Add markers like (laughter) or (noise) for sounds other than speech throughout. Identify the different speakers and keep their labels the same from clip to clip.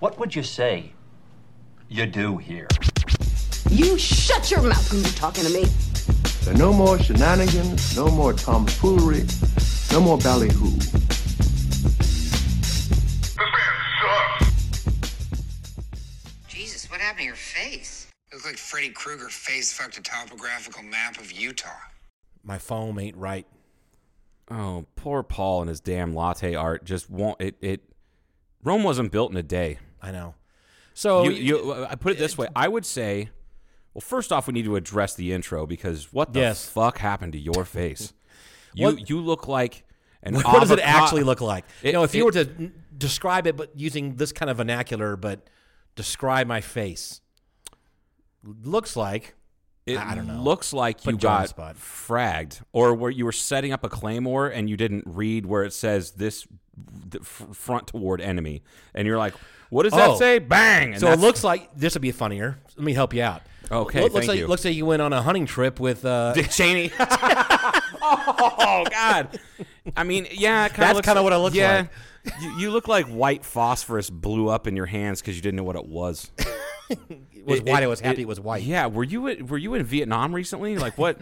Speaker 1: What would you say you do here?
Speaker 2: You shut your mouth when you're talking to me.
Speaker 3: There are no more shenanigans, no more tomfoolery, no more ballyhoo.
Speaker 4: Jesus, what happened to your face?
Speaker 5: Looks like Freddy Krueger face fucked a topographical map of Utah.
Speaker 6: My foam ain't right.
Speaker 7: Oh, poor Paul and his damn latte art just won't it it Rome wasn't built in a day.
Speaker 6: I know. So
Speaker 7: you, you I put it this way, I would say well, first off, we need to address the intro because what the
Speaker 6: Yes.
Speaker 7: fuck happened to your face?
Speaker 6: (laughs)
Speaker 7: You
Speaker 6: What-
Speaker 7: you look like
Speaker 6: (laughs) (laughs)
Speaker 7: an
Speaker 6: what does it
Speaker 7: avoca-
Speaker 6: actually look like?
Speaker 7: It-
Speaker 6: no, if you
Speaker 7: it-
Speaker 6: were to n- describe it, but using this kind of vernacular, but describe my face, looks like
Speaker 7: It
Speaker 6: I don't know.
Speaker 7: looks like you
Speaker 6: Put John on the
Speaker 7: got
Speaker 6: spot.
Speaker 7: fragged, or where you were setting up a claymore and you didn't read where it says this the f- front toward enemy, and you're like, "What does
Speaker 6: Oh.
Speaker 7: that say?" Bang! And
Speaker 6: so it
Speaker 7: that's-
Speaker 6: looks like this would be funnier. Let me help you out.
Speaker 7: Okay,
Speaker 6: Look- looks
Speaker 7: thank
Speaker 6: like
Speaker 7: you.
Speaker 6: looks like you went on a hunting trip with.
Speaker 7: (laughs)
Speaker 6: Uh,
Speaker 7: Dick Cheney. oh God! I mean, yeah, it kinda
Speaker 6: That's
Speaker 7: looks
Speaker 6: kinda what it looks
Speaker 7: yeah, you, you look like white phosphorus blew up in your hands because you didn't know what it was.
Speaker 6: (laughs) it was
Speaker 7: It-
Speaker 6: white. I was happy it,
Speaker 7: it-
Speaker 6: was white.
Speaker 7: Yeah, were you in- were you in Vietnam recently?
Speaker 6: (laughs)
Speaker 7: Like what?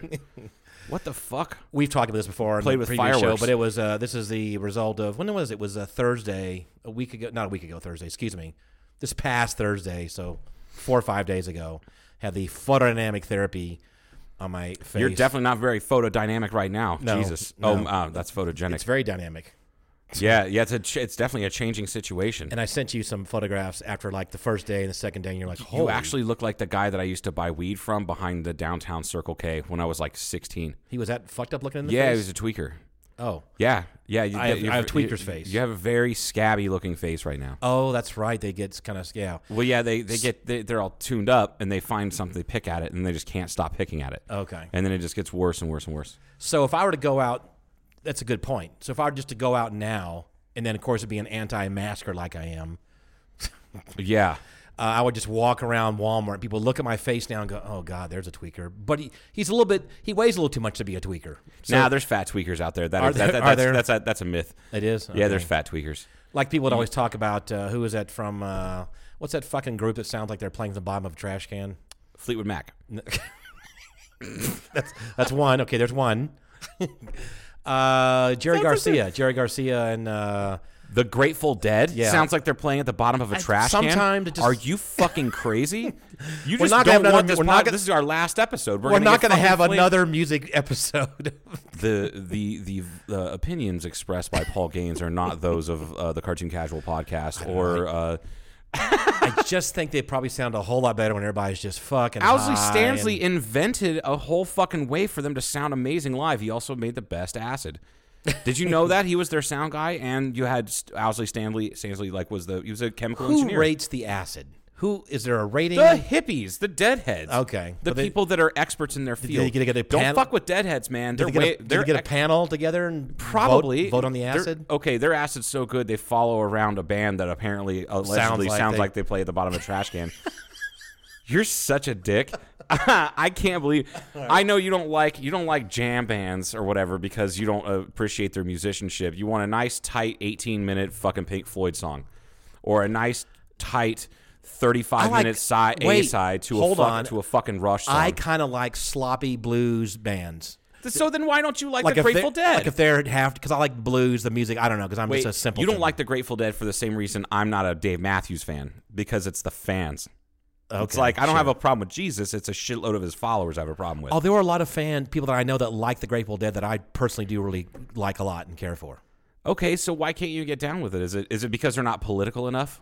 Speaker 7: what the fuck?
Speaker 6: We've talked about this before.
Speaker 7: Played
Speaker 6: on the
Speaker 7: with
Speaker 6: previous
Speaker 7: fireworks.
Speaker 6: show, but it was uh, this is the result of when was it? It was a Thursday, a week ago, not a week ago, Thursday. Excuse me, this past Thursday, so four or five days ago, had the photodynamic therapy on my face.
Speaker 7: You're definitely not very photodynamic right now.
Speaker 6: No,
Speaker 7: Jesus.
Speaker 6: no.
Speaker 7: Oh, uh, that's photogenic.
Speaker 6: It's very dynamic.
Speaker 7: yeah, yeah. It's a ch- it's definitely a changing situation.
Speaker 6: And uh, I sent you some photographs after like the first day and the second day, and you're like,
Speaker 7: you
Speaker 6: Holy.
Speaker 7: actually look like the guy that I used to buy weed from behind the downtown Circle K when I was like 16.
Speaker 6: he was that fucked up looking in the
Speaker 7: Yeah, he
Speaker 6: face.
Speaker 7: was a tweaker.
Speaker 6: oh,
Speaker 7: Yeah, yeah. You,
Speaker 6: I have-
Speaker 7: you-
Speaker 6: I have
Speaker 7: you-
Speaker 6: tweaker's face.
Speaker 7: You have a very scabby looking face right now.
Speaker 6: oh, that's right. They get kind of yeah.
Speaker 7: Well, yeah, they, they get they, they're all tuned up and they find something, they pick at it, and they just can't stop picking at it.
Speaker 6: Okay.
Speaker 7: And then it just gets worse and worse and worse.
Speaker 6: So if I were to go out, that's a good point. So if I were just to go out now, and then of course it'd be an anti-masker like I am,
Speaker 7: Yeah.
Speaker 6: uh, I would just walk around Walmart. People look at my face now and go, "Oh God, there's a tweaker." But he, he's a little bit. He weighs a little too much to be a tweaker. So
Speaker 7: now there's fat tweakers out there. That,
Speaker 6: Are
Speaker 7: is-
Speaker 6: there-
Speaker 7: that- that-
Speaker 6: are
Speaker 7: that's,
Speaker 6: there?
Speaker 7: That's, a, that's a myth.
Speaker 6: It is?
Speaker 7: Yeah,
Speaker 6: Okay.
Speaker 7: there's fat tweakers.
Speaker 6: like people would always talk about uh, who is that from? Uh, what's that fucking group that sounds like they're playing the bottom of a trash can?
Speaker 7: Fleetwood Mac.
Speaker 6: (laughs) That's one. Okay, there's one. uh, Jerry Garcia. Jerry Garcia and uh,
Speaker 7: The Grateful Dead
Speaker 6: Yeah.
Speaker 7: sounds like they're playing at the bottom of a trash can.
Speaker 6: sometimes it just-
Speaker 7: Are you
Speaker 6: (laughs)
Speaker 7: fucking crazy? You just
Speaker 6: not gonna have
Speaker 7: don't
Speaker 6: another-
Speaker 7: want this.
Speaker 6: we're not
Speaker 7: pod-
Speaker 6: gonna-
Speaker 7: this is our last episode. We're,
Speaker 6: we're not
Speaker 7: going
Speaker 6: going
Speaker 7: to
Speaker 6: to have another music (laughs) episode.
Speaker 7: The the the uh, opinions expressed by Paul Gaines are not those of uh, the Cartoon Casual podcast or uh,
Speaker 6: (laughs) I just think they probably sound a whole lot better when everybody's just fucking.
Speaker 7: Owsley
Speaker 6: high
Speaker 7: Stanley
Speaker 6: and-
Speaker 7: invented a whole fucking way for them to sound amazing live. He also made the best acid. Did you
Speaker 6: (laughs)
Speaker 7: know that he was their sound guy? And you had St- Owsley Stanley. Stanley like was the he was a chemical
Speaker 6: who
Speaker 7: engineer.
Speaker 6: rates the acid? Who is there a rating?
Speaker 7: the hippies, the deadheads.
Speaker 6: Okay.
Speaker 7: the
Speaker 6: But they-
Speaker 7: people that are experts in their field.
Speaker 6: get- get a
Speaker 7: Don't
Speaker 6: panel-
Speaker 7: fuck with deadheads, man. They're
Speaker 6: did they,
Speaker 7: way,
Speaker 6: get a, did they get a
Speaker 7: ex-
Speaker 6: panel together and
Speaker 7: Probably
Speaker 6: vote, vote on the
Speaker 7: They're- oh,
Speaker 6: acid?
Speaker 7: okay, their acid's so good they follow around a band that apparently allegedly sounds
Speaker 6: like
Speaker 7: like,
Speaker 6: they-
Speaker 7: they, play at the bottom of a trash can. (laughs) You're such a dick. (laughs) I can't believe. I know you don't like you don't like jam bands or whatever because you don't appreciate their musicianship. You want a nice tight 18 minute fucking Pink Floyd song, or a nice tight 35
Speaker 6: I like-
Speaker 7: minute side A
Speaker 6: wait,
Speaker 7: side to a
Speaker 6: hold
Speaker 7: fuck,
Speaker 6: on.
Speaker 7: to a fucking Rush song.
Speaker 6: I kind of like sloppy blues bands.
Speaker 7: so then why don't you like, the
Speaker 6: if they-
Speaker 7: Grateful Dead?
Speaker 6: Like if they're half because I like blues, the music. I don't know because I'm
Speaker 7: Wait,
Speaker 6: just a simple.
Speaker 7: you don't like the Grateful Dead for the same reason I'm not a Dave Matthews fan because it's the fans. it's
Speaker 6: Okay,
Speaker 7: like I don't
Speaker 6: sure.
Speaker 7: have a problem with Jesus. It's a shitload of his followers I have a problem with.
Speaker 6: Oh, there were a lot of fan people that I know that like the Grateful Dead that I personally do really like a lot and care for.
Speaker 7: Okay, so why can't you get down with it? Is it is it because they're not political enough?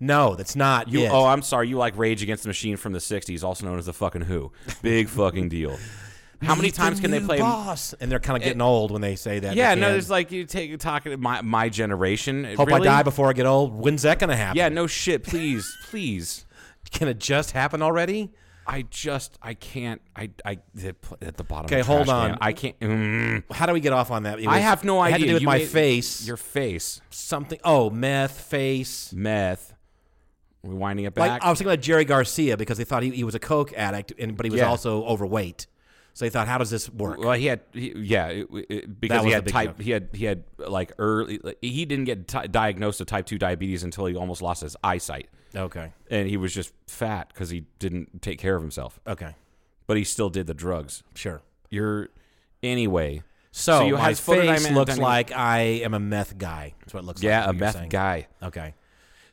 Speaker 6: No, that's not
Speaker 7: You,
Speaker 6: it.
Speaker 7: oh, I'm sorry. You like Rage Against the Machine from the '60s, also known as the fucking Who.
Speaker 6: (laughs)
Speaker 7: Big fucking deal. How many
Speaker 6: He's the
Speaker 7: times can they
Speaker 6: new
Speaker 7: play? Eh,
Speaker 6: Boss, and they're kind of getting old when they say that.
Speaker 7: Yeah,
Speaker 6: they
Speaker 7: no,
Speaker 6: can.
Speaker 7: there's like you take talking my my generation.
Speaker 6: Hope
Speaker 7: really?
Speaker 6: I die before I get old. When's that gonna happen?
Speaker 7: Yeah, no shit. Please, please.
Speaker 6: Can it just happen already?
Speaker 7: I just I can't I I at the bottom. of
Speaker 6: Okay,
Speaker 7: the
Speaker 6: hold
Speaker 7: trash
Speaker 6: on.
Speaker 7: can. I can't. Mm,
Speaker 6: How do we get off on that? It
Speaker 7: I
Speaker 6: was-
Speaker 7: have no
Speaker 6: it
Speaker 7: idea.
Speaker 6: Had to do with
Speaker 7: You
Speaker 6: my
Speaker 7: made-
Speaker 6: face.
Speaker 7: Your face.
Speaker 6: something. Oh, meth face.
Speaker 7: Meth. We winding it
Speaker 6: Like oh,
Speaker 7: back.
Speaker 6: I was thinking about Jerry Garcia because they thought he, he was a coke addict, and but he was
Speaker 7: Yeah.
Speaker 6: also overweight. So they thought, how does this work?
Speaker 7: Well, he had, he, yeah, it, it, because
Speaker 6: That
Speaker 7: he
Speaker 6: was
Speaker 7: had
Speaker 6: the big
Speaker 7: type,
Speaker 6: joke.
Speaker 7: he had, he had like early, like, he didn't get ti diagnosed with type two diabetes until he almost lost his eyesight,
Speaker 6: Okay.
Speaker 7: and he was just fat because he didn't take care of himself,
Speaker 6: Okay.
Speaker 7: but he still did the drugs.
Speaker 6: Sure.
Speaker 7: You're anyway,
Speaker 6: So,
Speaker 7: So you
Speaker 6: my
Speaker 7: had photodynamic
Speaker 6: face looks
Speaker 7: dynamic-
Speaker 6: like I am a meth guy. That's what it looks like.
Speaker 7: yeah,
Speaker 6: is
Speaker 7: a
Speaker 6: what you're
Speaker 7: meth
Speaker 6: saying.
Speaker 7: guy.
Speaker 6: Okay.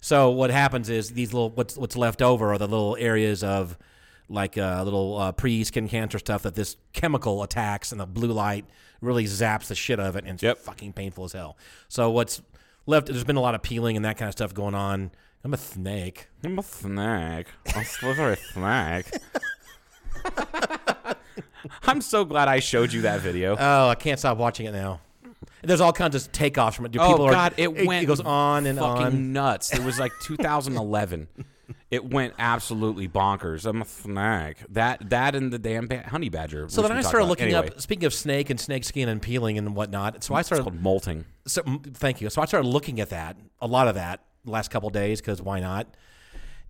Speaker 6: So what happens is these little what's what's left over are the little areas of like uh, little uh, pre skin cancer stuff that this chemical attacks and the blue light really zaps the shit out of it and it's
Speaker 7: Yep.
Speaker 6: fucking painful as hell. So what's left? There's been a lot of peeling and that kind of stuff going on. I'm a snake.
Speaker 7: I'm a snack. A slithery snack. I'm so glad I showed you that video.
Speaker 6: Oh, I can't stop watching it now. There's all kinds of takeoffs from it. Do
Speaker 7: oh
Speaker 6: people
Speaker 7: God,
Speaker 6: are,
Speaker 7: it went.
Speaker 6: goes on and
Speaker 7: fucking
Speaker 6: on.
Speaker 7: nuts. It was like
Speaker 6: (laughs)
Speaker 7: 2011. it went absolutely bonkers. I'm a snack. That that and the damn ba- honey badger.
Speaker 6: So
Speaker 7: which
Speaker 6: then
Speaker 7: we
Speaker 6: I
Speaker 7: talked
Speaker 6: started
Speaker 7: about.
Speaker 6: looking
Speaker 7: Anyway,
Speaker 6: up. Speaking of snake and snake skin and peeling and whatnot, so I
Speaker 7: It's
Speaker 6: started
Speaker 7: called molting.
Speaker 6: so m- thank you. So I started looking at that, a lot of that, the last couple days, because why not?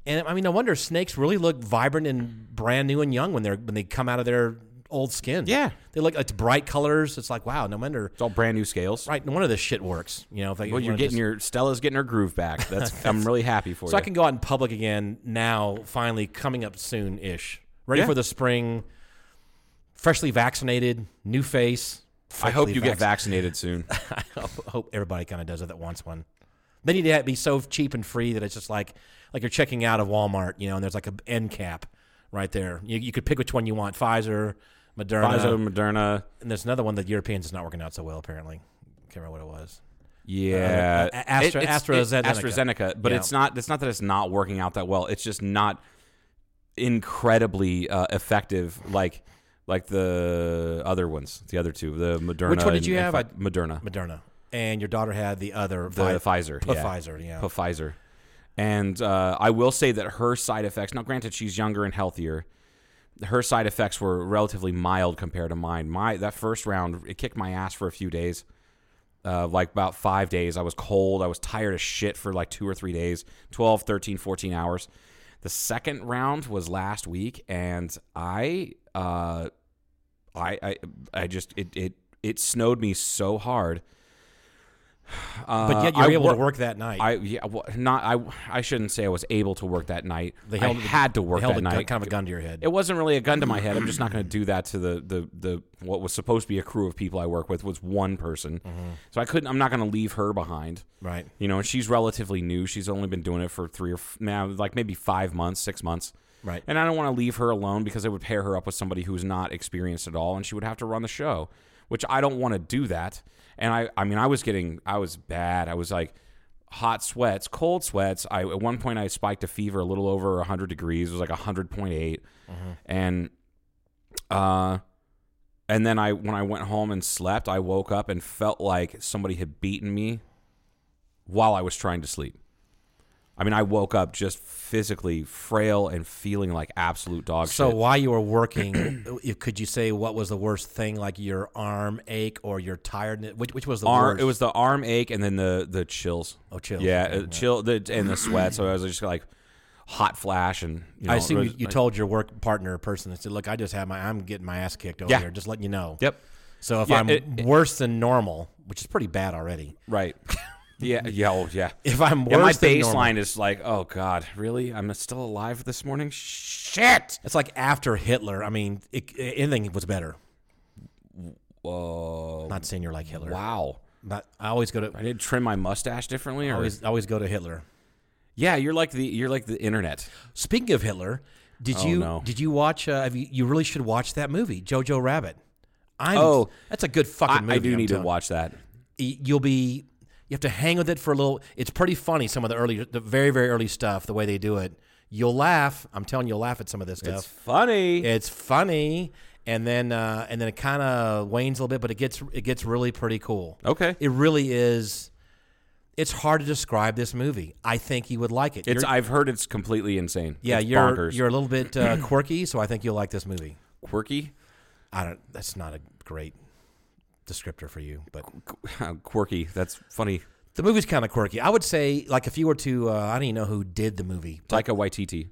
Speaker 6: And I mean, no wonder snakes really look vibrant and brand new and young when they're when they come out of their old skin.
Speaker 7: Yeah.
Speaker 6: they look it's bright colors. It's like wow, no wonder.
Speaker 7: It's all brand new scales.
Speaker 6: Right, no wonder this shit works. You know, if they,
Speaker 7: Well, you're getting your Stella's getting her groove
Speaker 6: (laughs)
Speaker 7: back. That's I'm really happy for
Speaker 6: so
Speaker 7: you.
Speaker 6: I can go out in public again now. Finally, coming up soon ish. Ready
Speaker 7: Yeah.
Speaker 6: for the spring. Freshly vaccinated, new face.
Speaker 7: I hope
Speaker 6: freshly
Speaker 7: you get
Speaker 6: vaccinated.
Speaker 7: vaccinated
Speaker 6: (laughs)
Speaker 7: soon.
Speaker 6: I hope everybody kind of does it that wants one. They need to be so cheap and free that it's just like like you're checking out of Walmart, you know, and there's like an end cap right there. You, you could pick which one you want: Pfizer, Moderna,
Speaker 7: Pfizer, Moderna.
Speaker 6: and there's another one that Europeans is not working out so well. Apparently, can't remember what it was.
Speaker 7: Yeah,
Speaker 6: Uh, A- A- Astra-
Speaker 7: it's-
Speaker 6: AstraZeneca.
Speaker 7: AstraZeneca, but
Speaker 6: Yeah.
Speaker 7: it's not. It's not that it's not working out that well. It's just not incredibly uh, effective, like like the other ones, the other two, the Moderna.
Speaker 6: Which one did
Speaker 7: and-
Speaker 6: you
Speaker 7: and
Speaker 6: have?
Speaker 7: Fi-
Speaker 6: I-
Speaker 7: Moderna,
Speaker 6: Moderna, and your daughter had the other
Speaker 7: the Pfizer,
Speaker 6: Pfizer,
Speaker 7: yeah.
Speaker 6: yeah.
Speaker 7: P- Pfizer. And uh, I will say that her side effects. Now, granted, she's younger and healthier. Her side effects were relatively mild compared to mine. My that first round, it kicked my ass for a few days. Uh, like about five days. I was cold. I was tired as shit for like two or three days 12, 13, 14 hours. The second round was last week, and I, uh, I, I, I just, it, it, it snowed me so hard.
Speaker 6: but yet
Speaker 7: Uh,
Speaker 6: you were
Speaker 7: I
Speaker 6: able
Speaker 7: wor-
Speaker 6: to work that night.
Speaker 7: I yeah, well, not I. I shouldn't say I was able to work that night.
Speaker 6: they
Speaker 7: I had to work
Speaker 6: they held
Speaker 7: that
Speaker 6: a gun-
Speaker 7: night.
Speaker 6: kind of a gun to your head.
Speaker 7: It wasn't really a gun to my head. I'm just
Speaker 6: (clears throat)
Speaker 7: not going to do that to the, the the what was supposed to be a crew of people I work with was one person.
Speaker 6: Mm-hmm.
Speaker 7: So I couldn't. I'm not going to leave her behind.
Speaker 6: Right.
Speaker 7: You know, and she's relatively new. She's only been doing it for three or f- now, like maybe five months, six months.
Speaker 6: Right.
Speaker 7: And I don't want to leave her alone because it would pair her up with somebody who's not experienced at all, and she would have to run the show, which I don't want to do that. And I, I mean, I was getting, I was bad. I was like hot sweats, cold sweats. I at one point I spiked a fever a little over hundred degrees. It was like 100.8, and uh, and then I when I went home and slept, I woke up and felt like somebody had beaten me while I was trying to sleep. I mean, I woke up just physically frail and feeling like absolute dog
Speaker 6: So
Speaker 7: shit.
Speaker 6: while you were working, (clears throat) you- could you say what was the worst thing, like your arm ache or your tiredness? Which, which was the
Speaker 7: Arm,
Speaker 6: worst?
Speaker 7: it was the arm ache and then the the chills.
Speaker 6: Oh, chills.
Speaker 7: Yeah,
Speaker 6: Okay,
Speaker 7: uh, chill the, and the sweat. So I was just like hot flash and you know,
Speaker 6: I
Speaker 7: it
Speaker 6: assume
Speaker 7: was
Speaker 6: you, you
Speaker 7: like-
Speaker 6: told your work partner or person and said, "Look, I just had my I'm getting my ass kicked over
Speaker 7: Yeah.
Speaker 6: here. Just letting you know."
Speaker 7: Yep.
Speaker 6: So if
Speaker 7: Yeah,
Speaker 6: I'm
Speaker 7: it- it-
Speaker 6: worse than normal, which is pretty bad already, (laughs)
Speaker 7: Right. (laughs) Yeah. Yeah. Oh, yeah.
Speaker 6: If I'm
Speaker 7: yeah, my
Speaker 6: worse than normal.
Speaker 7: baseline is like, oh god, really? I'm still alive this morning? Shit.
Speaker 6: it's like after Hitler. I mean, it, it- anything was better.
Speaker 7: Whoa.
Speaker 6: Not saying you're like Hitler.
Speaker 7: Wow.
Speaker 6: Not, I always go
Speaker 7: I
Speaker 6: to
Speaker 7: did trim my mustache differently, or
Speaker 6: always always go to Hitler.
Speaker 7: yeah, you're like the you're like the internet.
Speaker 6: Speaking of Hitler, did
Speaker 7: Oh,
Speaker 6: you
Speaker 7: no.
Speaker 6: did you watch? Uh, have you, you really should watch that movie, Jojo Rabbit. I'm,
Speaker 7: Oh.
Speaker 6: that's a good
Speaker 7: I,
Speaker 6: fucking movie.
Speaker 7: I do
Speaker 6: I'm
Speaker 7: need to
Speaker 6: telling you.
Speaker 7: watch that.
Speaker 6: y- you'll be you have to hang with it for a little it's pretty funny some of the early the very very early stuff the way they do it you'll laugh i'm telling you you'll laugh at some of this
Speaker 7: It's
Speaker 6: stuff
Speaker 7: funny.
Speaker 6: it's, funny and then uh, and then it kind of wanes a little bit but it gets it gets really pretty cool
Speaker 7: Okay.
Speaker 6: it really is it's hard to describe this movie i think you would like it
Speaker 7: It's
Speaker 6: You're-
Speaker 7: I've heard it's completely insane.
Speaker 6: yeah
Speaker 7: It's
Speaker 6: you're
Speaker 7: bonkers.
Speaker 6: you're a little bit
Speaker 7: (clears throat)
Speaker 6: uh, quirky so i think you'll like this movie
Speaker 7: quirky, (laughs)
Speaker 6: i don't that's not a great descriptor for you but
Speaker 7: Qu- quirky. That's funny.
Speaker 6: The movie's kind of quirky. I would say, like, if you were to, uh, I don't even know who did the movie.
Speaker 7: Taika Waititi.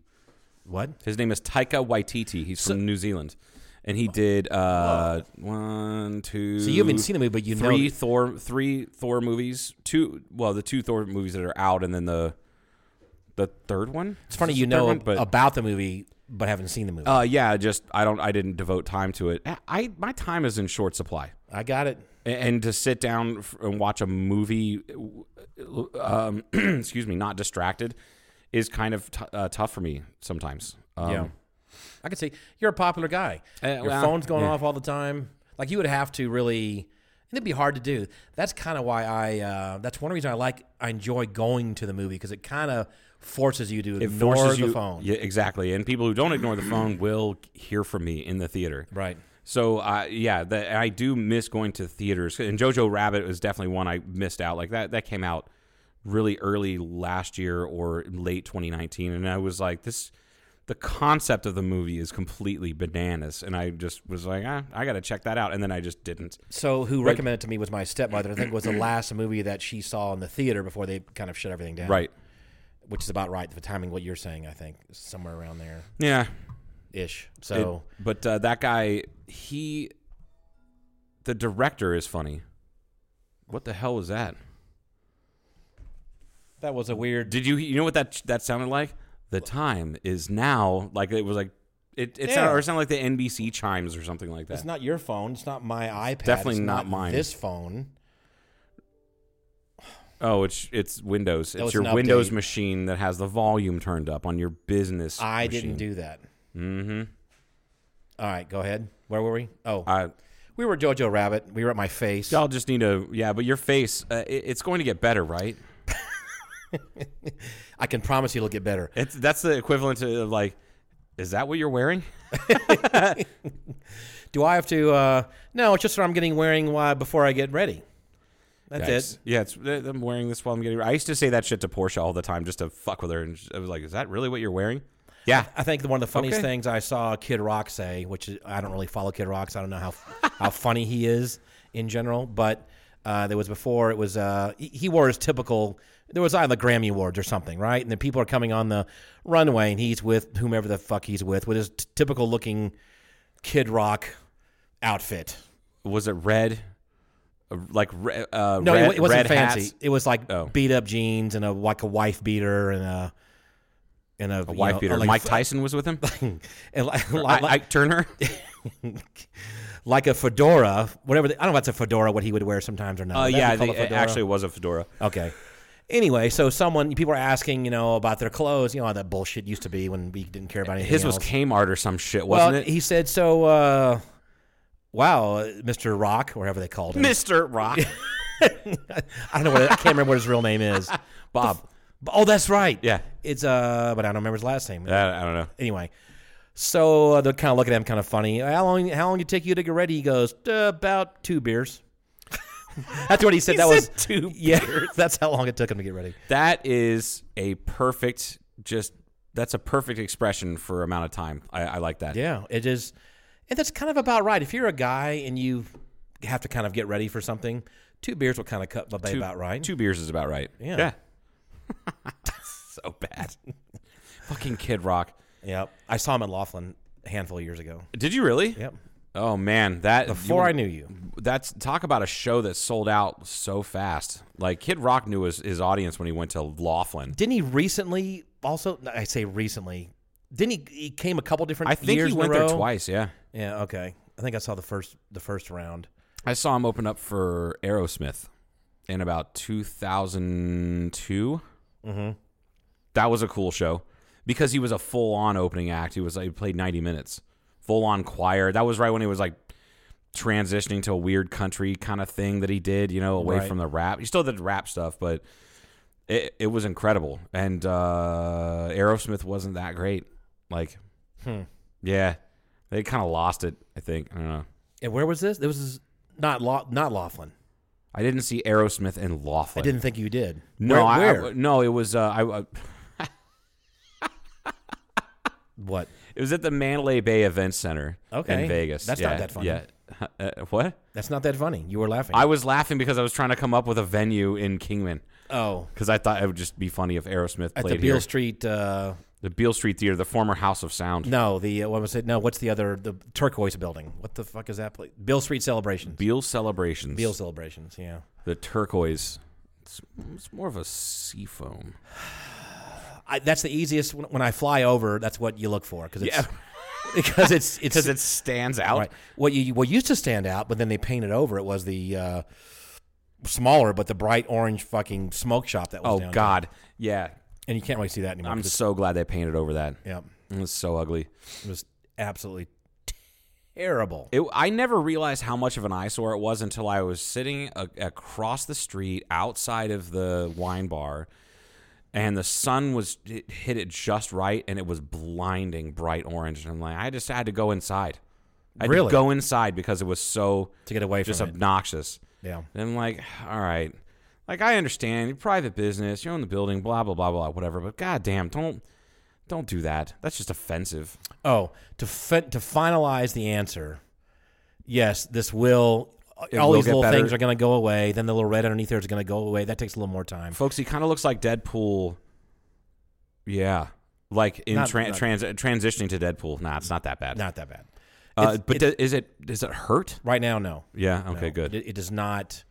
Speaker 6: What?
Speaker 7: His name is Taika Waititi. He's from New Zealand, and he did uh, one, two.
Speaker 6: So you haven't seen the movie, but you know
Speaker 7: three
Speaker 6: that-
Speaker 7: Thor, three Thor movies. Two, well, the two Thor movies that are out, and then the the third one.
Speaker 6: It's funny you know about the movie but haven't seen the movie.
Speaker 7: uh, yeah, just I don't, I didn't devote time to it. I, I my time is in short supply.
Speaker 6: I got it.
Speaker 7: and, and to sit down f- and watch a movie, um, (clears throat) excuse me, not distracted, is kind of t- uh, tough for me sometimes. Um,
Speaker 6: yeah. I can see you're a popular guy.
Speaker 7: Uh,
Speaker 6: Your
Speaker 7: well,
Speaker 6: phone's going
Speaker 7: yeah.
Speaker 6: off all the time. Like you would have to really it'd be hard to do. That's kind of why I uh, that's one reason I like I enjoy going to the movie because it kind of forces you to
Speaker 7: It
Speaker 6: ignore
Speaker 7: forces
Speaker 6: the
Speaker 7: you-
Speaker 6: phone.
Speaker 7: Yeah, exactly. And people who don't ignore the phone will hear from me in the theater.
Speaker 6: Right.
Speaker 7: So, uh, yeah, the, I do miss going to theaters. And Jojo Rabbit was definitely one I missed out. Like that, that came out really early last year or late 2019, and I was like, this. The concept of the movie is completely bananas, and I just was like, ah, I got to check that out, and then I just didn't.
Speaker 6: So who recommended it to me was my stepmother. I think it was the last movie that she saw in the theater before they kind of shut everything down.
Speaker 7: Right.
Speaker 6: Which is about right. The timing what you're saying, I think, is somewhere around there
Speaker 7: Yeah.
Speaker 6: ish. So
Speaker 7: It- but uh, that guy, he, the director is funny. What the hell was that?
Speaker 6: that was a weird
Speaker 7: Did you you know what that that sounded like? The time is now. Like it was like it it sounded
Speaker 6: Yeah.
Speaker 7: or it sounded like the NBC chimes or something like that.
Speaker 6: It's not your phone. It's not my iPad.
Speaker 7: definitely
Speaker 6: it's
Speaker 7: not mine.
Speaker 6: This phone.
Speaker 7: oh, it's it's Windows. It's
Speaker 6: was
Speaker 7: your
Speaker 6: an
Speaker 7: Windows
Speaker 6: update.
Speaker 7: machine that has the volume turned up on your business.
Speaker 6: I didn't do that. Mm-hmm. All right, go ahead. Where were we? Oh,
Speaker 7: I
Speaker 6: we were Jojo Rabbit. We were at my face.
Speaker 7: y'all just need to yeah. But your face, uh, it, it's going to get better, right?
Speaker 6: I can promise you it'll get better.
Speaker 7: It's that's the equivalent to like, is that what you're wearing?
Speaker 6: Do I have to? Uh, no, it's just what I'm getting wearing uh, before I get ready. That's
Speaker 7: Yikes.
Speaker 6: it.
Speaker 7: Yeah, it's I'm wearing this while I'm getting. I used to say that shit to Portia all the time just to fuck with her, and I was like, "Is that really what you're wearing?" Yeah,
Speaker 6: I think the, one of the funniest
Speaker 7: Okay.
Speaker 6: things I saw Kid Rock say, which is, I don't really follow Kid Rock, so I don't know how how funny he is in general, but uh, there was before it was uh, he, he wore his typical. There was either the Grammy Awards or something, right? And then people are coming on the runway, and he's with whomever the fuck he's with, with his t- typical looking Kid Rock outfit.
Speaker 7: was it red? Uh, Like re- uh,
Speaker 6: No,
Speaker 7: red,
Speaker 6: it, wa- it wasn't
Speaker 7: red
Speaker 6: fancy.
Speaker 7: hats?
Speaker 6: It was like
Speaker 7: Oh.
Speaker 6: beat up jeans and a like a wife beater and a and a,
Speaker 7: A wife beater.
Speaker 6: Like, (laughs)
Speaker 7: Mike Tyson was with him.
Speaker 6: and like,
Speaker 7: I,
Speaker 6: like, (laughs)
Speaker 7: Ike Turner.
Speaker 6: like a fedora, whatever. The, I don't know if that's a fedora, what he would wear sometimes or not.
Speaker 7: Uh,
Speaker 6: Would that
Speaker 7: yeah,
Speaker 6: be called
Speaker 7: they,
Speaker 6: a
Speaker 7: it
Speaker 6: fedora?
Speaker 7: actually was a fedora.
Speaker 6: Okay. Anyway, so someone, people are asking, you know, about their clothes, you know, how that bullshit used to be when we didn't care about anything.
Speaker 7: His was
Speaker 6: else.
Speaker 7: Kmart or some shit,
Speaker 6: well,
Speaker 7: wasn't it?
Speaker 6: he (laughs) said, so, uh, wow, uh, Mr. Rock, or whatever they called him.
Speaker 7: Mr. Rock.
Speaker 6: I don't know what, I can't remember what his real name is.
Speaker 7: (laughs) Bob.
Speaker 6: Oh, that's right.
Speaker 7: Yeah.
Speaker 6: It's, uh, but I don't remember his last name.
Speaker 7: Uh, I don't know.
Speaker 6: anyway, so uh, they're kind of looking at him kind of funny. How long? How long did it take you to get ready? He goes, "Uh, about two beers. (laughs) that's what he said. that was two. (laughs) Yeah, that's how long it took him to get ready.
Speaker 7: That is a perfect. Just that's a perfect expression for amount of time. I, I like that.
Speaker 6: Yeah, it is, and that's kind of about right. If you're a guy and you have to kind of get ready for something, two beers will kind of cut by
Speaker 7: two-
Speaker 6: about right.
Speaker 7: Two beers is about right.
Speaker 6: Yeah.
Speaker 7: (laughs) so bad. Fucking Kid Rock.
Speaker 6: Yeah, I saw him at Laughlin a handful of years ago.
Speaker 7: Did you really?
Speaker 6: Yep.
Speaker 7: Oh man, that
Speaker 6: Before I knew you,
Speaker 7: That's talk about a show that sold out so fast. Like Kid Rock knew his, his audience when he went to Laughlin.
Speaker 6: didn't he recently? Also, I say recently. Didn't he? He came a couple different.
Speaker 7: I think
Speaker 6: years
Speaker 7: he
Speaker 6: in a
Speaker 7: went there
Speaker 6: row?
Speaker 7: twice. Yeah,
Speaker 6: Yeah, okay. I think I saw the first the first round.
Speaker 7: I saw him open up for Aerosmith in about 2002. Mm-hmm. That was a cool show because he was a full on opening act. He was like, he played 90 minutes, full on choir. That was right when he was like transitioning to a weird country kind of thing that he did, you know, away
Speaker 6: Right.
Speaker 7: from the rap. He still did rap stuff, but it, it was incredible. And uh, Aerosmith wasn't that great. Like, yeah, they kind of lost it, I think. I don't know.
Speaker 6: And where was this? This was not Law, not Laughlin.
Speaker 7: I didn't see Aerosmith and Laughlin.
Speaker 6: I didn't think you did.
Speaker 7: No,
Speaker 6: Where-
Speaker 7: I- I-
Speaker 6: where?
Speaker 7: no, it was uh, I, I-
Speaker 6: what?
Speaker 7: it was at the Mandalay Bay Event Center
Speaker 6: Okay.
Speaker 7: in Vegas.
Speaker 6: That's
Speaker 7: yeah,
Speaker 6: not that funny.
Speaker 7: Yeah. (laughs) Uh, what?
Speaker 6: That's not that funny. You were laughing.
Speaker 7: I was laughing because I was trying to come up with a venue in Kingman.
Speaker 6: Oh,
Speaker 7: because I thought it would just be funny if Aerosmith
Speaker 6: at
Speaker 7: played
Speaker 6: the Beale
Speaker 7: here.
Speaker 6: Street. Uh,
Speaker 7: the Beale Street Theater, the former House of Sound.
Speaker 6: no, the uh, what was it? No, what's the other? The turquoise building. What the fuck is that place? Beale Street Celebrations.
Speaker 7: Beale Celebrations.
Speaker 6: Beale Celebrations. Yeah.
Speaker 7: The turquoise. It's, it's more of
Speaker 6: (laughs)
Speaker 7: a seafoam.
Speaker 6: I, that's the easiest when, when I fly over. That's what you look for because it's (laughs) because it's
Speaker 7: (laughs)
Speaker 6: it's
Speaker 7: Because it stands out.
Speaker 6: right. What you what used to stand out, but then they painted over. It was the uh, smaller, but the bright orange fucking smoke shop that was.
Speaker 7: Oh,
Speaker 6: down there.
Speaker 7: God. Yeah.
Speaker 6: And you can't really see that anymore.
Speaker 7: I'm
Speaker 6: 'cause
Speaker 7: so glad they painted over that.
Speaker 6: it's- yeah.
Speaker 7: It was so ugly.
Speaker 6: It was absolutely terrible.
Speaker 7: It, I never realized how much of an eyesore it was until I was sitting a, across the street outside of the wine bar, and the sun was it hit it just right, and it was blinding bright orange. And I'm like, I just had to go inside. I had
Speaker 6: Really?
Speaker 7: to go inside because it was so
Speaker 6: To get away
Speaker 7: just
Speaker 6: from it.
Speaker 7: obnoxious.
Speaker 6: Yeah.
Speaker 7: And I'm like, all right, like I understand your private business, you own the building, blah blah blah blah, whatever. But goddamn, don't don't do that. That's just offensive.
Speaker 6: Oh, to fi- to finalize the answer, yes, this will.
Speaker 7: It
Speaker 6: all
Speaker 7: will
Speaker 6: these
Speaker 7: get
Speaker 6: little
Speaker 7: better.
Speaker 6: things are going to go away. Then the little red underneath there is going to go away. That takes a little more time.
Speaker 7: folks he kind of looks like deadpool yeah like in
Speaker 6: Not-
Speaker 7: tran
Speaker 6: not-
Speaker 7: trans- transitioning to deadpool nah it's not that bad
Speaker 6: Not that bad.
Speaker 7: uh,
Speaker 6: It's-
Speaker 7: but
Speaker 6: it-
Speaker 7: th- is it does it hurt
Speaker 6: right now, no.
Speaker 7: yeah okay
Speaker 6: No.
Speaker 7: good
Speaker 6: It, it does not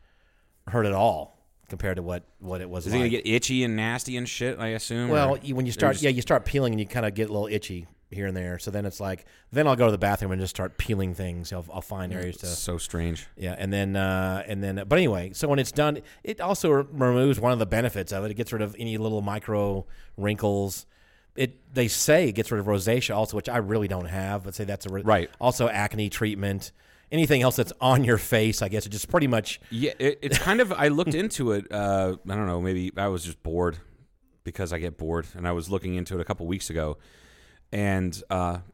Speaker 6: hurt at all compared to what what it was.
Speaker 7: is it
Speaker 6: like.
Speaker 7: gonna get itchy and nasty and shit i assume
Speaker 6: well
Speaker 7: or-
Speaker 6: you, when you
Speaker 7: or
Speaker 6: start?
Speaker 7: just-
Speaker 6: yeah, you start peeling and you kind of get a little itchy here and there. So then it's like, then I'll go to the bathroom and just start peeling things. I'll, I'll find areas to
Speaker 7: so strange
Speaker 6: Yeah, and then uh, and then, but anyway, so when it's done, it also re- removes one of the benefits of it. It gets rid of any little micro wrinkles. It they say it gets rid of rosacea also, which I really don't have. But say that's a re-
Speaker 7: Right.
Speaker 6: Also, acne treatment, anything else that's on your face, I guess it just pretty much.
Speaker 7: yeah it, it's kind of i looked into it uh, i don't know maybe i was just bored because i get bored and i was looking into it a couple weeks ago and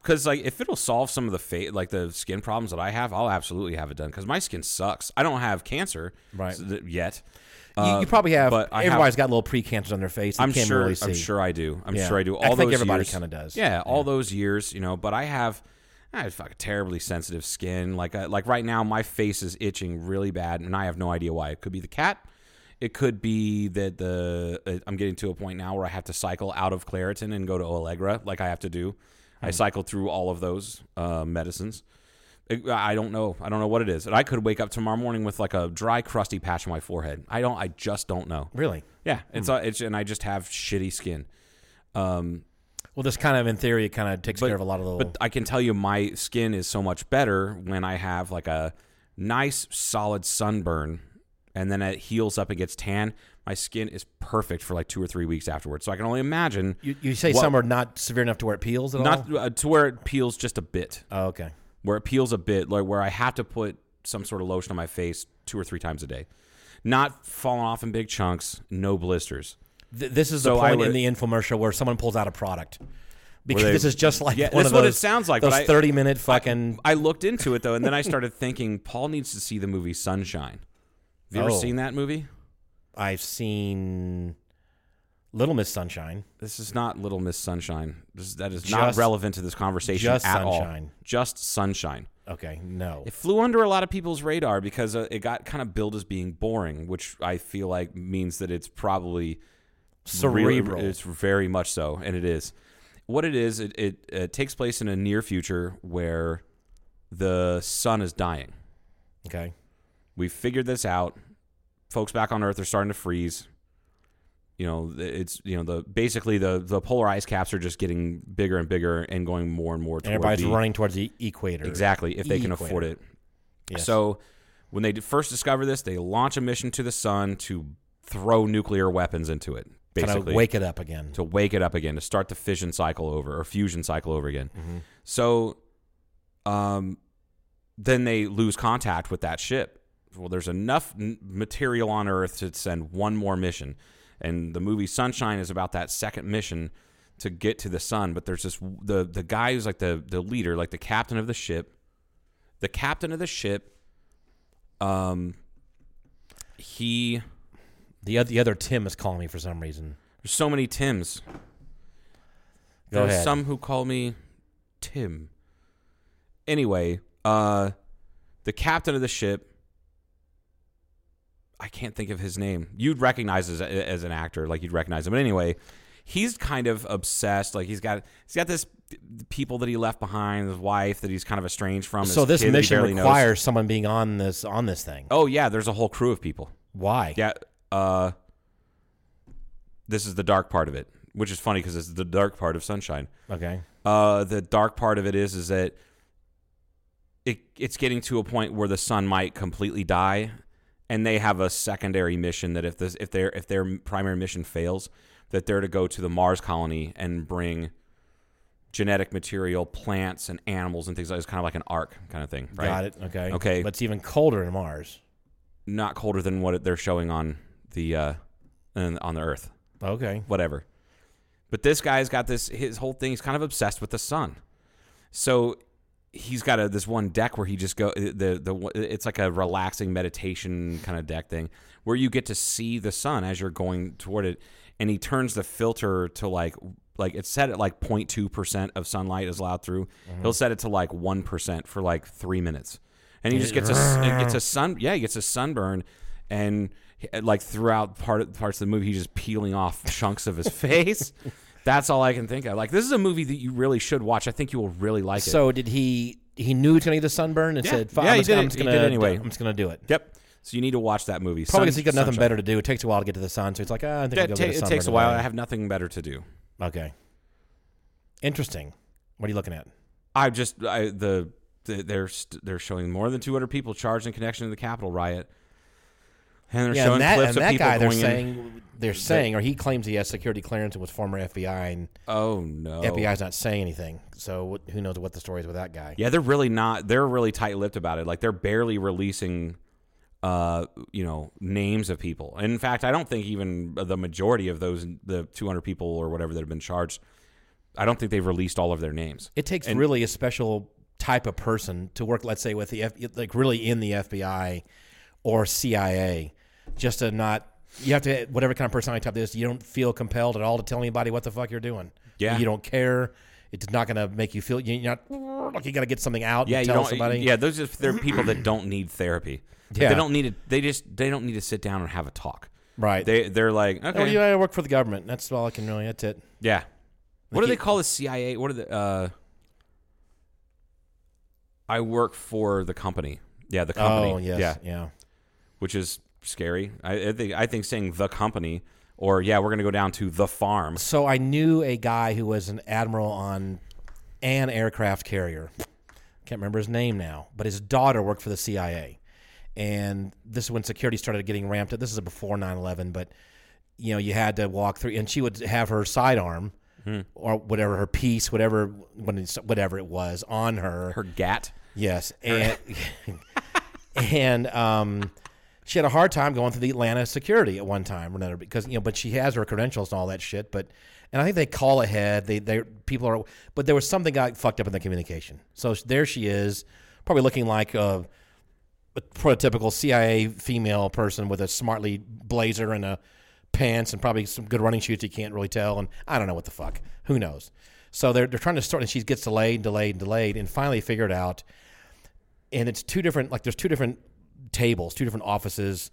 Speaker 7: because like if it'll solve some of the fa- like the skin problems that I have, I'll absolutely have it done because my skin sucks. I don't have cancer
Speaker 6: Right.
Speaker 7: s- th- yet.
Speaker 6: you, you probably have.
Speaker 7: Uh, but I have-
Speaker 6: everybody's got little pre-cancers on their face. that
Speaker 7: I'm
Speaker 6: you can't
Speaker 7: sure.
Speaker 6: Really see.
Speaker 7: I'm sure I do. I'm
Speaker 6: Yeah.
Speaker 7: sure I do.
Speaker 6: I
Speaker 7: All
Speaker 6: think
Speaker 7: those
Speaker 6: everybody
Speaker 7: years-
Speaker 6: kinda does.
Speaker 7: Yeah, all those years, you know. But I have, I have fucking terribly sensitive skin. Like, I, like right now, my face is itching really bad, and I have no idea why. It could be the cat. It could be that the uh, I'm getting to a point now where I have to cycle out of Claritin and go to Allegra, like I have to do.
Speaker 6: Hmm.
Speaker 7: I cycle through all of those uh, medicines. It- I don't know. I don't know what it is. And I could wake up tomorrow morning with like a dry, crusty patch on my forehead. I don't. I just don't know.
Speaker 6: Really.
Speaker 7: Yeah,
Speaker 6: Hmm.
Speaker 7: it's, uh, it's and I just have shitty skin.
Speaker 6: Well, this kind of in theory, it kind of takes care of a lot of the.
Speaker 7: But I can tell you, my skin is so much better when I have like a nice, solid sunburn, and then it heals up and gets tan. My skin is perfect for like two or three weeks afterwards. So I can only imagine
Speaker 6: you, you say
Speaker 7: what-
Speaker 6: some are not severe enough to where it peels at all.
Speaker 7: not uh, to where it peels just a bit,
Speaker 6: Oh, okay.
Speaker 7: where it peels a bit, like where I have to put some sort of lotion on my face two or three times a day, not falling off in big chunks, no blisters.
Speaker 6: Th- this is
Speaker 7: So
Speaker 6: the
Speaker 7: I
Speaker 6: point
Speaker 7: would-
Speaker 6: in the infomercial where someone pulls out a product because
Speaker 7: they-
Speaker 6: this is just like
Speaker 7: Yeah,
Speaker 6: one
Speaker 7: that's
Speaker 6: of
Speaker 7: what it
Speaker 6: those-
Speaker 7: sounds like,
Speaker 6: Those
Speaker 7: but I-
Speaker 6: thirty minute fucking
Speaker 7: I looked into it though, and then
Speaker 6: (laughs)
Speaker 7: I started thinking Paul needs to see the movie Sunshine. Have you ever
Speaker 6: Oh.
Speaker 7: seen that movie?
Speaker 6: I, have seen Little Miss Sunshine.
Speaker 7: This is not Little Miss Sunshine. This, that is not
Speaker 6: Just-
Speaker 7: relevant to this conversation
Speaker 6: just
Speaker 7: at all.
Speaker 6: Sunshine.
Speaker 7: Just Sunshine.
Speaker 6: Okay, no,
Speaker 7: It flew under a lot of people's radar because uh, it got kind of billed as being boring, which I feel like means that it's probably really-
Speaker 6: cerebral.
Speaker 7: it's very much so, and it is. What it is, it, it, it takes place in a near future where the sun is dying.
Speaker 6: okay,
Speaker 7: we figured this out. Folks back on Earth are starting to freeze. You know, th- it's you know the basically the the polar ice caps are just getting bigger and bigger and going more and more. Toward
Speaker 6: and everybody's
Speaker 7: the-
Speaker 6: running towards the equator.
Speaker 7: exactly if they can
Speaker 6: Equator.
Speaker 7: afford it.
Speaker 6: Yes.
Speaker 7: So when they d- first discover this, they launch a mission to the sun to throw nuclear weapons into it,
Speaker 6: kind
Speaker 7: basically
Speaker 6: of wake it up again.
Speaker 7: to wake it up again to start the fission cycle over or fusion cycle over again. So, um, then they lose contact with that ship. Well, there's enough n- material on Earth to send one more mission, and the movie Sunshine is about that second mission to get to the sun. But there's this the the guy who's like the the leader, like the captain of the ship. The captain of the ship, um, he
Speaker 6: The other, the other Tim is calling me for some reason.
Speaker 7: there's so many Tims.
Speaker 6: Go
Speaker 7: There's
Speaker 6: ahead.
Speaker 7: some who call me Tim. Anyway, uh the captain of the ship I can't think of his name. You'd recognize as, as an actor, like you'd recognize him. But anyway, he's kind of obsessed. Like he's got he's got this the people that he left behind, his wife that he's kind of estranged from. his
Speaker 6: So this
Speaker 7: kid that he
Speaker 6: mission
Speaker 7: barely knows.
Speaker 6: requires someone being on this on this thing.
Speaker 7: Oh yeah, there's a whole crew of people.
Speaker 6: Why?
Speaker 7: Yeah. Uh, this is the dark part of it, which is funny because it's the dark part of Sunshine.
Speaker 6: Okay.
Speaker 7: Uh, the dark part of it is is that it it's getting to a point where the sun might completely die, and they have a secondary mission that if this if their if their primary mission fails, that they're to go to the Mars colony and bring genetic material, plants and animals and things like it's kind of like an ark kind of thing, right?
Speaker 6: Got it. Okay.
Speaker 7: Okay.
Speaker 6: But it's even colder in Mars.
Speaker 7: Not colder than what they're showing on the uh, and- on the Earth.
Speaker 6: Okay.
Speaker 7: whatever. But this guy's got this his whole thing. He's kind of obsessed with the sun, so he's got a, this one deck where he just go uh, the the one- it's like a relaxing meditation kind of deck thing where you get to see the sun as you're going toward it, and he turns the filter to like like it's set at like 0.2 percent of sunlight is allowed through. He'll set it to like one percent for like three minutes, and he just gets a gets a sun yeah he gets a sunburn and uh, like throughout part parts of the movie, he's just peeling off chunks of his face. That's all I can think of. Like this is a movie that you really should watch. I think you will really like it.
Speaker 6: So did he? He knew he's gonna get a sunburn and
Speaker 7: Yeah.
Speaker 6: said, "Fuck,
Speaker 7: Yeah,
Speaker 6: I'm,
Speaker 7: he
Speaker 6: just, gonna-
Speaker 7: did
Speaker 6: I'm
Speaker 7: it.
Speaker 6: just
Speaker 7: He
Speaker 6: gonna
Speaker 7: did it
Speaker 6: do
Speaker 7: anyway.
Speaker 6: I'm just gonna do it."
Speaker 7: yep. So you need to watch that movie.
Speaker 6: Probably because he's got nothing better to do. It takes a while to get to the sun, so he's like, ah, "I think I'll
Speaker 7: That
Speaker 6: go
Speaker 7: ta-
Speaker 6: get a
Speaker 7: it
Speaker 6: sunburn
Speaker 7: takes a while.
Speaker 6: today."
Speaker 7: I have nothing better to do.
Speaker 6: Okay. Interesting. What are you looking at?
Speaker 7: I just I, the, the they're st- they're showing more than 200 people charged in connection to the Capitol riot, and they're showing
Speaker 6: and that,
Speaker 7: clips
Speaker 6: and
Speaker 7: of
Speaker 6: that
Speaker 7: people
Speaker 6: guy, they're
Speaker 7: going in-
Speaker 6: saying, they're saying, or he claims he has security clearance and was former FBI, and
Speaker 7: "Oh no,
Speaker 6: FBI's not saying anything. So what, who knows what the story is with that guy?
Speaker 7: Yeah, they're really not. They're really tight-lipped about it. Like they're barely releasing, uh, you know, names of people. And in fact, I don't think even the majority of those, the 200 people or whatever that have been charged, I don't think they've released all of their names.
Speaker 6: It takes really a special type of person to work, let's say, with the F, like really in the FBI or CIA, just to not. You have to whatever kind of personality type this. You don't feel compelled at all to tell anybody what the fuck you're doing.
Speaker 7: Yeah.
Speaker 6: you don't care. It's not going to make you feel. You're not like you got to get something out.
Speaker 7: yeah,
Speaker 6: and
Speaker 7: you
Speaker 6: tell
Speaker 7: don't.
Speaker 6: somebody.
Speaker 7: Yeah, those are they're people
Speaker 6: (clears throat)
Speaker 7: that don't need therapy. Like,
Speaker 6: Yeah.
Speaker 7: they don't need it. They just they don't need to sit down and have a talk.
Speaker 6: Right.
Speaker 7: They they're like
Speaker 6: Oh,
Speaker 7: okay,
Speaker 6: yeah, I work for the government. That's all I can really. That's it.
Speaker 7: yeah. What do they call the CIA? What are the? Uh, I work for the company. Yeah, the company.
Speaker 6: Oh yes,
Speaker 7: Yeah.
Speaker 6: yeah, yeah.
Speaker 7: which is scary. I, I think I think saying the company or yeah, we're gonna go down to the farm.
Speaker 6: So I knew a guy who was an admiral on an aircraft carrier. Can't remember his name now, but his daughter worked for the CIA. And this is when security started getting ramped up. This is before 9/11, but you know, you had to walk through and she would have her sidearm or whatever her piece, whatever when it's- whatever it was on her.
Speaker 7: Her gat.
Speaker 6: Yes, and and um, she had a hard time going through the Atlanta security at one time or another because you know, but she has her credentials and all that shit. But and I think they call ahead. They they people are, but there was something got fucked up in the communication. So there she is, probably looking like a, a prototypical CIA female person with a smartly blazer and a pants and probably some good running shoes you can't really tell. And I don't know what the fuck. Who knows? So they're, they're trying to start, and she gets delayed, delayed, delayed, and finally figured out and it's two different like there's two different tables two different offices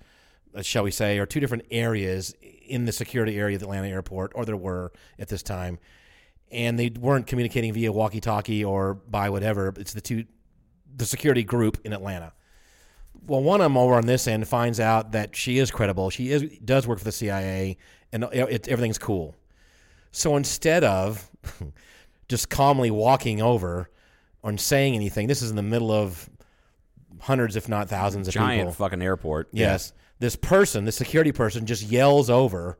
Speaker 6: uh, shall we say or two different areas in the security area of the atlanta airport or there were at this time and they weren't communicating via walkie-talkie or by whatever it's the two the security group in atlanta well one of them over on this end finds out that she is credible she is does work for the cia and it, everything's cool so instead of (laughs) just calmly walking over or saying anything, this is in the middle of hundreds, if not thousands, of
Speaker 7: Giant
Speaker 6: people.
Speaker 7: fucking airport.
Speaker 6: yes, this person, this security person, just yells
Speaker 7: (laughs)
Speaker 6: over.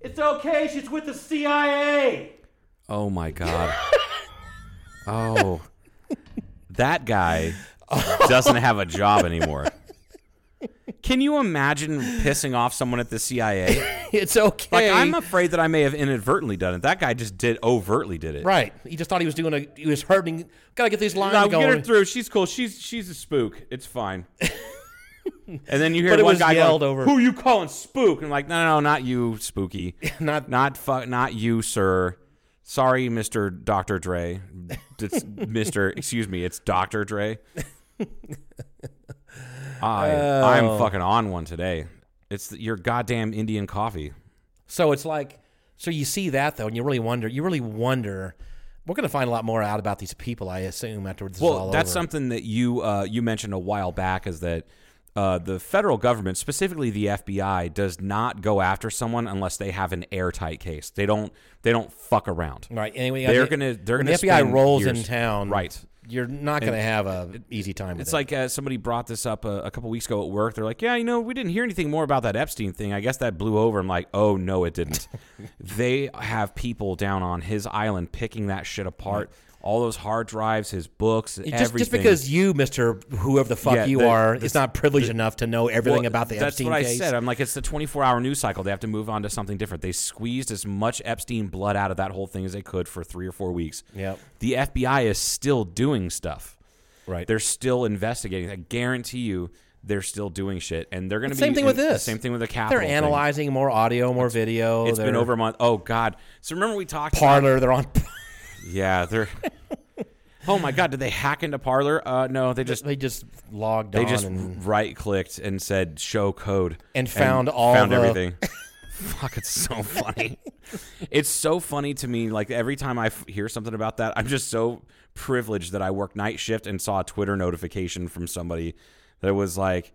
Speaker 4: It's okay, she's with the CIA.
Speaker 7: Oh my god. oh. That guy doesn't have a job anymore. Can you imagine pissing off someone at the CIA?
Speaker 6: It's okay.
Speaker 7: Like I'm afraid that I may have inadvertently done it. That guy just did overtly did it.
Speaker 6: right. He just thought he was doing a. He was hurting. Gotta get these lines
Speaker 7: No,
Speaker 6: going.
Speaker 7: get her through. She's cool. She's she's a spook. It's
Speaker 6: (laughs)
Speaker 7: fine. and then you hear
Speaker 6: But it
Speaker 7: one
Speaker 6: was
Speaker 7: guy
Speaker 6: yelled
Speaker 7: going,
Speaker 6: over.
Speaker 7: "Who you calling spook?" And I'm like, "No, no, no, not you,
Speaker 6: (laughs)
Speaker 7: spooky.
Speaker 6: Not-
Speaker 7: not fu- not you, sir. Sorry, Mister Doctor Dre.
Speaker 6: (laughs)
Speaker 7: It's Mister. Excuse me. It's Doctor Dre." I
Speaker 6: Oh.
Speaker 7: I'm fucking on one today. It's th- your goddamn Indian coffee.
Speaker 6: So it's like, so you see that though, and you really wonder. You really wonder. We're going to find a lot more out about these people, I assume, after this is
Speaker 7: Well,
Speaker 6: all
Speaker 7: that's
Speaker 6: over.
Speaker 7: something that you uh, you mentioned a while back is that uh, the federal government, specifically the FBI, does not go after someone unless they have an airtight case. They don't they don't fuck around.
Speaker 6: right. Anyway,
Speaker 7: They're
Speaker 6: the-
Speaker 7: gonna- they're
Speaker 6: when
Speaker 7: gonna
Speaker 6: the FBI
Speaker 7: spend
Speaker 6: rolls in
Speaker 7: years-
Speaker 6: town,
Speaker 7: Right.
Speaker 6: You're not going to have a easy time. With
Speaker 7: It's
Speaker 6: it.
Speaker 7: like uh, somebody brought this up uh, a, a couple weeks ago at work. They're like, "Yeah, you know, we didn't hear anything more about that Epstein thing. I guess that blew over." I'm like, "Oh no,
Speaker 6: (laughs)
Speaker 7: it didn't." they have people down on his island picking that shit apart. All those hard drives, his books,
Speaker 6: just,
Speaker 7: everything.
Speaker 6: just because you, Mister, whoever the fuck
Speaker 7: Yeah,
Speaker 6: you
Speaker 7: the-
Speaker 6: are,
Speaker 7: the-
Speaker 6: it's not privileged enough to know everything
Speaker 7: Well,
Speaker 6: about the
Speaker 7: that's
Speaker 6: Epstein
Speaker 7: what
Speaker 6: case.
Speaker 7: I said. I'm like, it's the 24 hour news cycle. They have to move on to something different. They squeezed as much Epstein blood out of that whole thing as they could for three or four weeks.
Speaker 6: Yep.
Speaker 7: The FBI is still doing stuff.
Speaker 6: Right.
Speaker 7: They're still investigating. I guarantee you, they're still doing shit, and they're going to be
Speaker 6: same thing with
Speaker 7: in-
Speaker 6: this.
Speaker 7: Same thing with the
Speaker 6: They're
Speaker 7: Capitol. thing.
Speaker 6: analyzing more audio, more video.
Speaker 7: It's been
Speaker 6: they're
Speaker 7: over a month. Oh God. So remember we talked about-
Speaker 6: parlor. They're on. (laughs)
Speaker 7: yeah. They're. (laughs) oh my God! Did they hack into Parlor? Uh, no, they just
Speaker 6: They just logged
Speaker 7: they
Speaker 6: on
Speaker 7: just
Speaker 6: and
Speaker 7: right clicked and said show code
Speaker 6: And found all
Speaker 7: found
Speaker 6: the- (laughs)
Speaker 7: everything. Fuck, it's so funny. it's so funny to me. Like every time I f- hear something about that, I'm just so privileged that I work night shift and saw a Twitter notification from somebody that was like.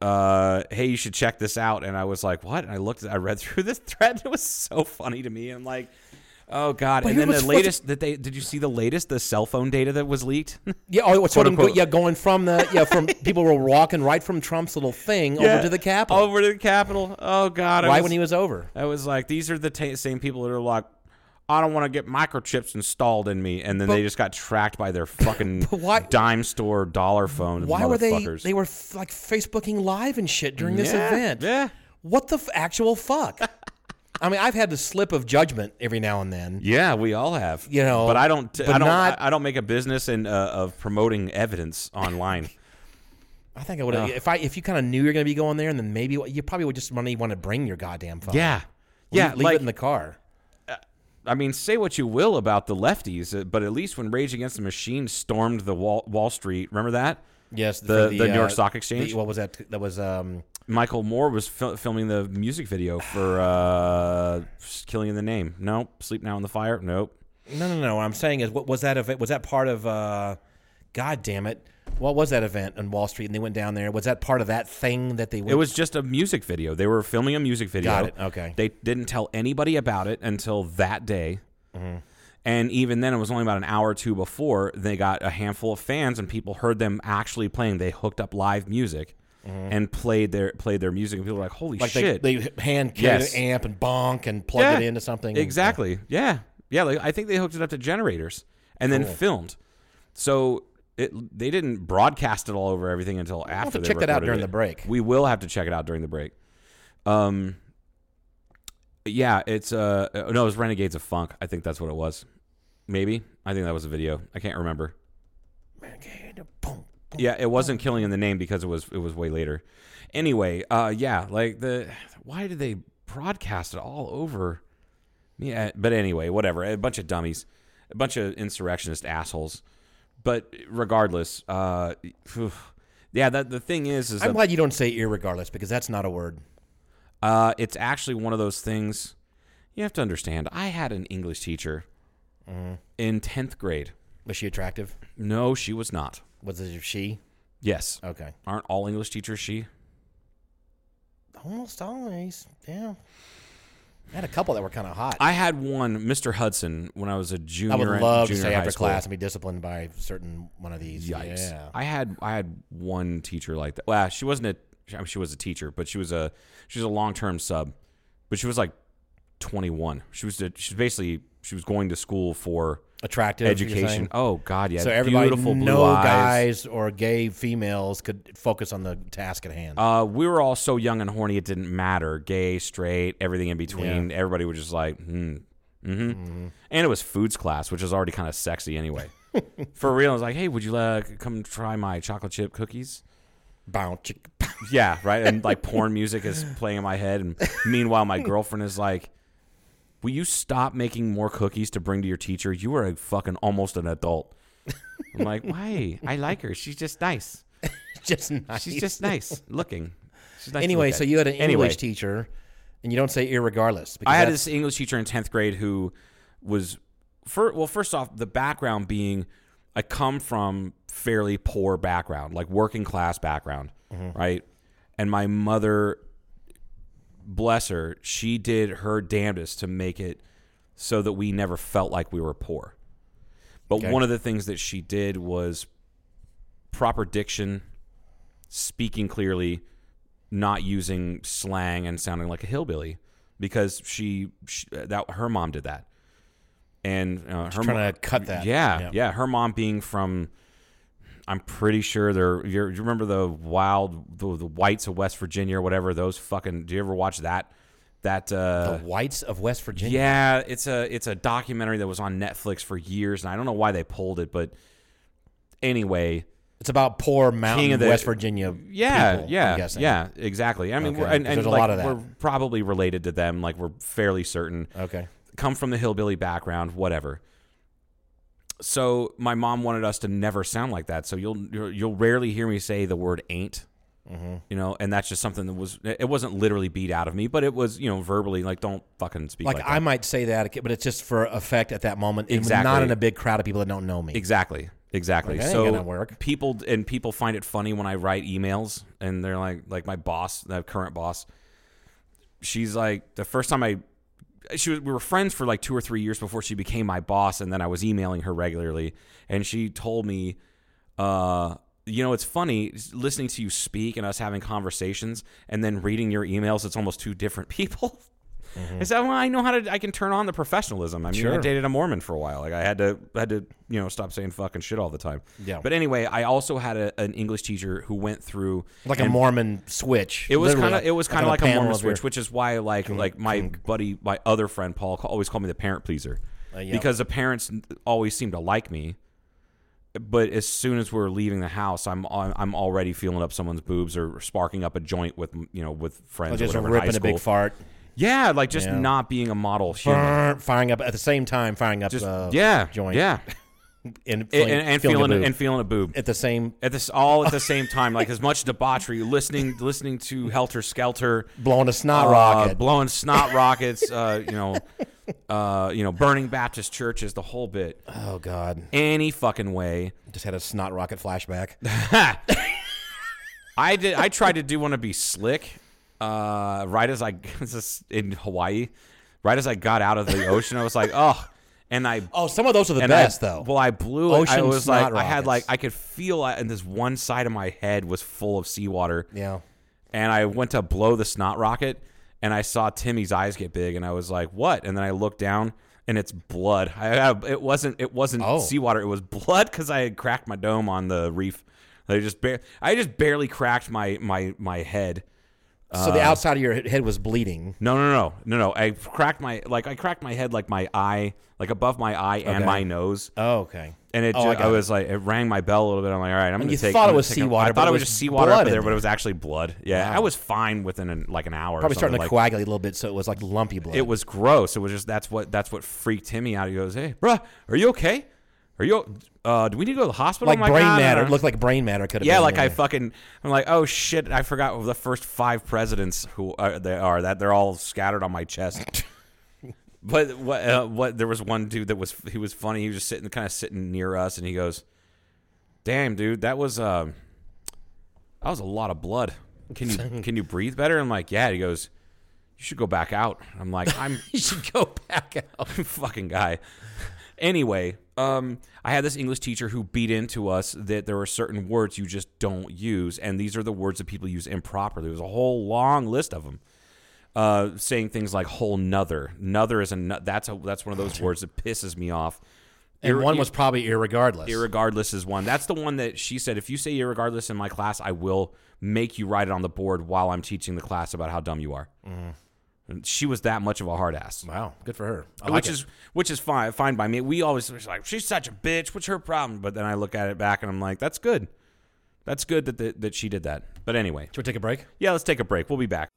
Speaker 7: Uh, hey, you should check this out. And I was like, what? And I looked, I read (laughs) through this thread. It was so funny to me. I'm like, oh god.
Speaker 6: But
Speaker 7: and then
Speaker 6: here's
Speaker 7: the
Speaker 6: what's-
Speaker 7: latest that they did you see the latest the cell phone data that was leaked? (laughs)
Speaker 6: Yeah, oh, what's what
Speaker 7: Quote,
Speaker 6: I'm go-
Speaker 7: unquote.
Speaker 6: yeah, going from the
Speaker 7: (laughs)
Speaker 6: yeah from people were walking right from Trump's little thing over to the Capitol,
Speaker 7: Over to the Capitol. Oh God! I
Speaker 6: right when he was over.
Speaker 7: I was like, these are the ta same people that are like, I don't want to get microchips installed in me, and then they just got tracked by
Speaker 6: (laughs)
Speaker 7: their fucking
Speaker 6: why-
Speaker 7: dime store dollar phone.
Speaker 6: Why were they?
Speaker 7: motherfuckers.
Speaker 6: They were f- like Facebooking live and shit during this
Speaker 7: Yeah,
Speaker 6: event.
Speaker 7: yeah.
Speaker 6: What the f- actual fuck? (laughs) I mean, I've had the slip of judgment every now and then.
Speaker 7: Yeah, we all have.
Speaker 6: You know,
Speaker 7: but I don't.
Speaker 6: but
Speaker 7: I don't.
Speaker 6: not-
Speaker 7: I, I don't make a business in uh, of promoting evidence
Speaker 6: (laughs)
Speaker 7: online.
Speaker 6: I think I would have if I if you kind of knew you're going to be going there, and then maybe you probably would just want to bring your goddamn phone.
Speaker 7: yeah,
Speaker 6: Leave-
Speaker 7: yeah.
Speaker 6: leave,
Speaker 7: like,
Speaker 6: it in the car.
Speaker 7: I mean, say what you will about the lefties, uh, but at least when Rage Against the Machine stormed the Wall, Wall Street, remember that?
Speaker 6: Yes,
Speaker 7: the-
Speaker 6: for
Speaker 7: the New York
Speaker 6: uh,
Speaker 7: Stock Exchange?
Speaker 6: the- what was that? That was um.
Speaker 7: Michael Moore was fil- filming the music video for uh, "Killing in the Name." Nope. Sleep now in the fire. Nope.
Speaker 6: No, no, no. What I'm saying is, what was that event? Was that part of? Uh, God damn it! What was that event on Wall Street? And they went down there. Was that part of that thing that they? Went,
Speaker 7: It was just a music video. They were filming a music video.
Speaker 6: Got it. Okay.
Speaker 7: They didn't tell anybody about it until that day.
Speaker 6: Mm-hmm.
Speaker 7: And even then, it was only about an hour or two before they got a handful of fans, and people heard them actually playing. They hooked up live music and played their played their music, and people were like, "Holy
Speaker 6: Mm-hmm. like
Speaker 7: shit!"
Speaker 6: they they hand carried
Speaker 7: Yes.
Speaker 6: an amp and bonk and plug it into something. and-
Speaker 7: Exactly. yeah. Yeah. Like I think they hooked it up to generators and then filmed. So it, they didn't broadcast it all over everything until after.
Speaker 6: have to
Speaker 7: they
Speaker 6: check that out
Speaker 7: recorded
Speaker 6: during
Speaker 7: it.
Speaker 6: the break.
Speaker 7: We will have to check it out during the break. Um. Yeah, it's uh uh, no, it was Renegades of Funk. I think that's what it was. Maybe I think that was a video. I can't remember. Yeah, it wasn't killing in the name because it was it was way later. Anyway, uh, yeah, like the why did they broadcast it all over? Yeah, but anyway, whatever. A bunch of dummies, a bunch of insurrectionist assholes. But regardless, uh, phew. yeah, that the thing is, is
Speaker 6: I'm
Speaker 7: that,
Speaker 6: glad you don't say irregardless because that's not a word.
Speaker 7: uh, it's actually one of those things you have to understand. I had an English teacher in tenth grade.
Speaker 6: Was she attractive?
Speaker 7: No, she was not.
Speaker 6: Was it she?
Speaker 7: Yes,
Speaker 6: Okay.
Speaker 7: aren't all English teachers she?
Speaker 6: Almost always. Yeah. I had a couple that were kind of hot.
Speaker 7: I had one, Mr. Hudson, when I was a junior.
Speaker 6: I would love to
Speaker 7: junior
Speaker 6: stay
Speaker 7: high
Speaker 6: after
Speaker 7: school.
Speaker 6: class and be disciplined by certain one of these.
Speaker 7: Yikes!
Speaker 6: Yeah.
Speaker 7: I had I had one teacher like that. Well, she wasn't a I mean, she was a teacher, but she was a she was a long term sub, but she was like twenty one. She was a, she was basically she was going to school for
Speaker 6: Attractive you're
Speaker 7: education.
Speaker 6: saying?
Speaker 7: Oh God, yeah.
Speaker 6: so everybody,
Speaker 7: beautiful blue
Speaker 6: no
Speaker 7: eyes.
Speaker 6: guys or gay females could focus on the task at hand.
Speaker 7: Uh, we were all so young and horny; it didn't matter. Gay, straight, everything in between. Everybody was just like, hmm, hmm
Speaker 8: Mm-hmm.
Speaker 7: And it was foods class, which is already kind of
Speaker 8: (laughs)
Speaker 7: sexy anyway. For real, I was like, "Hey, would you uh, come try my chocolate chip cookies?"
Speaker 6: Bow, chick, pow.
Speaker 7: Yeah, right. And like porn music is playing in my head, and meanwhile, my girlfriend is like, "Will you stop making more cookies to bring to your teacher? You are a
Speaker 8: (laughs)
Speaker 7: fucking almost an adult." I'm like, "Why? I like her. She's just nice."
Speaker 8: (laughs) just nice.
Speaker 7: She's just nice looking. She's nice to
Speaker 8: anyway,
Speaker 7: look at.
Speaker 8: so you had an English
Speaker 7: Anyway.
Speaker 8: teacher, and you don't say irregardless. because
Speaker 7: I had
Speaker 8: that's-
Speaker 7: this English teacher in tenth grade who was, fir- well, first off, the background being, I come from fairly poor background, like working class background,
Speaker 8: Mm-hmm.
Speaker 7: right? And my mother, bless her, she did her damnedest to make it so that we never felt like we were poor. But one of the things that she did was proper diction, speaking clearly, not using slang and sounding like a hillbilly because she, she that her mom did that. And uh, her
Speaker 8: trying
Speaker 7: mo-
Speaker 8: to cut that.
Speaker 7: Yeah,
Speaker 8: Yeah.
Speaker 7: yeah, Her mom being from I'm pretty sure they're you're, you remember the wild the, the whites of West Virginia or whatever those fucking do you ever watch that that uh
Speaker 8: the whites of West Virginia.
Speaker 7: yeah, it's a it's a documentary that was on Netflix for years, and I don't know why they pulled it, but anyway,
Speaker 8: It's about poor mountain
Speaker 7: King of the-
Speaker 8: West Virginia.
Speaker 7: yeah,
Speaker 8: people, I'm
Speaker 7: yeah,
Speaker 8: guessing.
Speaker 7: yeah, exactly. I mean,
Speaker 8: Okay,
Speaker 7: we're, and,
Speaker 8: 'cause
Speaker 7: and
Speaker 8: there's a
Speaker 7: like,
Speaker 8: lot of that.
Speaker 7: we're probably related to them. Like we're fairly certain.
Speaker 8: Okay.
Speaker 7: Come from the hillbilly background, whatever. So my mom wanted us to never sound like that. So you'll you'll- you'll rarely hear me say the word ain't.
Speaker 8: Mm-hmm.
Speaker 7: You know, and that's just something that was it wasn't literally beat out of me, but it was you know verbally like don't fucking speak
Speaker 8: Like,
Speaker 7: like, that.
Speaker 8: I might say that, but it's just for effect at that moment. and
Speaker 7: Exactly.
Speaker 8: Not in a big crowd of people that don't know me.
Speaker 7: Exactly. Exactly.
Speaker 8: Like, that ain't
Speaker 7: so
Speaker 8: gonna work.
Speaker 7: people and people find it funny when I write emails and they're like like my boss, the current boss. She's like the first time I she was, we were friends for like 2 or 3 years before she became my boss and then I was emailing her regularly and she told me uh you know, it's funny listening to you speak and us having conversations and then reading your emails. It's almost two different (laughs) people. I said, well, I know how to. I can turn on the professionalism. I mean, I dated a Mormon for a while. Like I had to, had to, you know, stop saying fucking shit all the time.
Speaker 8: Yeah.
Speaker 7: But anyway, I also had a, an English teacher who went through.
Speaker 8: Like a Mormon switch.
Speaker 7: It was
Speaker 8: Literally,
Speaker 7: kind of, it was
Speaker 8: on
Speaker 7: kind of like a
Speaker 8: panel
Speaker 7: Mormon
Speaker 8: of your-
Speaker 7: switch, which is why, like, like my buddy, my other friend Paul, ca- always called me the parent pleaser,
Speaker 8: yeah.
Speaker 7: because the parents always seemed to like me. But as soon as we're leaving the house, I'm I'm already feeling up someone's boobs or sparking up a joint with you know with friends.
Speaker 8: Oh,
Speaker 7: or
Speaker 8: just
Speaker 7: whatever in high
Speaker 8: ripping a big
Speaker 7: school.
Speaker 8: fart,
Speaker 7: Yeah, like just
Speaker 8: Yeah.
Speaker 7: not being a model human.
Speaker 8: Brrr, firing up at the same time, firing up uh,
Speaker 7: just
Speaker 8: the
Speaker 7: yeah,
Speaker 8: joint, (laughs)
Speaker 7: yeah,
Speaker 8: and,
Speaker 7: and,
Speaker 8: feeling-
Speaker 7: and, and
Speaker 8: feeling
Speaker 7: feeling
Speaker 8: the boob.
Speaker 7: and feeling a boob
Speaker 8: at the same
Speaker 7: at this
Speaker 8: (laughs)
Speaker 7: all at the same time, like as much debauchery, listening listening to Helter Skelter,
Speaker 8: blowing a snot
Speaker 7: uh,
Speaker 8: rocket,
Speaker 7: blowing snot rockets, uh, you know, (laughs) uh, you know, burning Baptist churches, the whole bit,
Speaker 8: Oh God!
Speaker 7: any fucking way.
Speaker 8: Just had a snot rocket flashback.
Speaker 7: (laughs) I did. I tried to do want to be slick. Uh, right as I (laughs) this is in Hawaii, right as I got out of the ocean, I was like, oh, and I
Speaker 8: Oh, some of those are the
Speaker 7: and
Speaker 8: best
Speaker 7: I,
Speaker 8: though.
Speaker 7: Well, I blew.
Speaker 8: Ocean
Speaker 7: I was like,
Speaker 8: snot
Speaker 7: I had like,
Speaker 8: rockets.
Speaker 7: I could feel, I- and this one side of my head was full of seawater.
Speaker 8: yeah.
Speaker 7: And I went to blow the snot rocket, and I saw Timmy's eyes get big, and I was like, "What?" And then I looked down, and it's blood. I have, it wasn't, it wasn't
Speaker 8: Oh.
Speaker 7: seawater. It was blood because I had cracked my dome on the reef. I just, bar- I just barely cracked my my my head. uh,
Speaker 8: So the outside of your he- head was bleeding.
Speaker 7: No, no, no, no, no. I cracked my like I cracked my head like my eye, like above my eye and
Speaker 8: Okay.
Speaker 7: my nose.
Speaker 8: Oh, okay.
Speaker 7: And it,
Speaker 8: Oh,
Speaker 7: ju-
Speaker 8: I
Speaker 7: I,
Speaker 8: got it.
Speaker 7: was like, it rang my bell a little bit. I'm like, all right, I'm gonna
Speaker 8: you
Speaker 7: take.
Speaker 8: thought
Speaker 7: I'm
Speaker 8: it
Speaker 7: gonna
Speaker 8: was
Speaker 7: take a-
Speaker 8: seawater,
Speaker 7: I
Speaker 8: but
Speaker 7: thought
Speaker 8: it
Speaker 7: it was
Speaker 8: was
Speaker 7: just seawater up
Speaker 8: blood in
Speaker 7: there, but
Speaker 8: there.
Speaker 7: it was actually blood. Yeah, I was fine within an, like an hour.
Speaker 8: Probably
Speaker 7: or
Speaker 8: starting
Speaker 7: something.
Speaker 8: to
Speaker 7: like,
Speaker 8: coagulate a little bit, so it was like lumpy blood.
Speaker 7: It oh was gross. It was just that's what that's what freaked Timmy out. He goes, hey, bruh, are you okay? Are you? Uh, do we need to go to the hospital?
Speaker 8: like
Speaker 7: I'm
Speaker 8: brain
Speaker 7: "Nah, nah,
Speaker 8: matter.
Speaker 7: nah."
Speaker 8: It looked like brain matter could have.
Speaker 7: uh, Yeah,
Speaker 8: been,
Speaker 7: like I fucking, I'm like, oh shit, I forgot the first five presidents who are, they are. That they're all scattered on
Speaker 8: (laughs)
Speaker 7: my chest. but what? Uh, what? There was one dude that was he was funny. He was just sitting, kind of sitting near us, and he goes, "Damn, dude, that was um, that was a lot of blood.
Speaker 8: (laughs)
Speaker 7: Can you can you breathe better?" I'm like, "Yeah." He goes, "You should go back out." I'm like, "I'm."
Speaker 8: (laughs) you should go back
Speaker 7: (laughs)
Speaker 8: out.
Speaker 7: fucking guy. Anyway, um, I had this English teacher who beat into us that there are certain words you just don't use, and these are the words that people use improperly. There was a whole long list of them, uh, saying things like "whole nother." Nother is a no- that's a that's one of those words that pisses me off.
Speaker 8: And
Speaker 7: Irre-
Speaker 8: one was probably irregardless.
Speaker 7: irregardless is one. That's the one that she said. If you say irregardless in my class, I will make you write it on the board while I'm teaching the class about how dumb you are. And She was that much of a hard ass
Speaker 8: wow, good for her. I
Speaker 7: which
Speaker 8: like it.
Speaker 7: is which is fine fine by me. We always we're just like she's such a bitch. What's her problem? But then I look at it back and I'm like, that's good. That's good that that, that she did that. But anyway,
Speaker 8: Should we take a break?
Speaker 7: yeah, let's take a break. We'll be back.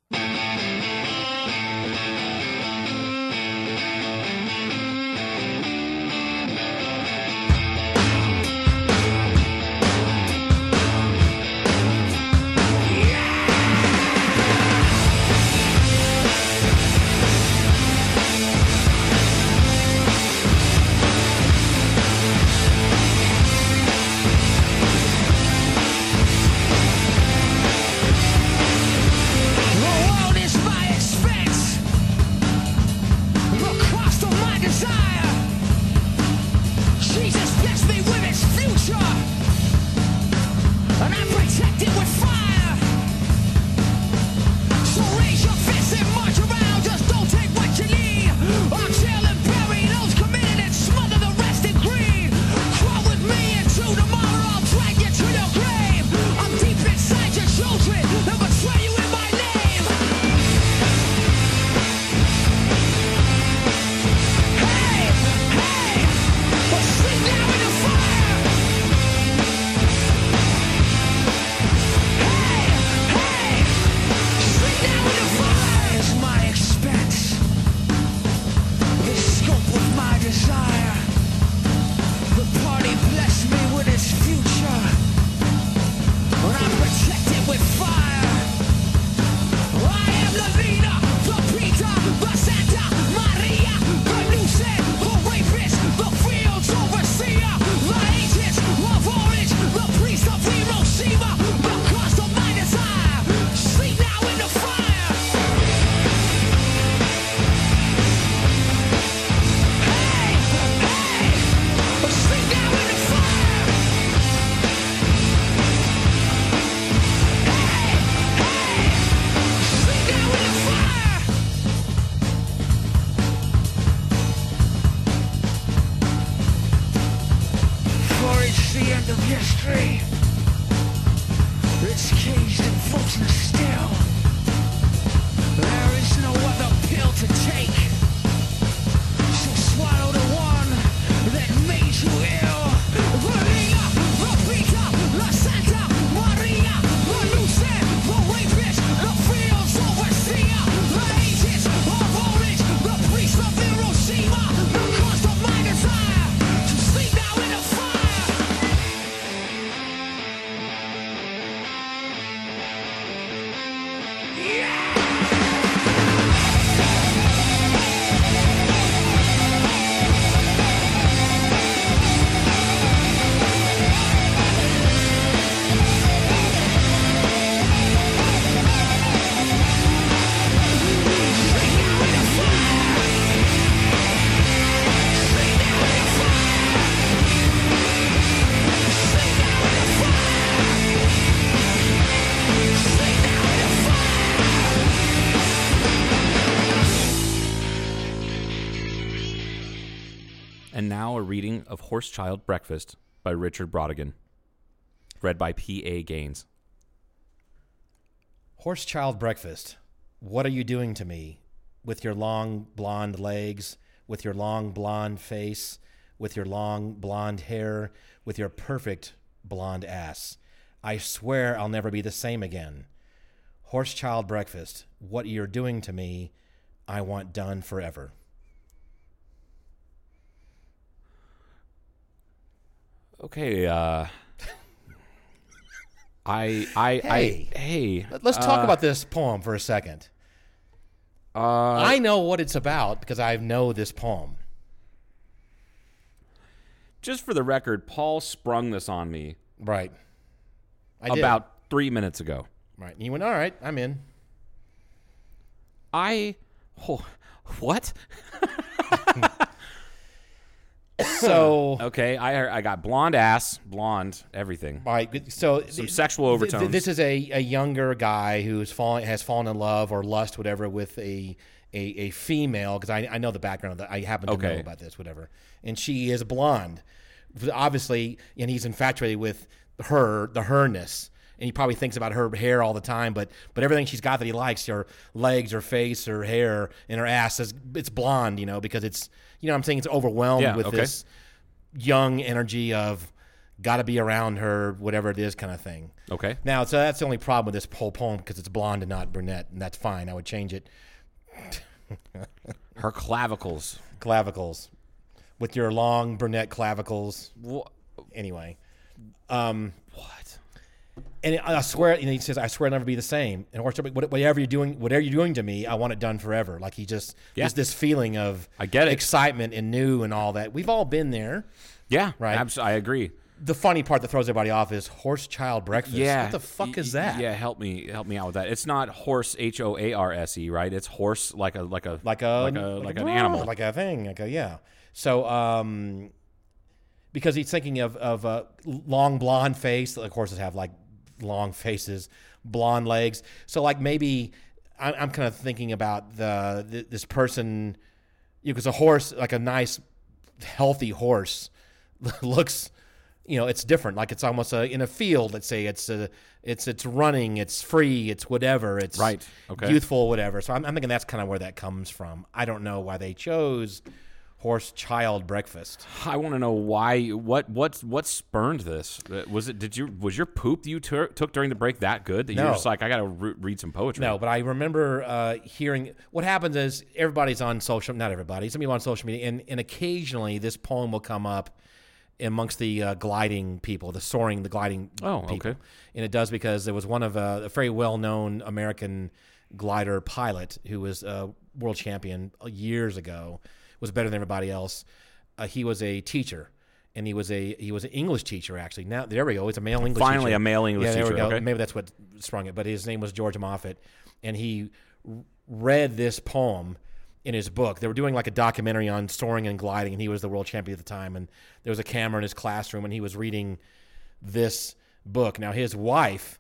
Speaker 9: of history. It's caged and floating still. There is no other pill to take. So swallow the one that made you ill. Maria, Lupita, La Santa Maria, Lucen, the rapist, the fields overseer, the ages of orange, the priest of Hiroshima, the cause of my desire to sleep now in the fire.
Speaker 7: And now a reading of Horse Child Breakfast by Richard Brodigan, read by P.A. Gaines.
Speaker 10: Horse child breakfast. What are you doing to me? With your long blonde legs, with your long blonde face, with your long blonde hair, with your perfect blonde ass. I swear I'll never be the same again. Horse child breakfast. What you're doing to me, I want done forever.
Speaker 7: Okay, uh. I, I,
Speaker 10: Hey.
Speaker 7: I, hey.
Speaker 6: Let- Let's talk about this poem for a second. I know what it's about because I know this poem.
Speaker 7: Just for the record, Paul sprung this on me
Speaker 6: Right. I did.
Speaker 7: about three minutes ago.
Speaker 6: Right. And you went, all right, I'm in.
Speaker 7: I, oh, what?
Speaker 6: So,
Speaker 7: Okay, I, I got blonde ass, blonde, everything.
Speaker 6: all right. good- So,
Speaker 7: Some sexual overtones.
Speaker 6: This is a, a younger guy who's fallen has fallen in love or lust, whatever, with a a, a female. Because I, I know the background that I happen to
Speaker 7: Okay.
Speaker 6: know about this, whatever. And she is blonde, obviously, and he's infatuated with her, the herness. And he probably thinks about her hair all the time, but but everything she's got that he likes, her legs, her face, her hair, and her ass is it's blonde, you know, because it's you know what I'm saying it's overwhelmed
Speaker 7: Yeah,
Speaker 6: with
Speaker 7: okay.
Speaker 6: this young energy of gotta be around her, whatever it is kind of thing.
Speaker 7: okay.
Speaker 6: Now, so that's the only problem with this whole poem because it's blonde and not brunette, and that's fine. I would change it.
Speaker 7: Her clavicles.
Speaker 6: Clavicles, with your long brunette clavicles. Anyway, Um,
Speaker 7: What?
Speaker 6: and I I swear, you know, he says, "I swear I'll never be the same." And or something, "What- whatever you're doing, whatever you're doing to me, I want it done forever. Like he just,
Speaker 7: Yeah.
Speaker 6: just this feeling of
Speaker 7: I get it.
Speaker 6: excitement and new and all that. We've all been there.
Speaker 7: Yeah,
Speaker 6: Right.
Speaker 7: right. I agree.
Speaker 6: The funny part that throws everybody off is horse child breakfast.
Speaker 7: Yeah.
Speaker 6: what the fuck
Speaker 7: Y-
Speaker 6: is that?
Speaker 7: Yeah, help me help me out with that. It's not horse H O A R S E, right? It's horse like a like a
Speaker 6: like a
Speaker 7: like, a, like, an animal.
Speaker 6: like a thing, like a yeah. So, um, because he's thinking of of uh, long blonde face. Like horses have like long faces, blonde legs. So, like maybe I'm, I'm kind of thinking about the, th this person because a horse, like a nice, healthy horse, (laughs) looks. You know, it's different. Like it's almost a, in a field. Let's say it's a, it's it's running. It's free. It's whatever. It's
Speaker 7: Right. Okay.
Speaker 6: Youthful, whatever. So I'm, I'm thinking that's kind of where that comes from. I don't know why they chose horse child breakfast.
Speaker 7: I want to know why what what what spurned this? Uh, Was it did you was your poop that you tur- took during the break that good that you
Speaker 6: No.
Speaker 7: were just like I got to re- read some poetry?
Speaker 6: No, but I remember uh, hearing what happens is everybody's on social. Not everybody. Some people on social media, and and occasionally this poem will come up amongst the uh, gliding people, the soaring, the gliding.
Speaker 7: Oh,
Speaker 6: people.
Speaker 7: okay.
Speaker 6: And it does because there was one of uh, a very well-known American glider pilot who was a world champion years ago, was better than everybody else. Uh, he was a teacher. And he was a he was an English teacher actually. Now there we go. He's a male English teacher.
Speaker 7: Finally, a male English
Speaker 6: yeah, there
Speaker 7: teacher,
Speaker 6: We go.
Speaker 7: okay.
Speaker 6: Maybe that's what sprung it. But his name was George Moffat, and he r- read this poem in his book. They were doing like a documentary on soaring and gliding, and he was the world champion at the time. And there was a camera in his classroom, and he was reading this book. Now his wife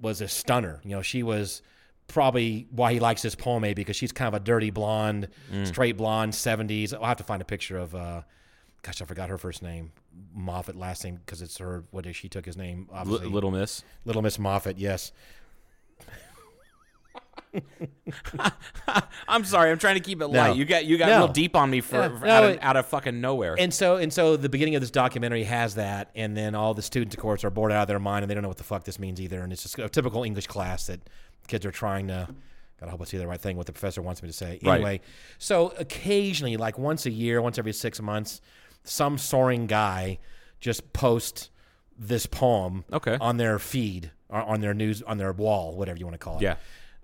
Speaker 6: was a stunner. You know, she was probably why he likes this poem maybe because she's kind of a dirty blonde, straight blonde, seventies. I'll have to find a picture of uh, gosh, I forgot her first name. Moffat last name because it's her. What is she took his name?
Speaker 7: L-
Speaker 6: Obviously,
Speaker 7: Little Miss.
Speaker 6: Little Miss Moffat. Yes,
Speaker 7: I'm sorry. I'm trying to keep it light. You got you got
Speaker 6: No.
Speaker 7: real deep on me for,
Speaker 6: Yeah.
Speaker 7: for
Speaker 6: No,
Speaker 7: out, of,
Speaker 6: it-
Speaker 7: out of fucking nowhere.
Speaker 6: and so and so the beginning of this documentary has that, and then all the students, of course, are bored out of their mind and they don't know what the fuck this means either, and it's just a typical English class that kids are trying to. God, I hope I say the right thing. What the professor wants me to say.
Speaker 7: Right.
Speaker 6: Anyway, so occasionally, like once a year, once every six months, some soaring guy just posts this poem
Speaker 7: Okay.
Speaker 6: on their feed, or on their news, on their wall, whatever you want to call it.
Speaker 7: Yeah.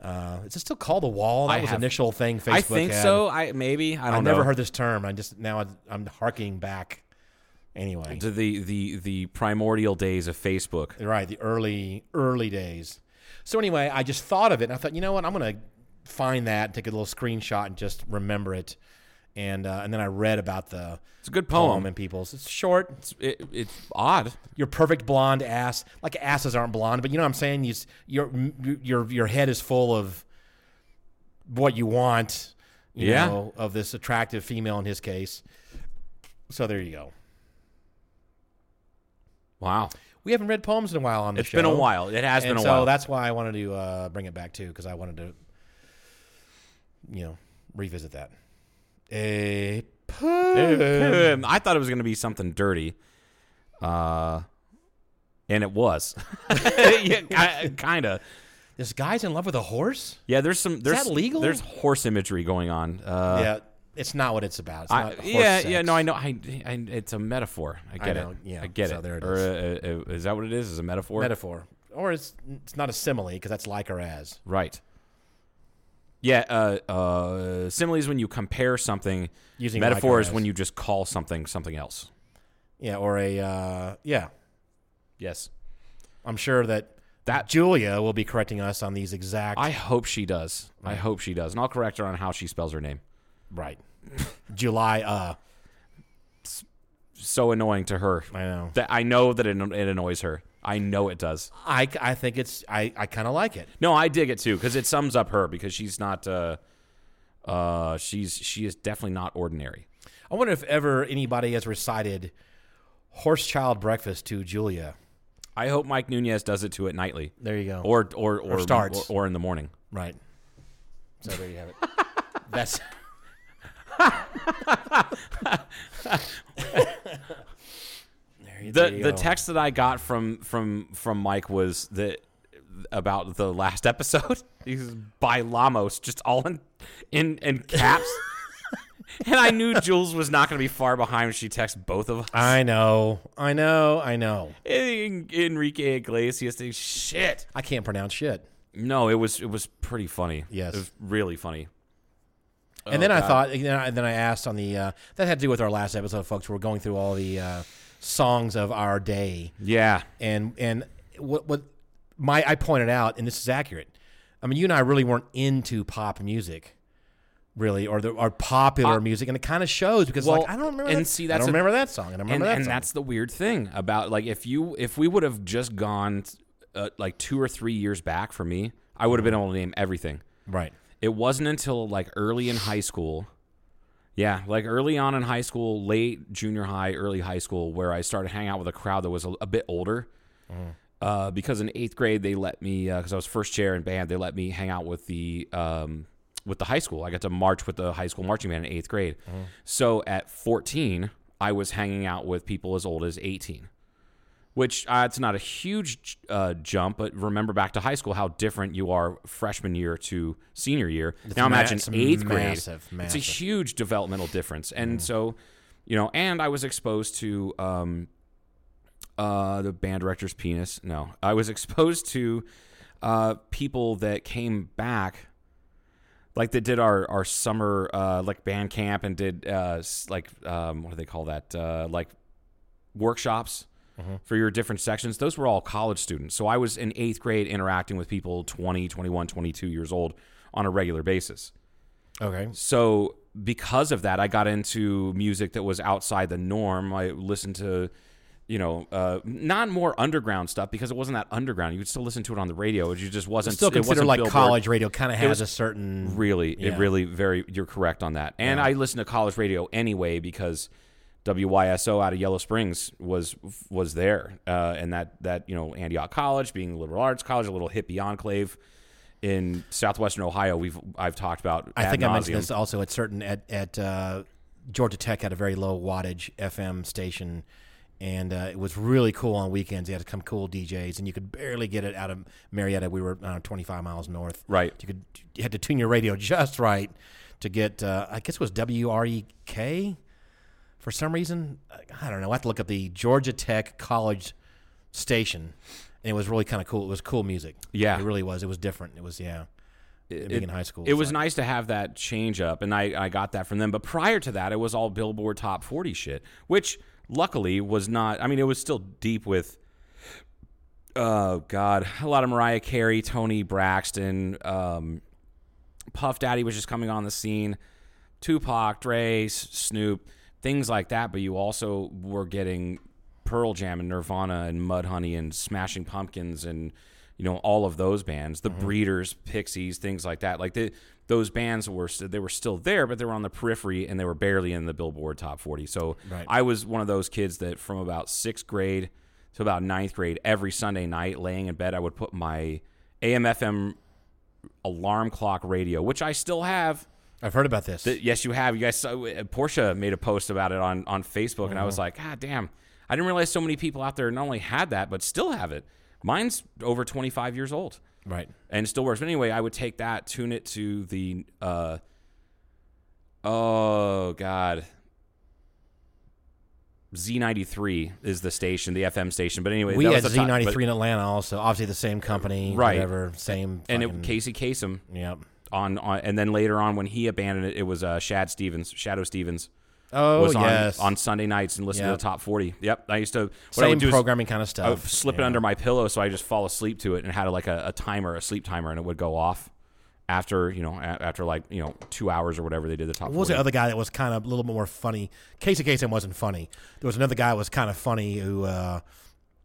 Speaker 6: Uh, is it still called the wall? That
Speaker 7: I
Speaker 6: was the
Speaker 7: have-
Speaker 6: initial thing Facebook
Speaker 7: I think
Speaker 6: had.
Speaker 7: so. I maybe I
Speaker 6: I
Speaker 7: don't know.
Speaker 6: never heard this term. I just now I, I'm harking back. Anyway,
Speaker 7: to the the the primordial days of Facebook.
Speaker 6: right, the early early days. So anyway, I just thought of it, and I thought, you know what, I'm gonna find that, take a little screenshot, and just remember it. And uh, and then I read about the
Speaker 7: It's a good poem.
Speaker 6: and people's. It's short.
Speaker 7: It's, it, it's odd.
Speaker 6: your perfect blonde ass. Like asses aren't blonde, but you know what I'm saying. You, s- your your your head is full of what you want. You
Speaker 7: Yeah.
Speaker 6: know, of this attractive female in his case. So there you go.
Speaker 7: Wow.
Speaker 6: We haven't read poems in a while on the
Speaker 7: It's
Speaker 6: show.
Speaker 7: been a while. It has
Speaker 6: and
Speaker 7: been a
Speaker 6: so
Speaker 7: while.
Speaker 6: that's why I wanted to uh, bring it back too, because I wanted to, you know, revisit that. Eh, A
Speaker 7: Um, I thought it was going to be something dirty. Uh, and it was. (laughs) yeah, kind of.
Speaker 6: this guy's in love with a horse.
Speaker 7: Yeah, there's some. There's,
Speaker 6: that legal?
Speaker 7: There's horse imagery going on. Uh,
Speaker 6: yeah, it's not what it's about. It's
Speaker 7: I-
Speaker 6: not horse
Speaker 7: yeah,
Speaker 6: sex.
Speaker 7: yeah. No, I know. I, I, it's a metaphor. I get
Speaker 6: know,
Speaker 7: it.
Speaker 6: yeah,
Speaker 7: I get
Speaker 6: so
Speaker 7: it.
Speaker 6: there it
Speaker 7: Or, uh, uh, is that what it is? Is a metaphor?
Speaker 6: metaphor, or it's it's not a simile because that's like or as.
Speaker 7: Right. Yeah. Uh, uh, simile is when you compare something.
Speaker 6: Using
Speaker 7: metaphor is
Speaker 6: likewise.
Speaker 7: when you just call something something else.
Speaker 6: Yeah, or a uh, yeah.
Speaker 7: Yes.
Speaker 6: I'm sure that that Julia will be correcting us on these exact
Speaker 7: I hope she does. I hope she does, and I'll correct her on how she spells her name.
Speaker 6: right. July uh
Speaker 7: so annoying to her.
Speaker 6: I know.
Speaker 7: That I know that it, it annoys her. I know it does.
Speaker 6: I, I think it's I, I kind of like it.
Speaker 7: No, I dig it too because it sums up her because she's not. Uh, uh, she's she is definitely not ordinary.
Speaker 6: I wonder if ever anybody has recited Horse Child Breakfast to Julia.
Speaker 7: I hope Mike Nunez does it to it nightly,
Speaker 6: There you go.
Speaker 7: or or or,
Speaker 6: starts.
Speaker 7: or, or in the morning.
Speaker 6: right. So there you have it. That's
Speaker 7: The the text that I got from from from Mike was that about the last (laughs) episode. He's by Lamos, just all in in in
Speaker 6: (laughs)
Speaker 7: caps. and I knew Jules was not going to be far behind when she texted both of us.
Speaker 6: I know. I know. I know.
Speaker 7: En- Enrique Iglesias thing. Shit.
Speaker 6: I can't pronounce shit.
Speaker 7: No, it was it was pretty funny.
Speaker 6: Yes.
Speaker 7: it was really funny.
Speaker 6: and then I thought, and then I, then I asked on the uh, that had to do with our last episode, folks. We're going through all the uh, songs of our day,
Speaker 7: Yeah,
Speaker 6: and and what what my I pointed out, and this is accurate. I mean, you and I really weren't into pop music, really, or the or popular music, and it kind of shows because
Speaker 7: Well,
Speaker 6: like I don't remember
Speaker 7: and
Speaker 6: that,
Speaker 7: see,
Speaker 6: I
Speaker 7: that's
Speaker 6: don't
Speaker 7: a-
Speaker 6: remember that song, and I
Speaker 7: and
Speaker 6: remember that
Speaker 7: and
Speaker 6: song.
Speaker 7: that's the weird thing about like if you if we would have just gone uh, like two or three years back for me, I would have been able to name everything.
Speaker 6: right.
Speaker 7: It wasn't until like early in high school. Yeah, like early on in high school, late junior high, early high school, where I started hanging out with a crowd that was a, a bit older. Uh, because in eighth grade, they let me because I was first chair in band. They let me hang out with the um, with the high school. I got to march with the high school marching band in eighth grade.
Speaker 6: Mm-hmm.
Speaker 7: So at fourteen, I was hanging out with people as old as eighteen, which uh, it's not a huge uh, jump. But remember back to high school how different you are freshman year to senior year. now
Speaker 6: ma-
Speaker 7: imagine
Speaker 6: it's
Speaker 7: eighth grade.
Speaker 6: massive,
Speaker 7: It's
Speaker 6: massive. Mm-hmm.
Speaker 7: a huge developmental difference. And so, you know, and I was exposed to um, uh, the band director's penis. No, I was (laughs) exposed to uh, people that came back, like that did our our summer uh, like band camp and did uh, s- like um, what do they call that? Uh, like workshops. For your different sections, those were all college students. So I was in eighth grade interacting with people 20, 21, 22 years old on a regular basis.
Speaker 6: Okay.
Speaker 7: So because of that, I got into music that was outside the norm. I listened to, you know, uh, not more underground stuff because it wasn't that underground. You could still listen to it on the radio. It just wasn't
Speaker 6: Still
Speaker 7: it
Speaker 6: considered
Speaker 7: wasn't
Speaker 6: like
Speaker 7: Billboard.
Speaker 6: college radio kind of has
Speaker 7: was
Speaker 6: a certain
Speaker 7: Really,
Speaker 6: Yeah.
Speaker 7: it really very. You're correct on that. And I listen to college radio anyway because WYSO out of Yellow Springs was was there, uh, and that that you know Antioch College being a liberal arts college, a little hippie enclave in southwestern Ohio. We've I've talked about.
Speaker 6: I
Speaker 7: ad
Speaker 6: think I mentioned
Speaker 7: nauseam.
Speaker 6: this uh, also at certain at at uh, Georgia Tech had a very low wattage FM station, and uh, it was really cool on weekends. They had some cool DJs, and you could barely get it out of Marietta. We were uh, 25 miles north,
Speaker 7: Right.
Speaker 6: You could you had to tune your radio just right to get. Uh, I guess it was WREK for some reason. I- I don't know. I have to look up the Georgia Tech College station, and it was really kind of cool. It was cool music.
Speaker 7: Yeah.
Speaker 6: it really was. It was different. It was yeah. Being in high school,
Speaker 7: It
Speaker 6: it's
Speaker 7: was
Speaker 6: like-
Speaker 7: nice to have that change up, and I, I got that from them. But prior to that, it was all Billboard Top 40 shit, which luckily was not. I mean, it was still deep with, oh god, a lot of Mariah Carey, Tony Braxton, um, Puff Daddy was just coming on the scene, Tupac, Dre, S- Snoop, things like that. But you also were getting Pearl Jam and Nirvana and Mudhoney and Smashing Pumpkins and you know all of those bands, the Breeders, Pixies, things like that. Like the, those bands were st- they were still there, but they were on the periphery and they were barely in the Billboard Top 40. So I was one of those kids that from about sixth grade to about ninth grade, every Sunday night, laying in bed, I would put my AM/FM alarm clock radio, which I still have.
Speaker 6: I've heard about this.
Speaker 7: Th- Yes, you have. You guys, saw, uh, Portia made a post about it on on Facebook, and I
Speaker 6: Mm-hmm.
Speaker 7: was like, God damn! I didn't realize so many people out there not only had that but still have it. Mine's over twenty five years old
Speaker 6: right.
Speaker 7: and still works. But anyway, I would take that, tune it to the uh oh god. Z93 is the station, the FM station. But anyway,
Speaker 6: we
Speaker 7: that
Speaker 6: had
Speaker 7: was the top-
Speaker 6: Z93
Speaker 7: but-
Speaker 6: in Atlanta also. Obviously the same company,
Speaker 7: Right.
Speaker 6: whatever, same
Speaker 7: and
Speaker 6: fucking-
Speaker 7: it, Casey Kasem
Speaker 6: Yep.
Speaker 7: on, on and then later on when he abandoned it, it was uh, Shad Stevens, Shadow Stevens
Speaker 6: Oh,
Speaker 7: was on,
Speaker 6: yes.
Speaker 7: on Sunday nights and listened
Speaker 6: Yep.
Speaker 7: to the top 40. Yep, I used to what I
Speaker 6: same
Speaker 7: would do is-
Speaker 6: programming kind of stuff.
Speaker 7: I would slip it
Speaker 6: Yeah.
Speaker 7: under my pillow so I just fall asleep to it and had like a, a timer, a sleep timer, and it would go off after you know a- after like you know two hours or whatever they did the top.
Speaker 6: What was the
Speaker 7: 40.
Speaker 6: other guy that was kind of a little more funny? Casey Kasem wasn't funny. There was another guy that was kind of funny who uh,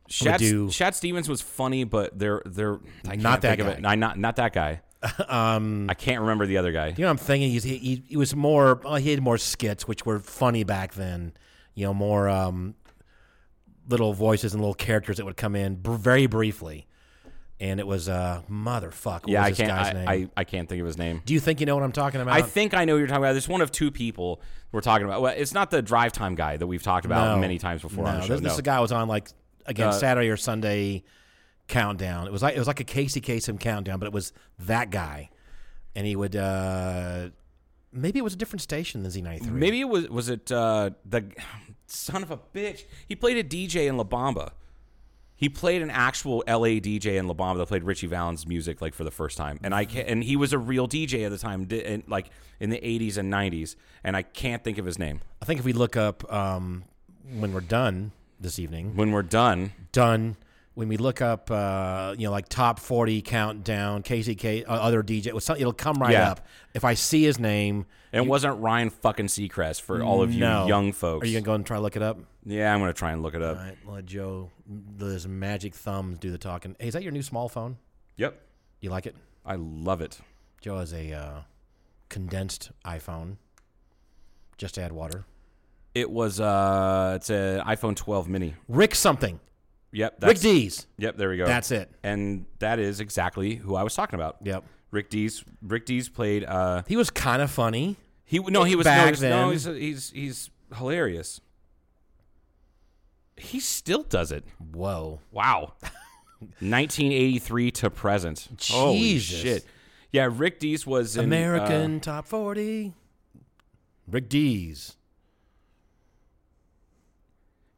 Speaker 7: Shad,
Speaker 6: would do-
Speaker 7: Shad Stevens was funny, but they're they're I
Speaker 6: Not that
Speaker 7: can't think of
Speaker 6: guy.
Speaker 7: it. No, not not
Speaker 6: (laughs)
Speaker 7: that guy. um, I can't remember the other guy.
Speaker 6: You know what I'm thinking? He's, he, he, he was more, well, he had more skits, which were funny back then. You know, more um, little voices and little characters that would come in br- very briefly. And it was, uh, motherfuck, what
Speaker 7: yeah,
Speaker 6: was
Speaker 7: I
Speaker 6: this
Speaker 7: can't.
Speaker 6: guy's
Speaker 7: I,
Speaker 6: name?
Speaker 7: I, I can't think of his name.
Speaker 6: Do you think you know what I'm talking about?
Speaker 7: I think I know who you're talking about. There's one of two people we're talking about. Well, it's not the drive time guy that we've talked about many times before on the
Speaker 6: No,
Speaker 7: show.
Speaker 6: This, this
Speaker 7: no.
Speaker 6: guy was on like again Saturday or Sunday countdown. It was like it was like a Casey Kasem countdown, but it was that guy, and he would uh maybe it was a different station than Z ninety three.
Speaker 7: Maybe it was was it uh, the (sighs) son of a bitch. He played a DJ in La Bamba. He played an actual LA DJ in La Bamba that played Richie Valens' music like for the first time, and I can and he was a real DJ at the time, di- and, like in the '80s and '90s, and I can't think of his name.
Speaker 6: I think if we look up um when we're done this evening,
Speaker 7: When we're done,
Speaker 6: done. When we look up, uh, you know, like top forty countdown, Casey K, uh, other DJ, it'll- it'll come right
Speaker 7: Yeah.
Speaker 6: up. If I see his name,
Speaker 7: and it wasn't Ryan fucking Seacrest for all of you
Speaker 6: no.
Speaker 7: young folks.
Speaker 6: Are you gonna go and try to look it up?
Speaker 7: yeah, I'm gonna try and look it up.
Speaker 6: All right, let Joe, those magic thumbs do the talking. Hey, is that your new small phone?
Speaker 7: Yep,
Speaker 6: You like it?
Speaker 7: I love it.
Speaker 6: Joe has a uh, condensed iPhone. Just add water.
Speaker 7: It was uh, it's an iPhone 12 mini.
Speaker 6: Rick something.
Speaker 7: Yep,
Speaker 6: Rick
Speaker 7: that's,
Speaker 6: D's.
Speaker 7: Yep, there we go.
Speaker 6: That's it.
Speaker 7: And that is exactly who I was talking about.
Speaker 6: Yep.
Speaker 7: Rick Dees. Rick Dees played. Uh,
Speaker 6: He was kind of funny.
Speaker 7: he no, he was no,
Speaker 6: Back
Speaker 7: he's, no,
Speaker 6: then.
Speaker 7: he's, he's he's hilarious. He still does it.
Speaker 6: Whoa. (laughs)
Speaker 7: Wow. 1983 to present. Holy
Speaker 6: Jesus.
Speaker 7: shit. Yeah, Rick Dees was in, uh,
Speaker 6: American Top 40. Rick D's.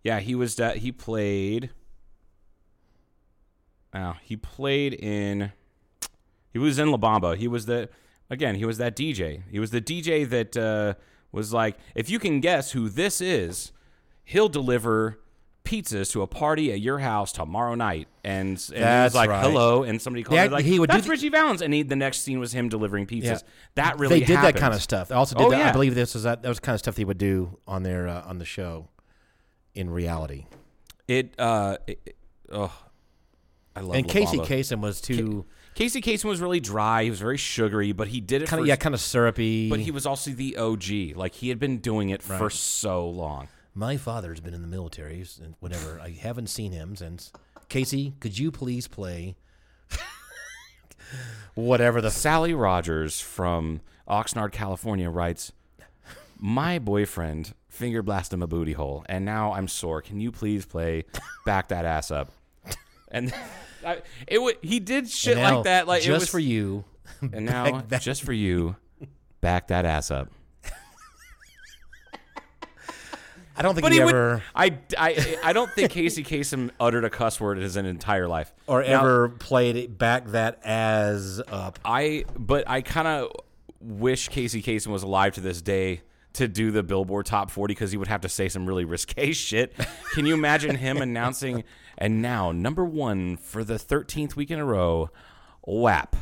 Speaker 7: yeah, he was. Uh, he played. Oh, he played in. He was in La Bamba. He was the again. He was that DJ. He was the DJ that uh, was like, if you can guess who this is, he'll deliver pizzas to a party at your house tomorrow night. And, and he was
Speaker 6: That's
Speaker 7: like,
Speaker 6: right.
Speaker 7: hello. And somebody called.
Speaker 6: Yeah,
Speaker 7: him, like,
Speaker 6: he would do
Speaker 7: That's
Speaker 6: th-
Speaker 7: Richie Valens. And he, the next scene was him delivering pizzas.
Speaker 6: Yeah.
Speaker 7: That really
Speaker 6: they did that kind
Speaker 7: happened.
Speaker 6: of stuff. They also did
Speaker 7: Oh,
Speaker 6: that.
Speaker 7: yeah.
Speaker 6: I believe this was that. That was kind of stuff they would do on their uh, on the show. In reality,
Speaker 7: It. Uh, it it- oh, I love.
Speaker 6: and
Speaker 7: La
Speaker 6: Casey
Speaker 7: Bamba.
Speaker 6: Kasem was too
Speaker 7: Casey Kasem was really dry. He was very sugary, but he did it
Speaker 6: kind
Speaker 7: for
Speaker 6: of yeah, kind of syrupy.
Speaker 7: but he was also the OG. Like he had been doing it for so long.
Speaker 6: My father's been in the military s- and whatever. I haven't seen him since. Casey, could you please play (laughs) whatever (laughs) the f-
Speaker 7: Sally Rogers from Oxnard, California writes, My boyfriend finger blasted my booty hole, and now I'm sore. Can you please play Back That Ass Up? (laughs) And I, it w- he did shit
Speaker 6: And now,
Speaker 7: like that. Like
Speaker 6: just
Speaker 7: it was,
Speaker 6: for you.
Speaker 7: And now,
Speaker 6: Back that-
Speaker 7: just for you, back that ass up.
Speaker 6: I don't think
Speaker 7: But
Speaker 6: he,
Speaker 7: he would-
Speaker 6: ever
Speaker 7: I, I, I don't think Casey Kasem uttered a cuss word in his entire life.
Speaker 6: or
Speaker 7: Now,
Speaker 6: ever played it back that as up.
Speaker 7: I but I kind of wish Casey Kasem was alive to this day to do the Billboard Top 40 because he would have to say some really risque (laughs) shit. Can you
Speaker 6: (laughs)
Speaker 7: imagine him announcing? And now number one for the 13th week in a row, WAP